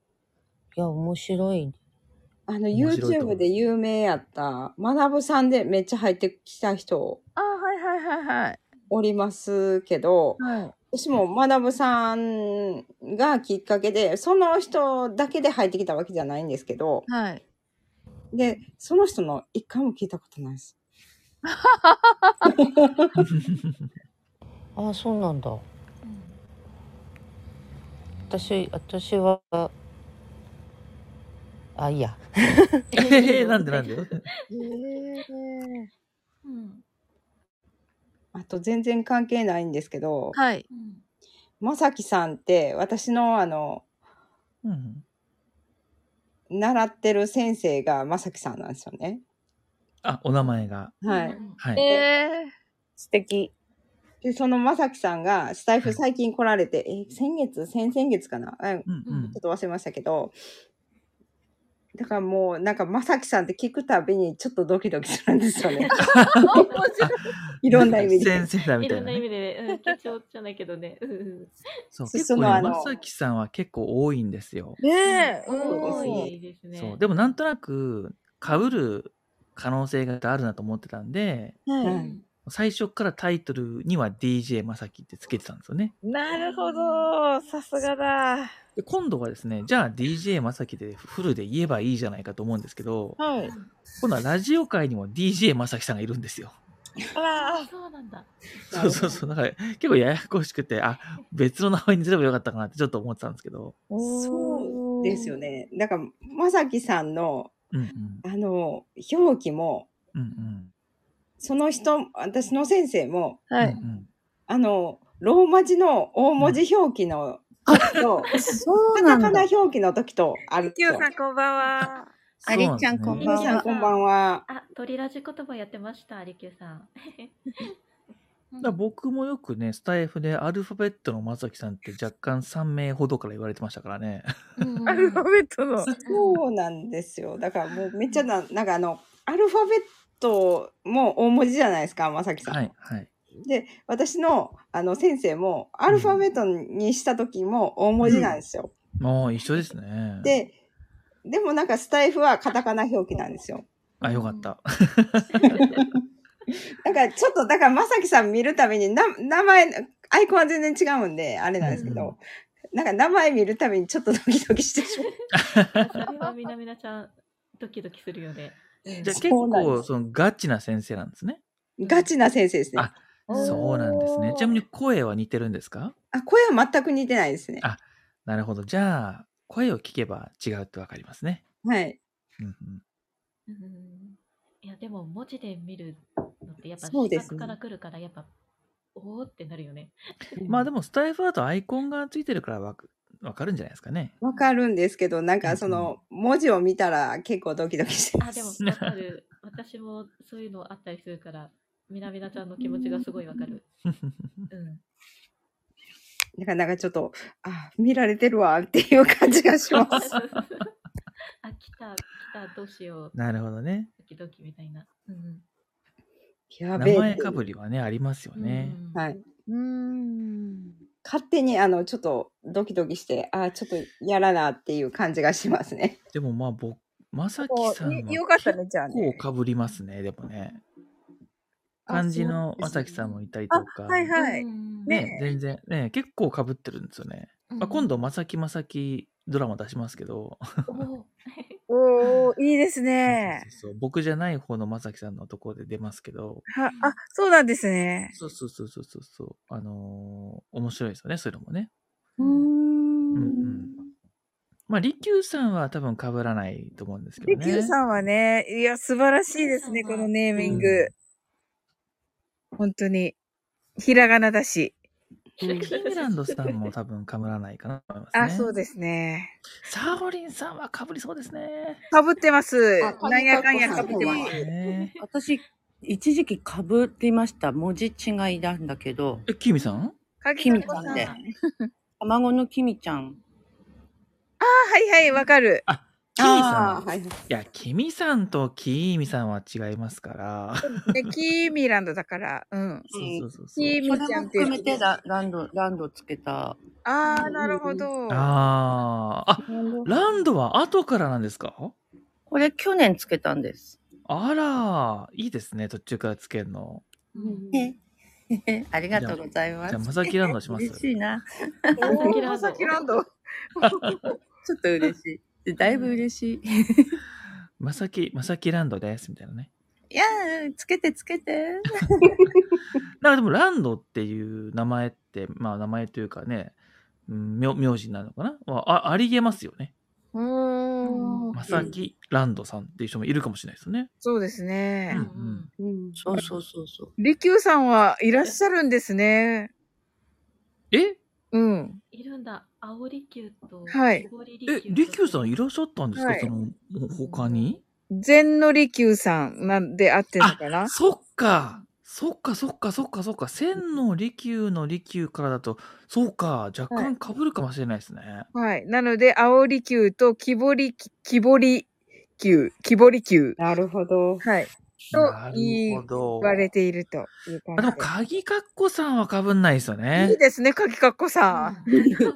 E: いや、面白い。
D: あの、
E: 面白いと思
D: YouTube で有名やった、まなぶさんでめっちゃ入ってきた人
A: あ、はいはいはいはい。
D: おりますけど、
A: はい。
D: 私もまなぶさんがきっかけで、その人だけで入ってきたわけじゃないんですけど、
A: はい。
D: で、その人の一回も聞いたことないです。
E: ああ、そうなんだ。私、私は、あ、いいや。
K: <laughs> えなんでなんで
C: うん。
D: あと全然関係ないんですけど、
A: はい。
D: まさきさんって私のあの、
K: うん
D: 習ってる先生がまさきさんなんですよね。
K: あ、お名前が。
D: はい。
K: はい。
D: 素敵。で、そのまさきさんが、スタイフ最近来られて、え、先月先々月かな、うん
K: うん
D: ちょっと忘れましたけど、だからもう、なんかまさきさんって聞くたびにちょっとドキドキするんですよ <laughs> ね。いろんな意味で。
K: 先生だみ
C: い
K: た
C: ろ
K: い
C: ん
K: な
C: な
K: ね
C: 意味で、ね、うん、緊張じゃないけどね。うんうん
K: そう、
D: そ
K: 結
D: そ
K: 構
D: の
K: ね、
D: あの
K: まさきさんは結構多いんですよ。
A: ねえ、
C: 多
A: うん
C: いですね。
K: そう、でもなんとなく、被る可能性があるなと思ってたんで、
A: はい。
K: 最初からタイトルには DJ まさきってつけてたんですよね。
A: なるほど。さすがだ。
K: で今度はですね、じゃあ DJ まさきでフルで言えばいいじゃないかと思うんですけど、
A: はい。
K: 今度はラジオ界にも DJ まさきさんがいるんですよ。
A: あら。
C: そうなんだ。
K: そうそうそう。だから結構ややこしくて、あ、別の名前にすればよかったかなってちょっと思ってたんですけど。
D: そうですよね。だから、まさきさんの、
K: うん
D: あの、表記も、
K: うんうん
D: その人、私の先生も、
A: はい
D: あの、ローマ字の大文字表記の時と、カタカナ表記の時とあるんです
A: きよ
D: よ。
A: さん、こんばんは。
D: ありっちゃんこんばんはありっちゃんこんばんは
C: あ、鳥ラジ言葉やってました、ありきゅうさん。う
K: だから僕もよくね、スタイフでアルファベットの松崎さんって若干3名ほどから言われてましたからね。
M: アルファベットの。
D: そうなんですよ。だからもうめっちゃな、なんかあの、アルファベットも大文字じゃないですか、まさきさん。
K: <laughs> はい、はい。
D: で、私のあの先生も、アルファベットにした時も大文字なんですよ。
K: もう一緒ですね。
D: で、でもなんかスタイフはカタカナ表記なんですよ。
K: あ、よかった。
D: だからちょっと、だからまさきさん見るたびにな、名前、アイコンは全然違うんで、あれなんですけど、なんか名前見るたびにちょっとド <laughs> キドキしてしまう。
C: それはみなみなちゃん、ドキドキするよね。うん
K: じゃあ結
D: そうなんで
K: 構、そのガチな先生なんですね。
D: ガチな先生ですね。
K: あそうなんですね。ちなみに声は似てるんですか
D: あ、声は全く似てないですね。
K: あなるほど。じゃあ、声を聞けば違うってわかりますね。
D: はい。
K: うんうん、
C: うんいやでも文字で見るのってやっぱ
D: そう
C: 視
D: です
C: 覚
D: ね
C: から来るからやっぱおおってなるよね。
K: まあでも、スタイフだとアイコンがついてるからわくわかるんじゃないですかね。 <laughs>
D: わかるんですけど、なんかその文字を見たら結構ドキドキしてま。
C: あです
K: <laughs>
C: もわかる。私もそういうのあったりするからみなみなちゃんの気持ちがすごいわかる。うん。
D: だからなんかちょっと、あ、見られてるわっていう感じがします。
C: <laughs> あ来た来たどうしよう
K: なるほどね。
C: ドキドキみたいな。うん
D: や
K: 名
D: べえ。
K: 前かぶりはね、ありますよ
C: うん。
K: ね。
C: うん
D: はい。
E: うん。
D: 勝手にあの、ちょっとドキドキして、あ、ちょっとやらなっていう感じがしますね。
K: でもまあ僕、まさきさんは
A: よかったね、じゃあ
K: 結構
A: ね。
K: かぶりますね、でもね。漢字のまさきさんもいたりとか。
A: はいはい。
C: うん
K: ね全然、ね、結構かぶってるんですよね。まあ、今度、まさきまさきドラマ出しますけど、
C: おー
A: おー、いいですね。
K: <laughs> そうそうそう僕じゃない方のまさきさんのところで出ますけど、
A: はあ、そうなんですね。
K: そうそうそうそうそうそう、あのー面白いですよね、そういうのもね。うん
A: う
K: うんん。まあ、利休さんは多分かぶらないと思うんですけ
A: で、
K: どね。
A: Q さんはね、いや、素晴らしいですね、このネーミング。本当に。ひらがなだし。
K: キングランドさんも多分かぶらないかなと思いますね。
A: あ、そうですね。
K: サーホリンさんはかぶりそうですね。
A: かぶってます
N: あ。
A: なんやかんやかぶってま
N: かぶっ
A: す。
K: ね
E: 私、一時期かぶりました。文字違いなんだけど、
K: え、キミさん
A: か
E: きみちゃ
A: さん。
E: ん
A: あ、
E: で。卵のきみちゃん。
A: はいはい、わかる。
K: あ、キミさ
D: あ
K: ん。
D: ーはい。
K: いや、キミさんとキーミさんは違いますから。
A: で、キーミランドだから、うん。
K: そうそうそうそう。
A: キー
E: そ
A: ミち
E: れ
A: ゃ
E: も
A: んってい
E: 含め
A: う。
E: てラランド、ランドつけた。
A: あー、なるほど。
K: ああ。あ、ランドは後からなんですか
E: これ去年つけたんです。
K: あら、いいですね。途中からつけるの。
C: うん
E: <laughs> ありがとうございま
K: じ
E: す
K: ゃあ、。まさきランドします。
E: 嬉しいな。
C: おー
A: まさきランド。
E: ちょっと嬉しい。だいぶ嬉しい。
K: まさき、まさきランドです。みたいなね。
E: いやー、つけてつけて。
K: だからでも、ランドっていう名前って、まあ、名前というかね、うん名名字になるのかなはあありげますよね。
A: うーん。
K: まさきランドさんっていう人もいるかもしれないですよね。
A: そうです
K: うん
A: ね
K: う。
C: うん
K: ん。
D: うん
E: そうそうそうそう。
A: リキューさんはいらっしゃるんですね。
K: え
A: うん。
C: いるんだ。青利休と
A: はい
C: 絞り
K: え、
C: 利
K: リキューさんい
C: る
K: らっしゃったんですか、
A: はい
K: その、他に
A: 禅の利休さんなんで合ってるのかな
K: そっかそっかそっかそっかそっか千の利休の利休からだとそうか若干かぶるかもしれないですね、
A: はい。なので、青利休と木彫り、木彫り休、木彫り休。
D: なるほど。
A: はい。と
K: なる
A: 言
K: ほど
A: われているという
K: あで
A: 感
K: も鍵かっこさんはかぶんないですよ
A: じ。いい
K: ね
A: ですね、かきかっこさん。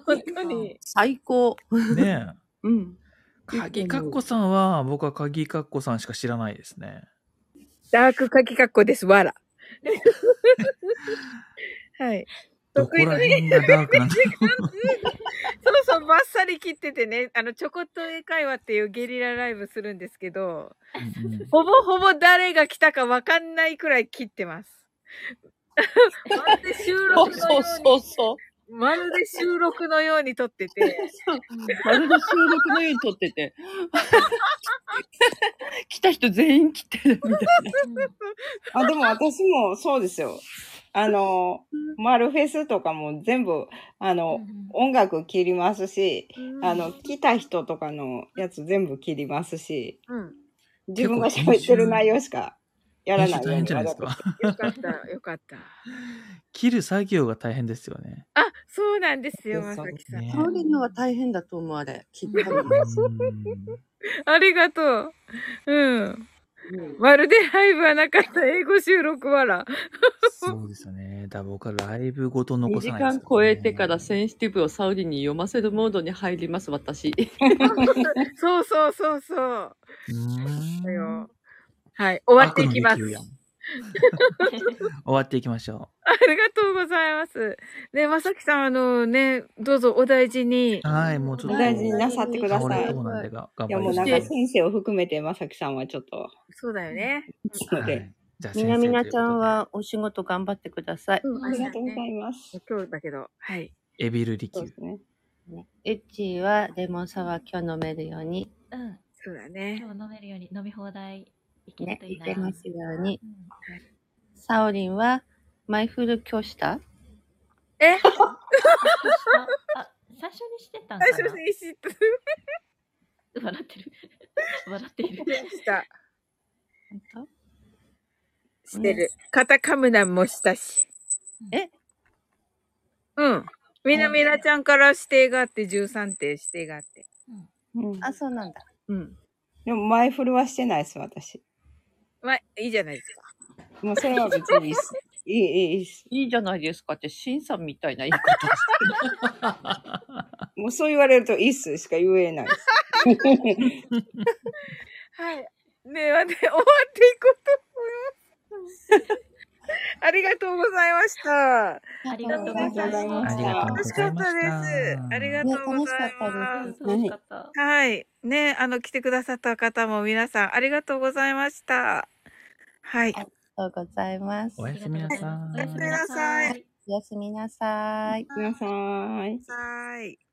C: 本当
A: に。
E: 最高。
K: ねえ
E: うん。
K: 鍵かっこさんは僕は鍵かっこさんしか知らないですね
A: ダークかきかっこです、わら。 <laughs> はい。
K: どこら辺がダークなんだろう
A: そうそう、まっさり切っててね、あの、ちょこっと英会話っていうゲリラライブするんですけど、
K: うんうん
A: ほぼほぼ誰が来たかわかんないくらい切って
K: <laughs>
A: ます。まるで収
E: <laughs> そ
A: 録の
E: うそ
A: よ
E: うそうそう。
A: うに、まるで収録のように撮ってて、
E: <laughs> まるで収録のように撮って <laughs> て。来た人全員来てるみたいな。
D: あ、でも私もそうですよ。あの、マルフェスとかも全部、あの、音楽切りますし、あの、来た人とかのやつ全部切りますし、
A: うん。
D: 自分が喋ってる内容しか。やらないように
K: 大変じゃないですか。
A: よかった、よかった。
K: 切る作業が大変ですよね。
A: あ、そうなんですよ、まさきさん。
K: ね
E: 倒れるのは大変だと思われ。 <laughs> きっと。
A: ありがとう。うん。まるでライブはなかった英語収録笑。
K: そうですよね。だから僕はライブごと残
E: 2
K: さ
E: 時
K: ないです
E: 間超えてからセンシティブをサウリに読ませるモードに入ります、私。
A: そうそうそうそう。
K: うーん
A: だよはい、終わっていきます。
K: 悪の2級やん終わっていきましょ
A: ありがとうございます。ね、まさきさん、あのね、どうぞお大事に
K: う。。はい、もうちょっ
D: お
K: と。
D: 大事になさってくだ
K: 倒
D: さ
K: れ
D: い。
K: そうなんでが頑
D: いやも
K: 張
D: う
K: り
D: な
K: ま
D: ん
K: す
D: か先生を含めてまさきさんはちょっと。
A: そうだよね。
D: 生で
K: はいじゃあ
O: み
K: 先
O: な
K: 生
O: みなちゃん
K: というこ
O: はお仕事頑張ってください。
A: うん、
D: ありがとうござ
A: ね
D: います。
A: 今日だけど、はい。
K: とでエビルリキ
D: そう
K: ュ
D: ですね。
O: ねうちはレモンサワー今日飲めるように、
C: うん。
A: そうだね。
C: 今日飲めるように飲み放題いける
O: ね、
C: といい
O: い
C: な。
O: けますように
C: う。ん
O: サオリンはマイフル今日した
A: え、
C: ああ、最初にしてたんか
A: 最
C: な
A: 初に知っ
C: 笑ってる。笑っている。
A: た。
O: 本
A: してる。カタカムナもしたし。
O: え
A: うん。みなみなちゃんから指定があって、13点指定があって。
D: うん
O: 当あ、そうなんだ。
A: うん。
D: でも前振るはしてないです、私。
A: まあ、いいじゃないですか。
D: もうそれは別にいいっす。いい、いい、いいっす。
E: いいじゃないですかって、シンさんみたいな言い方。
D: もうそう言われるといいっすしか言えないです。
A: はい。ねえ、待って終わっていこうと思います。ありがとうございました。
C: ありがとうござい
K: と
C: ま
K: で。あ
C: す。
K: りがとう
A: 楽
K: ご
A: し
K: ざ
A: かっ
K: いま
A: た
K: し
A: で
K: た。
A: す。ありがと
O: ね、
A: うご
O: 楽し
A: ざ
O: か
A: い
O: った
A: ま
O: です
A: す。。
C: 楽しかった。
A: はい。ね、あの、来てくださった方も皆さんありがとうございました。はい。
O: ありがとうございます。
K: お
O: お
K: やすみなさ
C: ありがとうございます
K: い
C: おやすみなさい。
O: やすみな
D: 皆
O: さい。
D: さん。
A: さーい。